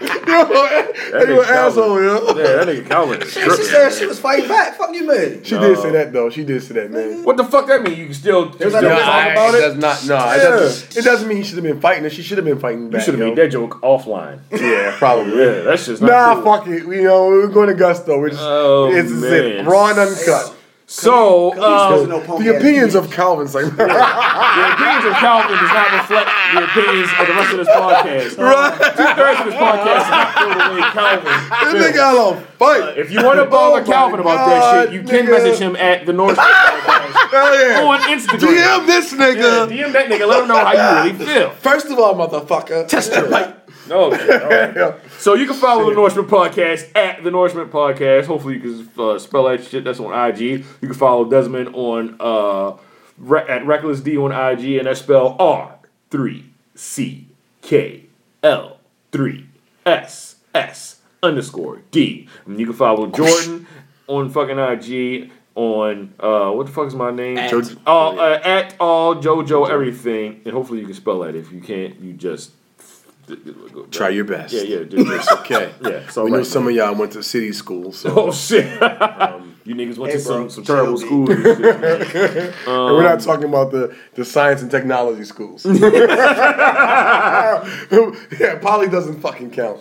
Yo, That you nigga an asshole, yo. Yeah, that nigga Calvin. is She tripping. said she was fighting back. Fuck you, man. She did say that though. She did say that, man. What the fuck that mean? You can still, you can Nah, still talk about it it? does not. No, it, Yeah. doesn't, it doesn't mean he should have been fighting her. She should have been fighting You back. should have yo. made that joke offline. Yeah, probably. Yeah, that's just not Nah, cool. fuck it. We know we're going to Gusto. We're just Oh, it's, it's it. man. raw and uncut. So, Um, um, the opinions of Calvin's like [laughs] the opinions of Calvin does not reflect the opinions of the rest of this [laughs] podcast. Two thirds of this podcast is not filled the way Calvin. this nigga on fight. If you want to bother Calvin about that shit, you can message him at the North Hell yeah. on [laughs] Instagram. DM this nigga. Oh, Yeah, DM that nigga. Let him know how you really feel. First of all, motherfucker. Test your mic. No. shit, Oh, all [laughs] right. So you can follow the Norseman Podcast at the Norseman Podcast. Hopefully you can uh, spell that shit. That's on IG. You can follow Desmond on uh, re- at Reckless D on IG, and that's spell R three C K L three S S underscore D. And you can follow [laughs] Jordan on fucking IG. On uh, what the fuck is my name? At. Oh, Jo- uh, uh, at all JoJo everything, and hopefully you can spell that. If you can't, you just Try your best. yeah, yeah, dude, It's okay. [laughs] yeah. So we know some of y'all went to city school, so [laughs] Oh shit! Um, [laughs] you niggas went to Hey, bro, some, some terrible chill, schools. and shit, [laughs] man. and we're Um, not talking about the, the science and technology [laughs] schools. [laughs] yeah, poly doesn't fucking count.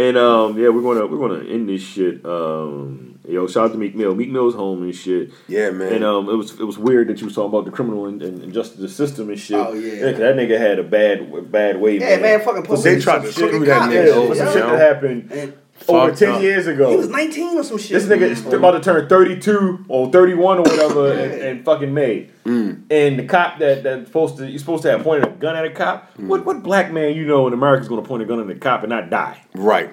And um, yeah, we're gonna we're gonna end this shit. Um, yo, shout out to Meek Mill. Meek Mill's home and shit. Yeah, man. And um, it was it was weird that you was talking about the criminal and, and, and justice system and shit. Oh, yeah. 'cause that nigga had a bad bad way. Yeah, man, fucking put They him in tried some to shit. screw that nigga Yeah, over, some yo. shit that happened over fucked ten up. years ago. He was 19 or some shit. This nigga is about to turn 32 or 31 or whatever and, and fucking made. Mm. And the cop that that supposed to you're supposed to have pointed a gun at a cop. Mm. What what black man you know in America is gonna point a gun at a cop and not die? Right.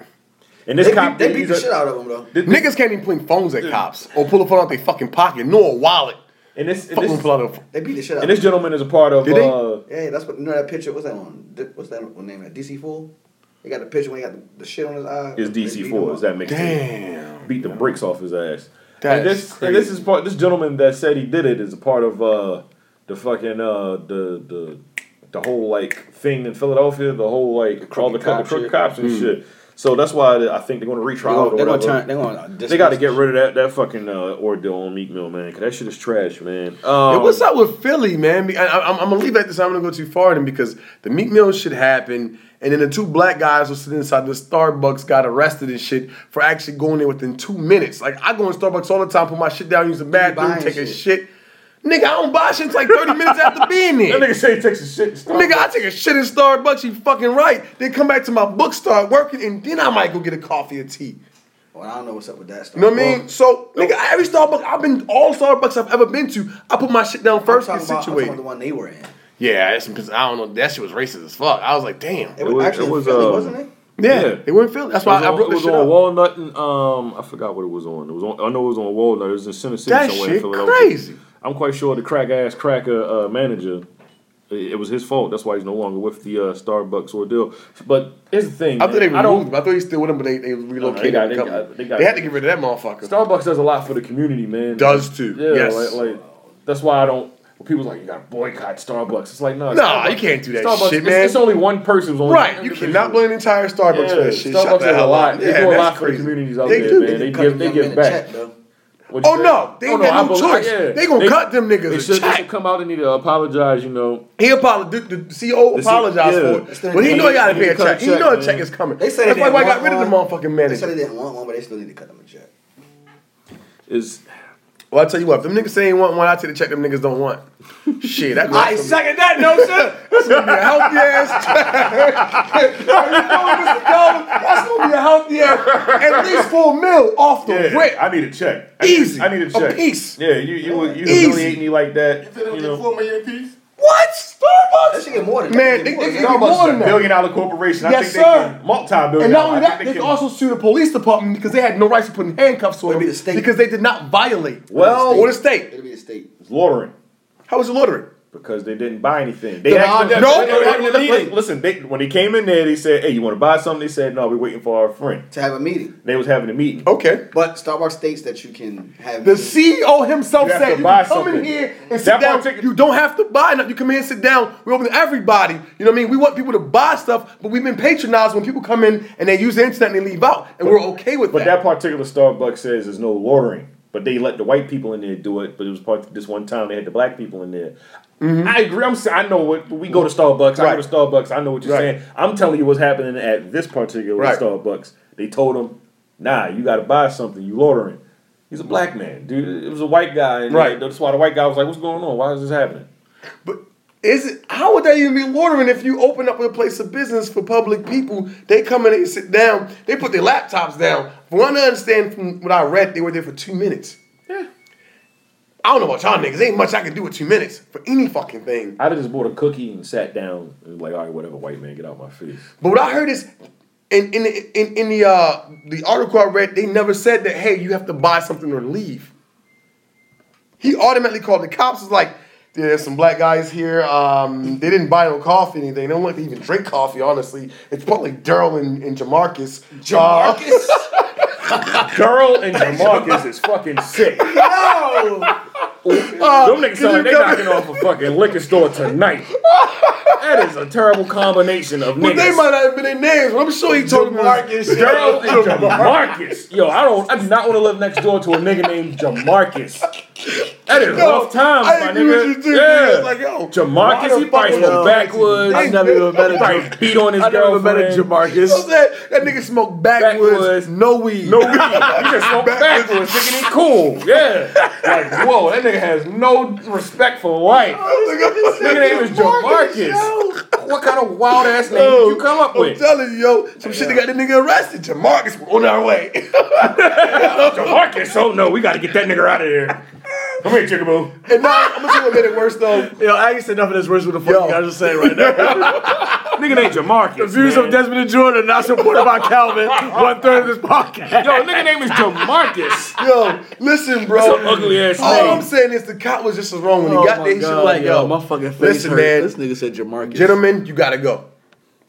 And this They cop beat- they beat he's the a- shit out of him though. Niggas can't even point phones at cops or pull a phone out their fucking pocket nor a wallet. And this, fucking this- pull out a, They beat the shit out. And this gentleman is a part of. Did they? Uh, Yeah, that's what. You know that picture? What's that on? D- What's that one name? That DC Fool. He got the picture when he got the, the shit on his eye. is They DC beat four. him Does up. that make sense? Beat the brakes off his ass. That and is this and this is part. This gentleman that said he did it is a part of uh, the fucking uh, the the the whole like thing in Philadelphia. The whole like all the, co- the cop crooked shit. cops and Mm. shit. So that's why I think they're going to retrial. They're gonna- going to they're gonna turn- they're gonna They got to get rid of that that fucking uh, ordeal on Meek Mill, man. Because that shit is trash, man. Hey, Um, what's up with Philly, man? Be- I, am gonna leave at this. I'm gonna go too far in because the Meek Mill shit happened, and then the two black guys were sitting inside the Starbucks got arrested and shit for actually going there within two minutes. Like I go in Starbucks all the time, put my shit down, use the bathroom, buying take a shit. Nigga, I don't buy shit until like 30 [laughs] minutes after being there. That nigga say he takes a shit. [laughs] Nigga, I take a shit in Starbucks. You fucking right. Then come back to my book, start working, and then I might go get a coffee or tea. Well, I don't know what's up with that. Stuff. You know what I mean? So, nigga, every Starbucks I've been, all Starbucks I've ever been to, I put my shit down first and I'm talking situated. about the one they were in. Yeah, that's because I don't know. That shit was racist as fuck. I was like, damn. It was It was- actually it in was, Philly, uh, wasn't it? Yeah, it was in Philly. That's It why was I on- brought it this was shit on up. Walnut and um, I forgot what it was on. It was on. I know it was on Walnut. It was in Center City That somewhere in shit Philadelphia. crazy. I'm quite sure the crack ass cracker uh, manager. It it was his fault. That's why he's no longer with the uh, Starbucks ordeal. But here's the thing. I thought they man. I don't- removed him. I thought he still with him, but they, they relocated got- him. they a couple. got- they They, got- had to get rid of that motherfucker. Starbucks does a lot for the community, man. Does too. Yeah, Yes. like, like that's why I don't. when People's like you gotta boycott Starbucks. It's like no, Nah, Starbucks- you can't do that Starbucks, shit, it's- man. It's, only one person. It was only right, one you individual. cannot blame the entire Starbucks Yeah, for that shit. Starbucks Shut the does a hell lot. up. They Yeah, do a that's lot for the crazy. communities out They there, do. man. They give, they give back. What'd you Oh say? no, they ain't I got no believe- choice. yeah. They gonna cut them niggas. They a should, they check. should come out and need to apologize. You know, He apologized. The, the CEO The C- apologized yeah. for it, but he knew he got to pay a Cut check. He check, knew a man. check is coming. They said that's they why I didn't got rid of the want motherfucking They said manager. they didn't want one, but they still need to cut him a check. Is well, I tell you what, if them niggas say ain't want one, I take the check. Them niggas don't want. Shit, that I second that notion. [laughs] That's gonna be a healthy ass check. you know, Mr. Dolan, that's gonna be a healthy ass. At least four mil off the Yeah, rip. I need a check. Easy. I need a check. piece. Yeah, you you you Easy. humiliate me like that. You know, What? Starbucks? That should get more than that. Man, they, they, Starbucks they get Starbucks more is a than that. billion dollar corporation. I yes, think they sir. can multi-billion. And not only I think that, they, can also sue the police department because they had no rights to putting handcuffs on them because they did not violate. Well- or the state. It'll be the state. It's loitering. How was it loitering? Because they didn't buy anything. They No, asked them, no, wait, wait, no, wait, no, wait, no, wait, listen, they, when they came in there, they said, hey, you want to buy something? They said, no, we're waiting for our friend. To have a meeting. They was having a meeting. Okay. But Starbucks states that you can have. The CEO himself You have said, to "You buy can come in something. here and That sit down. particular- you don't have to buy nothing. You come in, and sit down. We open to everybody. You know what I mean? We want people to buy stuff, but we've been patronized when people come in and they use the internet and they leave out, and we're okay with But that. that particular Starbucks says there's no loitering. But they let the white people in there do it. But it was part this one time they had the black people in there. I agree. I'm. sa- I know what we go to Starbucks. I go to Starbucks. I know what you're Mm-hmm. Right. saying. I'm telling you what's happening at this particular Right. Starbucks. They told him, "Nah, you got to buy something. You loitering." He's a black man, dude. It was a white guy, and Right. That's why the white guy was like, "What's going on? Why is this happening?" Is it? How would that even be loitering if you open up a place of business for public people? They come in and sit down. They put their laptops down. From what I understand from what I read, they were there for two minutes. Yeah. I don't know about y'all niggas. Ain't much I can do with two minutes for any fucking thing. I'd have just bought a cookie and sat down and was like, "All right, whatever, white man, get out my face." But what I heard is in in in, in the uh, the article I read, they never said that hey, you have to buy something or leave. He automatically called the cops. Was like, there's some black guys here. Um, they didn't buy no coffee or anything. They don't like to even drink coffee. Honestly, it's probably Daryl and, and Jamarcus. Uh, Jamarcus. [laughs] Girl and Jamarcus is fucking sick. No. Oh, Them niggas sound like they knocking off a fucking liquor store tonight. that is a terrible combination of But niggas. they might not have been their names. But I'm sure he told Jamarcus. Girl and Jamarcus. Yo, I don't. I do not want to live next door to a nigga named Jamarcus. That is Yo, rough times, I my agree with you nigga. too, yeah. dude. It's like, yo, why Jamarcus, the he fuck probably was from yo, backwoods. I never even met a He probably Jam- beat on his I never met a girlfriend. Jamarcus. What's that? That nigga smoked backwoods, no weed. [laughs] No weed. He just smoked backwards, thinking he cool. Yeah. Like, whoa, that nigga has no respect for life. This nigga name is Jamarcus. What kind of wild ass name did you come up I'm with? telling you, yo, some shit that got the nigga arrested. Jamarcus on our way. [laughs] Jamarcus, oh no, we gotta get that nigga out of here. Come here, Chickaboo. And now I'm gonna tell you what made it worse though. Yo, I ain't said nothing that's worse than the fuck you guys are saying right now. nigga named Jamarcus. The views of Desmond and Jordan are not supported by [laughs] Calvin, one third of this podcast. Yo, nigga name is Jamarcus. Yo, listen, bro. That's an ugly-ass All name. I'm saying is the cop was just as wrong when he Oh got my there. He should God, like, yo, yo, my fucking face Listen, hurt. man. This nigga said Jamarcus. Gentlemen, you gotta go.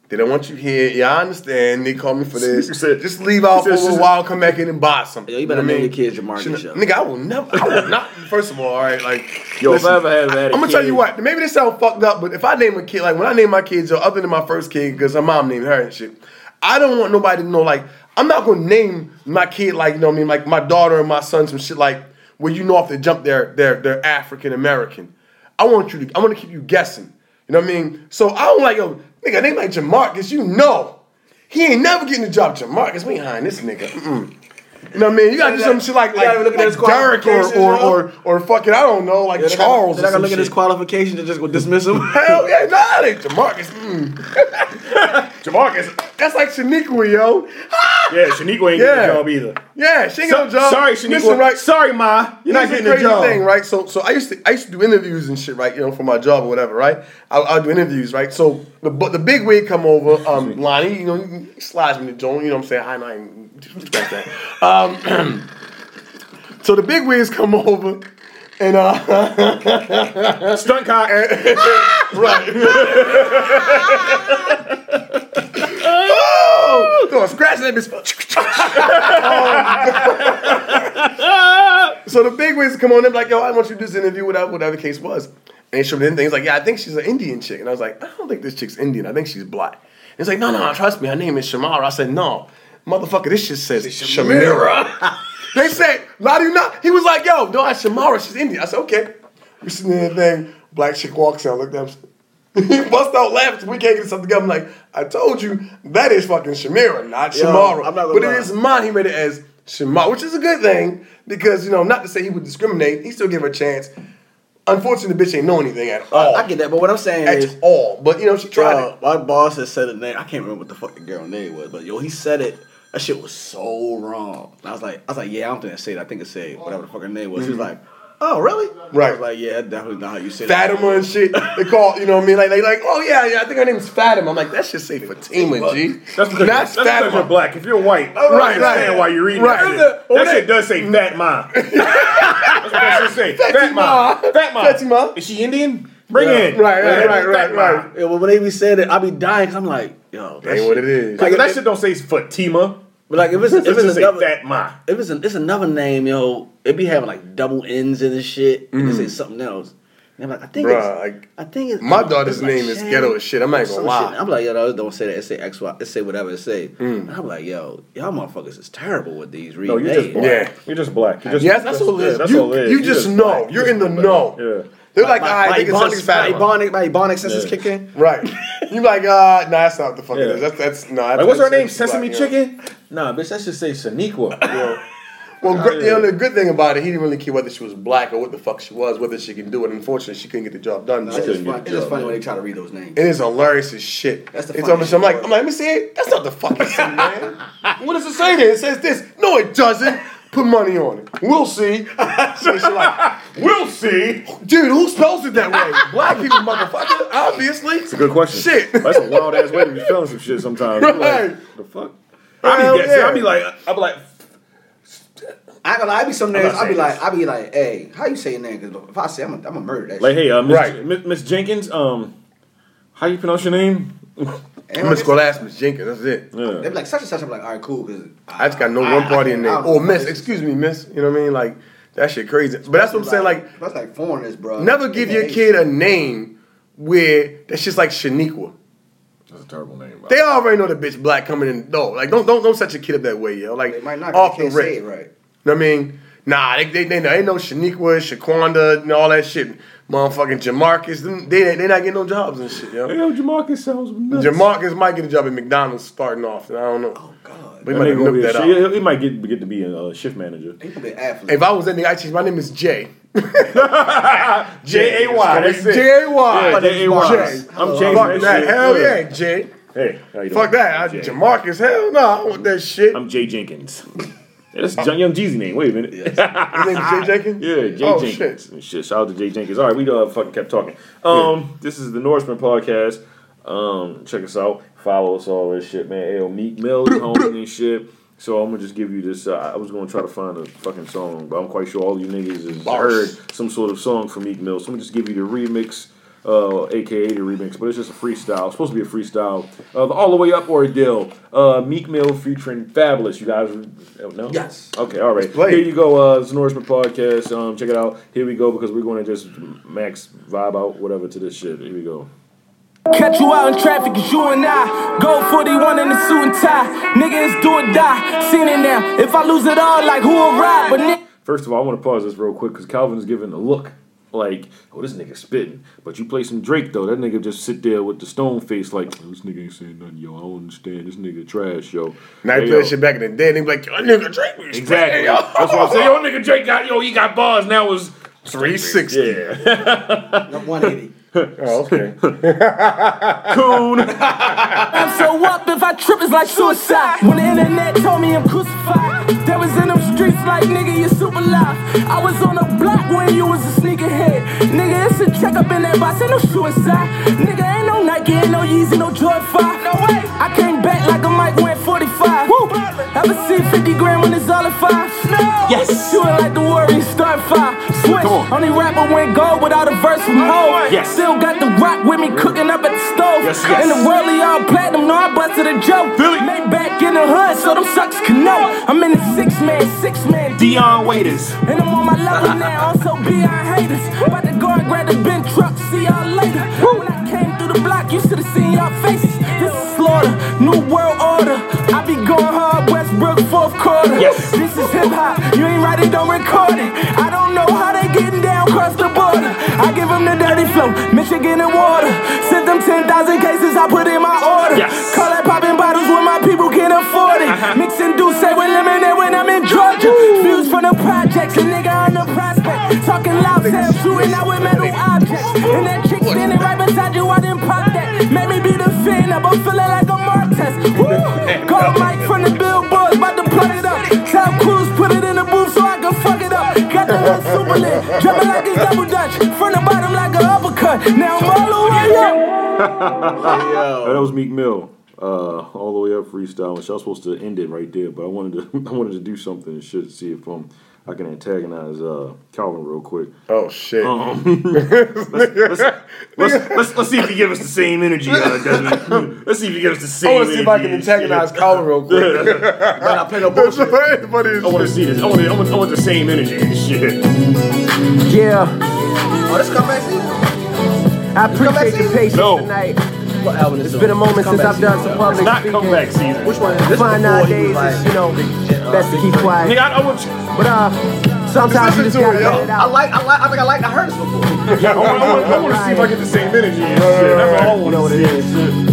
They don't want you here. Yeah, I understand. They called me [laughs] for this. You just leave out for you a said little she's- while, come back in and buy something. Yo, you better name your kids Jamarcus, yo. Nigga, I will never. I will not. First of all, all right, like. Yo, if I ever had- had a I'm gonna tell kid- you what. Maybe this sound fucked up, but if I name a kid, like when I name my kids, yo, other than my first kid, because her mom named her and shit, I don't want nobody to know, like, I'm not gonna name my kid, like, you know what I mean, like my daughter and my son, some shit like where you know off the jump they're, they're, they're African American. I want you to, I wanna keep you guessing. You know what I mean? So I don't like, yo, nigga, name like Jamarcus, you know. He ain't never getting the job, Jamarcus. We ain't hiring this nigga. Mm-mm. You know what I mean? You gotta do some shit like You gotta like, look at like his Derek or qualifications, or, yo. or or fucking I don't know like Yeah, they gotta- Charles. They gotta or some look at his shit. qualifications and just go dismiss him. Hell yeah, nah, they Jamarcus. Mm. Jamarcus, that's like Shaniqua, yo. yeah, Shaniqua ain't Yeah. getting a job either. Yeah, she ain't got no So- job. sorry, Shaniqua. Sorry, Ma. You're not Here's the getting a crazy job. Thing, right? So, so I used to I used to do interviews and shit, right? You know, for my job or whatever, right? I I do interviews, right? So, the but the big wig come over, um, Lonnie, you know, he slides me the joint. You know what I'm saying? Hi, nine. Respect that. Um, [clears throat] so the big wigs come over. And uh, stunt cock, right? [laughs] oh, so I'm scratching that bitch. Um, so the big wigs come on and be like, yo, I want you to do this interview, whatever, whatever the case was. And she did things like, yeah, I think she's an Indian chick. And I was like, I don't think this chick's Indian. I think she's black. And it's like, no, no, trust me. Her name is Shamara. I said, no, motherfucker, this shit says Shamira. They said, "Lie to you not." He was like, "Yo, no, that's Shamara. She's Indian." I said, "Okay." We sitting there, thing. Black chick walks out. Looked at him. He [laughs] bust out laughing. We can't get something together. I'm like, "I told you that is fucking Shamira, not Yo, Shamara." I'm not gonna but lie. it is mine. He read it as Shamara, which is a good thing because you know, not to say he would discriminate. He still gave her a chance. Unfortunately, the bitch ain't know anything at all. I get that, but what I'm saying at is all. But you know, she tried Yo, it. My boss has said a name. I can't remember what the fuck the girl name was, but yo, he said it. That shit was so wrong. And I was like, I was like, yeah, I don't think I said it. I think I said whatever the fuck her name was. She was Mhm. like, oh, really? Right. I was like, yeah, that's definitely not how you said it. Fatima and shit. They call, you know what I mean? Like they like, oh yeah, yeah. I think her name's Fatima. I'm like, that should say Fatima, G. That's because, that's because you're black. If you're white, I don't Right, understand right. why you're reading Right. that shit. Well, That that- shit does say fat ma. that's what that shit say. Fat ma. Fat ma. Fatima. Is she Indian? Bring it in. Yeah, fat ma. Yeah, well, when they be saying it, I be dying because I'm like, yo, Ain't what it is. Like, that shit don't say Fatima. But like, if it's, It if just it's say another Fat Ma, if it's an, it's another name, yo, it be having like double N's in this shit. And they say something else. And I'm like, I think Bruh, it's, I think it's my it's daughter's name is Shan ghetto as shit. I'm not or even some gonna lie. shit. I'm like, yo, no, don't say that. It say X Y. It say whatever it say. And Mm. I'm like, yo, y'all motherfuckers is terrible with these readings. No, you're just black. Yeah. You're just black. You're just, Yes, that's all it yeah, is. That's You- all it is. you You're just Just know. black. You're in the know. Yeah. They're My- like, my- all right, my I think it's Ebonics- something's fat. my Ebonic- my Ebonic sense is Yeah. kicking. [laughs] Right. you like, uh, nah, that's not what the fuck it Yeah. is. That's that's no. Like, what's her name? Sesame Chicken? Nah, bitch, that should say Shaniqua. Well, gr- the yeah. only good thing about it, he didn't really care whether she was black or what the fuck she was, whether she can do it. Unfortunately, she couldn't get the job done. It's just funny, it's just funny when they try to read those names. It is hilarious as shit. That's the it's on the funniest I'm like, I'm like, let me see it. That's not the fucking thing, man. [laughs] what does it say there? It says this. No, it doesn't. Put money on it. We'll [laughs] see. So she's like, we'll see. Dude, who spells it that way? Black people, motherfucker. Obviously. It's a good question. Shit. That's a wild ass way to be feeling some shit sometimes. You be Right. Like, the fuck? I Hell be guessing. yeah. I be like, I be like, I ain't gonna lie, I be some I'm names. not I be saying like, I be like, hey, how you say your name? Because if I say, I'm gonna I'm gonna murder that. like, shit. hey, uh, Miss, Miss, Miss Jenkins, um, how you pronounce your name? I'm just gonna ask Miss Jenkins. That's it. They be like such and such. I'm like, all right, cool. Because I just got no I- one I party in can't- there. I don't Or know. miss, excuse me, miss. You know what I mean? Like that shit crazy. But that's what I'm saying. Like that's like foreigners, bro. never give your kid a name where that's just like Shaniqua. That's a terrible name. They already know the bitch black coming in. No, like don't don't don't set your kid up that way, yo. Like might not. off they the can't rip. say it right. You know what I mean? Nah, they they, they, they know Shaniqua, Shaquanda, and all that shit. Motherfucking Jamarcus, them- they they, they not getting no jobs and shit, [laughs] yo. Yo, Jamarcus sounds nuts. Jamarcus might get a job at McDonald's starting off. and I don't know. Oh God, we That might nigga gonna look be a that shi- up. He, he might get get to be a uh, shift manager. If I was that nigga, I change my name is [laughs] Jay. J A Y. that's it. J A Y. Yeah, J A Y. I'm changing Fuck that. shit. Hell yeah, Jay. Hey, how you doing? Fuck that. I, Jay. Jamarcus. Hell no. I want that shit. I'm Jay Jenkins. [laughs] Yeah, that's John Young Jeezy name. Wait a minute. His name's Jay Jenkins? Ah, Yeah, Jay Oh, Jenkins. Shit. Shout out to Jay Jenkins. All right, we uh, fucking kept talking. Um, This is the Norseman podcast. Um, check us out. Follow us, all this shit, man. Ayo, Meek Mill, homie and shit. So I'm gonna just give you this. Uh, I was gonna try to find a fucking song, but I'm quite sure all you niggas has Bars. heard some sort of song from Meek Mill. So I'm gonna just give you the remix, uh, aka the remix, but it's just a freestyle. It's supposed to be a freestyle of All the Way Up Ordeal. Uh, Meek Mill featuring Fabulous. You guys oh, no? Yes. Okay, all right. play it. Here you go. Uh, it's the Norseman podcast. Um, check it out. Here we go because we're going to just max vibe out whatever to this shit. Here we go. Catch you out in traffic, it's you and I. Go 41 in the suit and tie. Nigga, it's do or die. Seen it now. If I lose it all, like who will ride? But nigga. First of all, I want to pause this real quick because Calvin is giving a look like, oh, this nigga spitting. But you play some Drake though, that nigga just sit there with the stone face like, "Oh, this nigga ain't saying nothing, yo. I don't understand. This nigga trash, yo. Now Hey, they play yo. that [laughs] shit back in the day. They be like, yo, nigga, Drake Oh, me. [laughs] Exactly. Yo. That's what I'm saying. Yo, nigga Drake got yo, he got bars. Now it's 360. Yeah. [laughs] 180. oh, [laughs] okay. Coon. I'm so up if I trip, it's like suicide. When the internet told me I'm crucified, that was in them streets like nigga, you super live. I was on a block when you was a sneakerhead. Nigga, it's a check up in that box, ain't no suicide. Nigga, ain't no Nike, ain't no Yeezy, no Joy 5. No way. I came back like a mic went 45. Woo. Ever see 50 grand when it's all in five? No. Yes. You ain't like the Warriors, start five. Switch. Only rapper went gold without a verse from Hov. Yes. Still got the rock with me cooking up at the stove. Yes, yes. In the worldly all platinum, no, I busted a joke. Billy. Made back in the hood, so them sucks can know. I'm in the six man, six man. Dion Waiters. And I'm on my [laughs] level now, also B.I. haters. About to go and grab the bin truck, see y'all later. When I came through the block, you should've seen y'all faces. This is slaughter, new world order. I be going hard, Westbrook, fourth quarter. Yes. This is hip hop, you ain't right, it, don't record it. I don't know how they getting down across the border. I give them the dirty flow, Michigan and water. Sent them 10,000 cases, I put in my order. Yes. Call that popping bottles when my people can afford it. Uh-huh. Mixing Douce with lemonade when I'm in Georgia. Views from the projects, a nigga on the prospect. Talking loud, say I'm shooting out with metal objects. And that chick standing right beside you, I didn't pop that. Made me be the fin up, I'm feeling like a Martez. Woo! Call Mike from the billboards, about to plug it up. Tom Cruise put it in the booth so I can fuck it up. Got the hood super lit, jumping like it's double dutch. From the bottom like an uppercut, now I'm all the way up. Oh, that was Meek Mill. Uh, all the way up freestyle. Which I was supposed to end it right there, but I wanted to [laughs] I wanted to do something and shit to see if um I can antagonize uh Calvin real quick. Oh shit. Um, let's, let's, let's, let's, let's see if you give us the same energy, [laughs] uh, Desmond. Let's see if you give us the I same. want to see if I can energy and shit. antagonize Colin real quick. Then I play no bullshit. I want to see this. I want, I, want, I want the same energy and shit. Yeah. Oh, this comeback season. I appreciate your patience tonight. What album is It's been a moment since I've done some public speaking. comeback season. Which one? It's fine before he nowadays, was it's, like- you know, uh, uh, best to keep quiet. Nigga, I want But uh, sometimes you just gotta let it I out. like, I like, I think I like, I heard this before. [laughs] Yeah, [laughs] I want, I want, I want to see if I get the same energy and shit. That's all I want to see.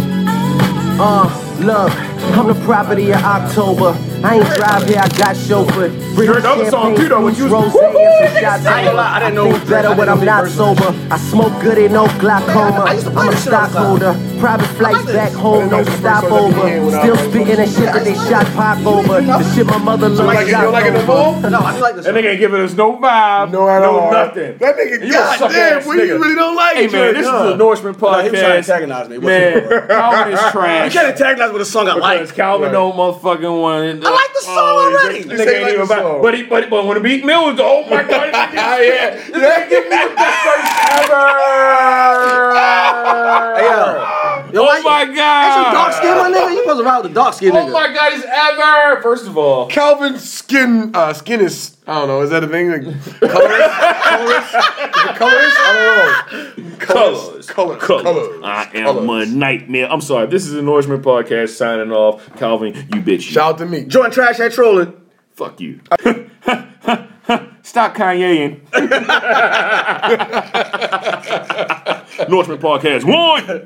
Uh, look, I'm the property of October. I ain't drive here, I got chauffeur. Bring Heard the other song, too, though, when you was- rose and some shots. I ain't gonna lie, I didn't know- think better when I'm not sober. I smoke good and no glaucoma. I'm a stockholder. Private flights back home, no stopover. Still spitting that shit that they shot pop over. The shit my mother You like loves. it- you like it at all? No, I like this. That nigga ain't giving us no vibe, all no, right. nothing. That nigga- You a God suck damn, ass well, you nigga. really don't like Hey it, man, you're this a is nut. the Norseman No, podcast. he was trying to antagonize me. It wasn't Man, [laughs] for it. Calvin is trash. You can't antagonize with a song I Because like. Calvin Right. don't motherfucking want it. I like the song Oh, already. this You Nigga say you ain't like even the about. song. But he, but, but when the beat mill was, oh [laughs] my god, yeah, this nigga give me the best verse ever. oh my god, That's you dark skin, my nigga. You supposed to ride with a dark skin nigga. Oh my god, he's ever. First of all, Calvin's skin uh, skin is I don't know, is that a thing? Like, colors? colors? Is it colors? I don't know. Colors. Colors. Colors. Colors. I am a nightmare. I'm sorry. This is the Norseman podcast signing off. Calvin, you bitch. Shout out to me. Join trash at trolling. Fuck you. Stop Kanye in. Northman Podcast one.